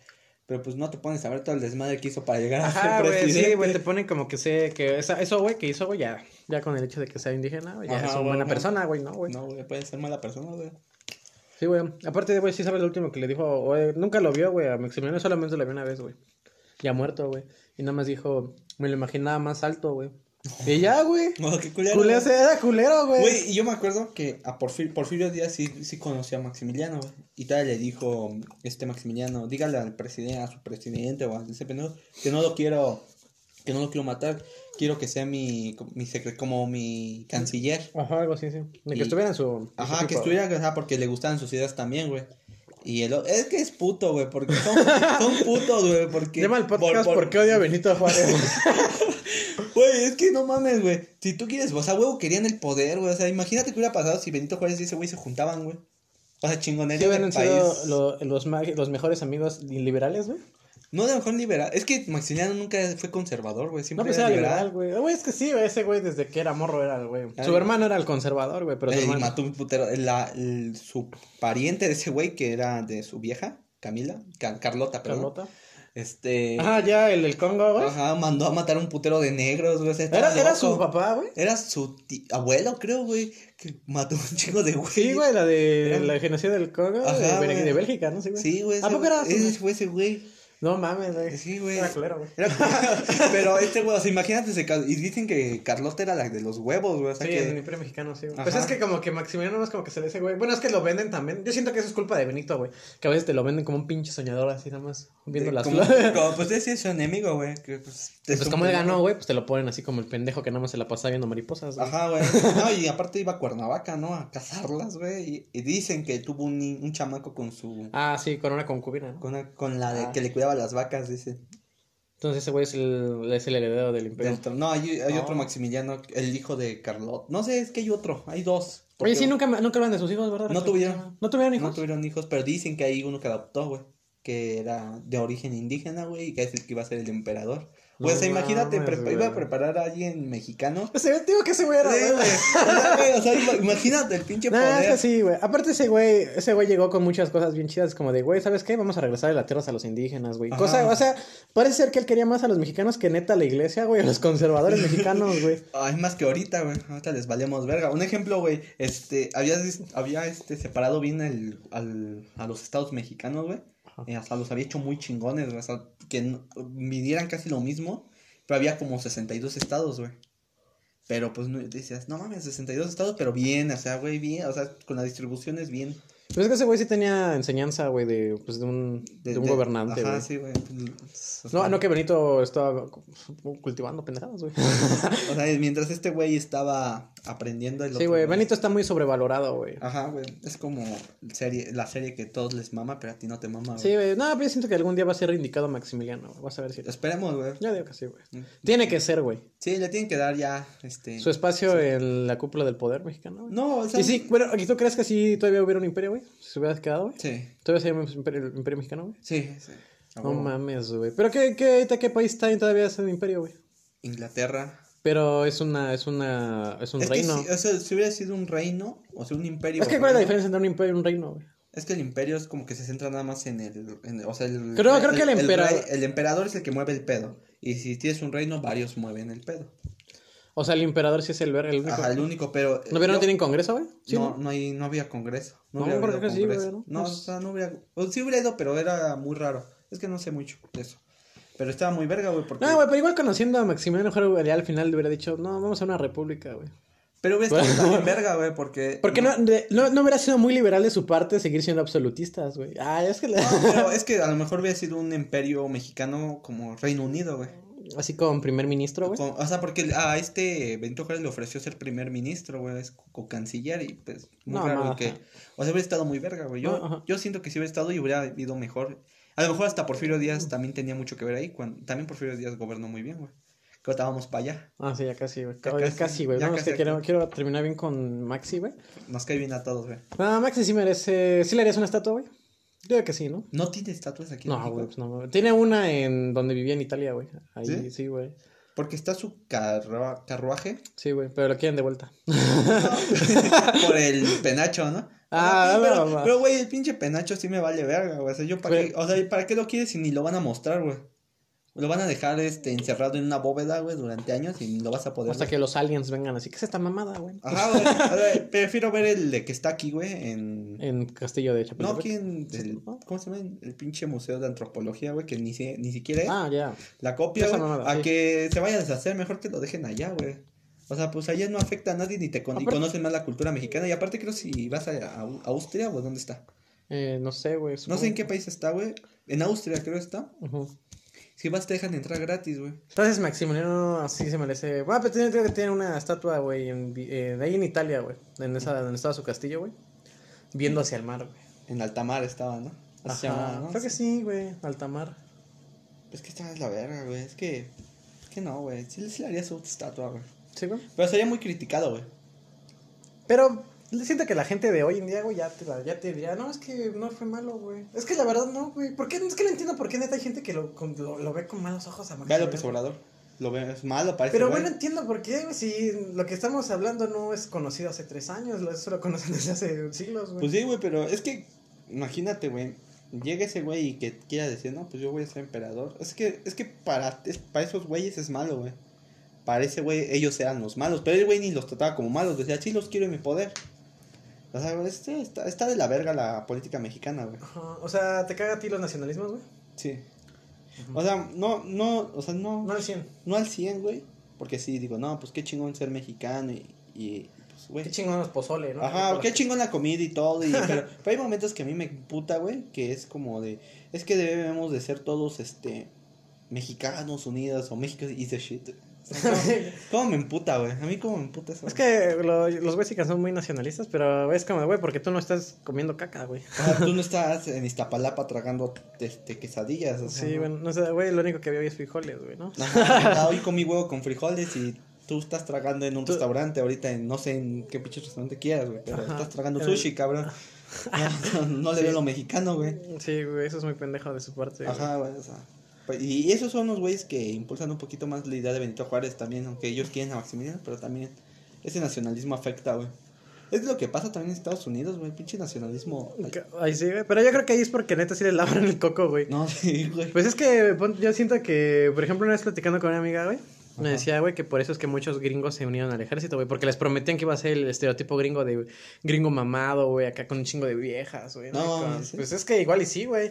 Speaker 2: Pero pues no te pones a ver todo el desmadre que hizo para llegar a
Speaker 1: Ajá,
Speaker 2: ser
Speaker 1: güey,
Speaker 2: Ah, presidente.
Speaker 1: sí, güey, te ponen como que sé que esa- eso, güey, que hizo, güey, ya, ya con el hecho de que sea indígena, güey, ya
Speaker 2: Ajá,
Speaker 1: es una
Speaker 2: güey,
Speaker 1: buena
Speaker 2: ajá.
Speaker 1: persona, güey, ¿no, güey?
Speaker 2: No, güey, puede ser mala persona, güey.
Speaker 1: Sí, güey, aparte de, güey, sí sabes lo último que le dijo, güey, nunca lo vio, güey, a Maximiliano solamente lo vio una vez, güey, ya muerto, güey, y nada más dijo, me lo imaginaba más alto, güey, Y ya, güey.
Speaker 2: No, qué culero.
Speaker 1: Culero,
Speaker 2: güey.
Speaker 1: era culero, güey.
Speaker 2: Güey, y yo me acuerdo que a Porfir- Porfirio Díaz sí, sí conocía a Maximiliano, güey. Y tal, le dijo, este Maximiliano, dígale al presidente, a su presidente o a ese pendejo, que no lo quiero, que no lo quiero matar, quiero que sea mi, mi secre- como mi canciller.
Speaker 1: Ajá, algo así, sí. De que
Speaker 2: Y-
Speaker 1: estuviera en su. en su
Speaker 2: Ajá, que
Speaker 1: equipo, güey.
Speaker 2: estuviera, ajá, porque le gustaban sus ideas también, güey. Y el, o- es que es puto, güey, porque son, son putos, güey, porque...
Speaker 1: Llama al podcast
Speaker 2: por- por-
Speaker 1: porque odio a Benito Juárez.
Speaker 2: Güey, es que no mames, güey. Si tú quieres, o sea, huevo, querían el poder, güey. O sea, imagínate qué hubiera pasado si Benito Juárez y ese güey se juntaban, güey. O sea,
Speaker 1: ¿Qué
Speaker 2: chingonería del
Speaker 1: hubieran
Speaker 2: país.
Speaker 1: sido lo- los, ma- los mejores amigos liberales, güey?
Speaker 2: No, de mejor liberal. Es que Maximiliano nunca fue conservador, güey.
Speaker 1: No,
Speaker 2: Siempre
Speaker 1: pues
Speaker 2: era
Speaker 1: era
Speaker 2: liberal.
Speaker 1: liberal, güey. Ah, Güey, es que sí, güey, ese güey desde que era morro era el güey.
Speaker 2: Ay.
Speaker 1: Su hermano era el conservador, güey, pero su
Speaker 2: Eh, y
Speaker 1: hermano...
Speaker 2: mató un putero. la- el- su pariente de ese güey, que era de su vieja, Camila. Ca- Carlota, perdón.
Speaker 1: Carlota.
Speaker 2: Este.
Speaker 1: Ajá, ya, el del Congo, güey.
Speaker 2: ajá, mandó a matar a un putero de negros, güey. o sea, estaba
Speaker 1: Era, era
Speaker 2: loco.
Speaker 1: su papá, güey.
Speaker 2: Era su ti- abuelo, creo, güey. Que mató a un chingo de güey.
Speaker 1: Sí, güey, la de
Speaker 2: Era-
Speaker 1: la genocidio del Congo,
Speaker 2: Ajá,
Speaker 1: de, Bel-
Speaker 2: güey.
Speaker 1: de Bélgica, ¿no? Sí, güey.
Speaker 2: Sí, güey.
Speaker 1: ¿A poco era su-
Speaker 2: Ese fue ese güey.
Speaker 1: No mames, güey.
Speaker 2: Sí, güey.
Speaker 1: Era culero, güey.
Speaker 2: Era como- Pero este güey, o sea, imagínate ese caso. Y dicen que Carlota era la de los huevos, güey. O sea
Speaker 1: Sí, en el
Speaker 2: que.
Speaker 1: Imperio Mexicano, sí, güey.
Speaker 2: Ajá.
Speaker 1: Pues es que como que Maximiliano no es como que se le dice, güey. Bueno, es que lo venden también. Yo siento que eso es culpa de Benito, güey. Que a veces te lo venden como un pinche soñador así nada más, viendo las
Speaker 2: eh, como,
Speaker 1: flores.
Speaker 2: como, pues ese es su enemigo, güey. que, Pues, te
Speaker 1: Pues
Speaker 2: supo-
Speaker 1: como él ganó, güey, pues te lo ponen así como el pendejo que nada más se la pasa viendo mariposas, güey.
Speaker 2: Ajá, güey. No, y aparte iba a Cuernavaca, ¿no? A cazarlas, güey. Y, y dicen que tuvo un, ni- un chamaco con su.
Speaker 1: Ah, sí, con una concubina, ¿no?
Speaker 2: Con, una- con la de
Speaker 1: Ah.
Speaker 2: que le cuidaba las vacas, dice.
Speaker 1: Entonces ese güey es el, es el heredero del imperio.
Speaker 2: Del- no, hay, hay
Speaker 1: Ah.
Speaker 2: otro Maximiliano, el hijo de Carlota. No sé, es que hay otro, hay dos.
Speaker 1: Oye, sí,
Speaker 2: Porque
Speaker 1: nunca, nunca hablan de sus hijos, ¿verdad?
Speaker 2: No tuvieron.
Speaker 1: ¿No tuvieron hijos?
Speaker 2: No tuvieron hijos, pero dicen que hay uno que adoptó, güey. Que era de origen indígena, güey, y que es el que iba a ser el emperador.
Speaker 1: No
Speaker 2: Pues imagínate,
Speaker 1: mames,
Speaker 2: prepa-
Speaker 1: güey.
Speaker 2: iba a preparar a alguien mexicano.
Speaker 1: Ese güey, Pues digo que ese güey era,
Speaker 2: Sí,
Speaker 1: güey.
Speaker 2: güey. O sea, güey, o sea, ima- imagínate el pinche
Speaker 1: No,
Speaker 2: poder.
Speaker 1: es que sí, güey. Aparte ese güey, ese güey llegó con muchas cosas bien chidas, como de, güey, ¿sabes qué? Vamos a regresar de las tierras a los indígenas, güey.
Speaker 2: Ajá.
Speaker 1: Cosa, o sea, parece ser que él quería más a los mexicanos que neta a la iglesia, güey, a los conservadores mexicanos, güey.
Speaker 2: Ah, es más que ahorita, güey. Ahorita les valemos verga. Un ejemplo, güey. Este, había, había este, separado bien el, al, a los estados mexicanos, güey.
Speaker 1: Ajá.
Speaker 2: Eh, hasta los había hecho muy chingones, güey. Hasta que no- midieran casi lo mismo. Pero había como 62 estados, güey. Pero pues no, decías, no mames, 62 estados, pero bien, o sea, güey, bien. O sea, con las distribuciones bien.
Speaker 1: Pero es que ese güey sí tenía enseñanza, güey, de, pues, de un, de, un gobernante,
Speaker 2: Ajá,
Speaker 1: güey.
Speaker 2: sí, güey. Pues, O
Speaker 1: No,
Speaker 2: sea,
Speaker 1: no que Benito estaba cultivando pendejadas, güey.
Speaker 2: O sea, mientras este güey estaba aprendiendo el
Speaker 1: Sí,
Speaker 2: otro Ah,
Speaker 1: güey, Benito está muy sobrevalorado, güey.
Speaker 2: Ajá, güey. Es como serie, la serie que todos les mama, pero a ti no te mama, güey.
Speaker 1: Sí, güey. No, pero yo siento que algún día va a ser reivindicado Maximiliano, güey. Vas a ver si.
Speaker 2: Esperemos, güey.
Speaker 1: Yo digo que sí, güey. Tiene que ser, güey.
Speaker 2: Sí, le tienen que dar ya, este...
Speaker 1: Su espacio en la cúpula del poder mexicano, güey.
Speaker 2: No, o sea...
Speaker 1: Y sí, bueno, ¿y tú crees que sí todavía hubiera un imperio, güey? Si se hubiera quedado, güey.
Speaker 2: Sí,
Speaker 1: Todavía se llama imperio, el imperio mexicano, güey.
Speaker 2: sí, sí. A
Speaker 1: No
Speaker 2: Ah, huevo.
Speaker 1: mames, güey. Pero qué, qué, ahorita qué país está ahí todavía es el imperio, güey.
Speaker 2: Inglaterra.
Speaker 1: Pero es una, es una, es un
Speaker 2: es
Speaker 1: reino.
Speaker 2: que si, o sea, si hubiera sido un reino, o sea, un imperio...
Speaker 1: es que cuál es la
Speaker 2: reino,
Speaker 1: diferencia entre un imperio y un reino, güey.
Speaker 2: Es que el imperio es como que se centra nada más en el... en el- o sea, el...
Speaker 1: Creo- creo que el emperador-
Speaker 2: rey- el emperador es el que mueve el pedo. Y si tienes un reino, varios mueven el pedo.
Speaker 1: O sea, el emperador sí es el ver, el único.
Speaker 2: Ajá, el único, pero...
Speaker 1: ¿No, pero no
Speaker 2: yo-
Speaker 1: tienen congreso, güey? Sí,
Speaker 2: no, no, hay, no había congreso. No,
Speaker 1: No,
Speaker 2: hubiera
Speaker 1: porque
Speaker 2: habido
Speaker 1: creo que sí,
Speaker 2: congreso.
Speaker 1: güey, ¿no? Pues
Speaker 2: no, o sea, no hubiera. o sí hubiera ido, pero era muy raro. Es que no sé mucho de eso. Pero estaba muy verga, güey. Porque...
Speaker 1: No, güey, pero igual conociendo a Maximiliano Juárez, güey, al final le hubiera dicho, no, vamos a una república, güey.
Speaker 2: Pero hubiera estado también verga, güey, porque.
Speaker 1: Pues Porque no, de- no, no hubiera sido muy liberal de su parte seguir siendo absolutistas, güey. Ah, es que... la-
Speaker 2: No, pero es que a lo mejor hubiera sido un imperio mexicano como Reino Unido, güey.
Speaker 1: Así con primer ministro, güey.
Speaker 2: Con- O sea, porque a este Benito Juárez le ofreció ser primer ministro, güey, es co canciller y pues muy
Speaker 1: No,
Speaker 2: raro
Speaker 1: no,
Speaker 2: y que.
Speaker 1: ajá.
Speaker 2: O sea, hubiera estado muy verga, güey. Yo,
Speaker 1: No, ajá.
Speaker 2: yo siento que si hubiera estado y hubiera ido mejor. A lo mejor hasta Porfirio Díaz también tenía mucho que ver ahí. cuan- también Porfirio Díaz gobernó muy bien, güey. Que estábamos para allá.
Speaker 1: Ah, sí, ya casi, güey.
Speaker 2: Ya
Speaker 1: Oye,
Speaker 2: casi,
Speaker 1: casi, güey.
Speaker 2: ya
Speaker 1: No, es
Speaker 2: casi
Speaker 1: que quiero,
Speaker 2: aquí.
Speaker 1: quiero terminar bien con Maxi, güey.
Speaker 2: Nos cae bien a todos, güey.
Speaker 1: No, Maxi sí merece... ¿Sí le harías una estatua, güey? Yo creo que sí, ¿no?
Speaker 2: ¿No tiene estatuas aquí? en
Speaker 1: No,
Speaker 2: México?
Speaker 1: güey, pues no. güey. Tiene una en donde vivía en Italia, güey. Ahí,
Speaker 2: ¿Sí?
Speaker 1: sí, güey.
Speaker 2: Porque está su carrua- carruaje
Speaker 1: Sí, güey, pero lo quieren de vuelta.
Speaker 2: por el penacho, ¿no?
Speaker 1: Ah,
Speaker 2: O sea,
Speaker 1: no,
Speaker 2: pero,
Speaker 1: mamá.
Speaker 2: pero, güey, el pinche penacho sí me vale verga, güey. O sea, yo para
Speaker 1: Güey.
Speaker 2: qué, o sea, ¿para qué lo quieres si ni lo van a mostrar, güey? Lo van a dejar este encerrado en una bóveda, güey, durante años y lo vas a poder.
Speaker 1: Hasta que los aliens vengan así. ¿Qué es esta mamada, güey?
Speaker 2: Ajá, güey. O sea, Prefiero ver el de que está aquí, güey, en.
Speaker 1: En Castillo de
Speaker 2: No,
Speaker 1: Chapultepec.
Speaker 2: aquí en. el- ¿Cómo se llama? El pinche museo de antropología, güey, que ni, si- ni siquiera es.
Speaker 1: Ah, ya.
Speaker 2: La copia,
Speaker 1: Esa
Speaker 2: güey,
Speaker 1: mamada,
Speaker 2: a
Speaker 1: sí.
Speaker 2: que se vaya a deshacer, mejor que lo dejen allá, güey. O sea, pues allá no afecta a nadie ni te con- ni
Speaker 1: Aparte-
Speaker 2: conocen más la cultura mexicana. Y aparte creo si vas a, a Au- Austria, güey, ¿dónde está?
Speaker 1: Eh, no sé, güey.
Speaker 2: No sé en
Speaker 1: supongo.
Speaker 2: qué país está, güey. En Austria creo está.
Speaker 1: Ujú.
Speaker 2: Si vas te dejan entrar gratis, güey.
Speaker 1: Entonces Maximiliano así se merece. Bueno, pero tiene, creo que tiene una estatua, güey, en, Vi- eh, de ahí en Italia, güey. En esa, donde estaba su castillo, güey. Viendo hacia el mar, güey.
Speaker 2: En Altamar estaba, ¿no? Así se
Speaker 1: Ajá,
Speaker 2: llamaba, ¿no?
Speaker 1: Creo que sí, güey. Altamar.
Speaker 2: Es que esta es la verga, güey. Es que... Es que no, güey. Sí, sí le haría su estatua, güey.
Speaker 1: Sí, güey.
Speaker 2: Pero sería muy criticado, güey.
Speaker 1: Pero siento que la gente de hoy en día, güey, ya te, la- ya te diría, no, es que no fue malo, güey. Es que la verdad no, güey. ¿Por qué? Es que no entiendo por qué neta hay gente que lo, con- lo, lo ve con malos ojos a
Speaker 2: Ve a
Speaker 1: Maximiliano.
Speaker 2: López Obrador. Lo ve, es malo, parece,
Speaker 1: Pero
Speaker 2: güey.
Speaker 1: bueno, entiendo por qué, güey. Si lo que estamos hablando no es conocido hace tres años, lo- eso lo conocen desde hace siglos, güey.
Speaker 2: Pues sí, güey, pero es que, imagínate, güey, llega ese güey y que quiera decir, no, pues yo voy a ser emperador. Es que, es que para, es- para esos güeyes es malo, güey. Para ese güey ellos eran los malos, pero el güey ni los trataba como malos, decía, sí los quiero en mi poder. O sea, güey, este- está, está de la verga la política mexicana, güey.
Speaker 1: Ajá, O sea, ¿te caga a ti los nacionalismos, güey?
Speaker 2: Sí. O sea, no, no, o sea, no,
Speaker 1: No
Speaker 2: no,
Speaker 1: al 100.
Speaker 2: al 100, güey. Porque sí, digo, no, pues qué chingón ser mexicano y, y pues, güey.
Speaker 1: Qué chingón los pozole, ¿no?
Speaker 2: Ajá, qué chingón la comida y todo. y- pero, pero hay momentos que a mí me puta, güey, que es como de. Es que debemos de ser todos, este. Mexicanos unidos o México is the shit. O sea, ¿Cómo, cómo me emputa, güey? A mí como me emputa eso.
Speaker 1: Es que lo- los mexicanos son muy nacionalistas, pero es como, güey, porque tú no estás comiendo caca, güey.
Speaker 2: O sea, Ah, tú no estás en Iztapalapa tragando este, quesadillas. O sea,
Speaker 1: Sí,
Speaker 2: ¿no?
Speaker 1: bueno, no sé, güey, lo único que había hoy es frijoles, güey, ¿no?
Speaker 2: Ajá, hoy comí huevo con frijoles y tú estás tragando en un
Speaker 1: Tú-
Speaker 2: restaurante ahorita, en, no sé en qué pinche restaurante quieras, güey, pero
Speaker 1: Ajá, Eh,
Speaker 2: estás tragando
Speaker 1: pero-
Speaker 2: sushi, cabrón. No, no, no le veo lo mexicano, güey.
Speaker 1: Sí, güey, eso es muy pendejo de su parte. Este, güey.
Speaker 2: Ajá, güey, o sea. pues, Y esos son los güeyes que impulsan un poquito más la idea de Benito Juárez también, aunque ellos quieren a Maximiliano, pero también ese nacionalismo afecta, güey. Es lo que pasa también en Estados Unidos, güey, pinche nacionalismo. Ay,
Speaker 1: Que- Ahí sí, güey. Pero yo creo que ahí es porque neta sí le lavan el coco, güey.
Speaker 2: No, sí, güey.
Speaker 1: Pues es que pon- yo siento que, por ejemplo, una vez platicando con una amiga, güey, me
Speaker 2: Ajá.
Speaker 1: decía, güey, que por eso es que muchos gringos se unieron al ejército, güey, porque les prometían que iba a ser el estereotipo gringo de gringo mamado, güey, acá con un chingo de viejas, güey.
Speaker 2: No,
Speaker 1: Con-
Speaker 2: ¿sí?
Speaker 1: Pues es que igual y sí, güey.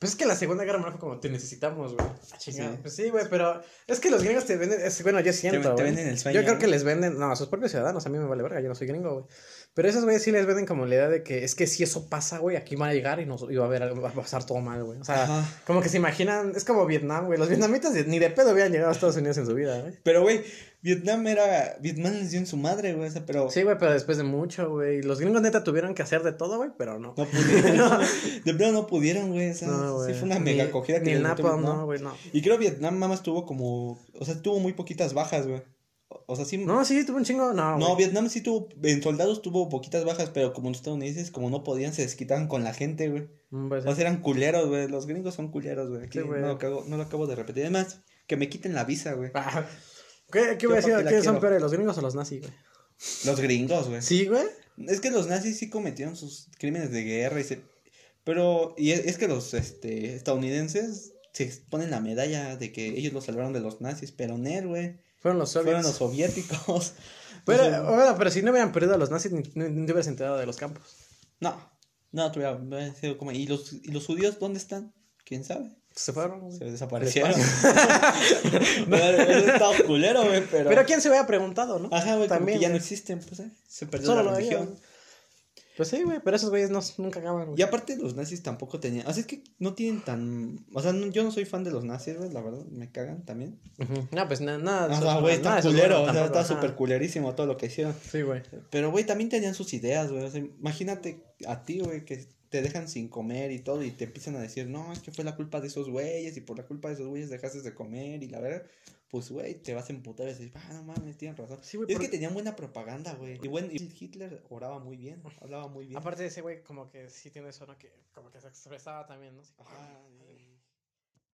Speaker 1: Pues es que la Segunda Guerra Mundial fue como, te necesitamos, güey. Ah, chingada.
Speaker 2: Sí.
Speaker 1: Pues sí, güey, pero es que los gringos te venden, es- bueno, yo siento,
Speaker 2: te
Speaker 1: güey.
Speaker 2: venden el sueño,
Speaker 1: Yo creo
Speaker 2: ¿no?
Speaker 1: que les venden, no, a sus propios ciudadanos, a mí me vale verga, yo no soy gringo, güey. Pero esos güeyes sí les venden como la idea de que es que si eso pasa, güey, aquí van a llegar y nos y va a ver algo- va a pasar todo mal, güey. O sea,
Speaker 2: Ajá.
Speaker 1: como que se imaginan, es como Vietnam, güey. Los vietnamitas ni de pedo hubieran llegado a Estados Unidos en su vida, güey.
Speaker 2: Pero, güey, Vietnam era. Vietnam les dio en su madre, güey, o sea, pero.
Speaker 1: Sí, güey, pero después de mucho, güey. Los gringos neta tuvieron que hacer de todo, güey, pero no.
Speaker 2: No pudieron. De plano no pudieron, güey, o sea,
Speaker 1: No,
Speaker 2: sí
Speaker 1: güey.
Speaker 2: fue una
Speaker 1: Ni-
Speaker 2: mega cogida que
Speaker 1: Ni
Speaker 2: les
Speaker 1: el
Speaker 2: metió
Speaker 1: Napalm,
Speaker 2: Vietnam.
Speaker 1: no, güey, no.
Speaker 2: Y creo Vietnam nada más tuvo como. O sea, tuvo muy poquitas bajas, güey. O- O sea, sí.
Speaker 1: No, sí, tuvo un chingo, no,
Speaker 2: No,
Speaker 1: güey.
Speaker 2: Vietnam sí tuvo, en soldados tuvo poquitas bajas, pero como los estadounidenses, como no podían, se desquitaban con la gente, güey.
Speaker 1: Mm, pues,
Speaker 2: O sea, eran culeros, güey. Los gringos son culeros, güey. Aquí
Speaker 1: Sí, güey.
Speaker 2: no, lo acabo, no lo acabo de repetir. Además, que me quiten la visa, güey.
Speaker 1: ah, ¿Qué, qué voy a decir?
Speaker 2: Yo para qué la
Speaker 1: ¿Quiénes son
Speaker 2: quiero.
Speaker 1: peores, los gringos o los nazis, güey?
Speaker 2: Los gringos, güey.
Speaker 1: Sí, güey.
Speaker 2: Es que los nazis sí cometieron sus crímenes de guerra y se... Pero, y es, es que los este, estadounidenses se ponen la medalla de que ellos los salvaron de los nazis, pero Ner, güey.
Speaker 1: Fueron los
Speaker 2: Fueron los
Speaker 1: soviets.
Speaker 2: soviéticos.
Speaker 1: Pero,
Speaker 2: Entonces,
Speaker 1: bueno, pero si no hubieran perdido a los nazis, ni, ni- ni te hubieras enterado de los campos.
Speaker 2: No, no, tuviera- hubiera sido como... ¿Y los, ¿Y los judíos dónde están? ¿Quién sabe?
Speaker 1: Se fueron, güey.
Speaker 2: Se desaparecieron.
Speaker 1: Al
Speaker 2: no, eso está culero, güey, pero...
Speaker 1: Pero quién se hubiera preguntado, ¿no?
Speaker 2: Ajá, güey, como
Speaker 1: También,
Speaker 2: que ya no
Speaker 1: güey.
Speaker 2: existen, pues, eh, Se perdió
Speaker 1: Solo
Speaker 2: la
Speaker 1: lo
Speaker 2: religión.
Speaker 1: veían. Pues sí, güey, pero esos güeyes no, nunca acaban, güey.
Speaker 2: Y aparte los nazis tampoco tenían... Así es que no tienen tan... O sea, no- yo no soy fan de los nazis, güey, la verdad, me cagan también.
Speaker 1: Ujú. No, pues na- nada.
Speaker 2: O
Speaker 1: eso-
Speaker 2: sea, Ah,
Speaker 1: nada
Speaker 2: güey, está
Speaker 1: de eso es
Speaker 2: culero,
Speaker 1: bueno
Speaker 2: o sea,
Speaker 1: tampoco,
Speaker 2: está
Speaker 1: ajá.
Speaker 2: súper culerísimo todo lo que hicieron.
Speaker 1: Sí, güey.
Speaker 2: Pero, güey, también tenían sus ideas, güey. O sea, imagínate a ti, güey, que te dejan sin comer y todo y te empiezan a decir, no, es que fue la culpa de esos güeyes y por la culpa de esos güeyes dejaste de comer y la verdad, pues, güey, te vas a emputar y decir, ah, no mames, tienen razón.
Speaker 1: Sí, güey,
Speaker 2: Y es
Speaker 1: por-
Speaker 2: que tenían buena propaganda, güey. Y bueno, y Hitler oraba muy bien, hablaba muy bien.
Speaker 1: Aparte de ese güey, como que sí tiene eso, ¿no? Que como que se expresaba también, ¿no?
Speaker 2: Ajá, y-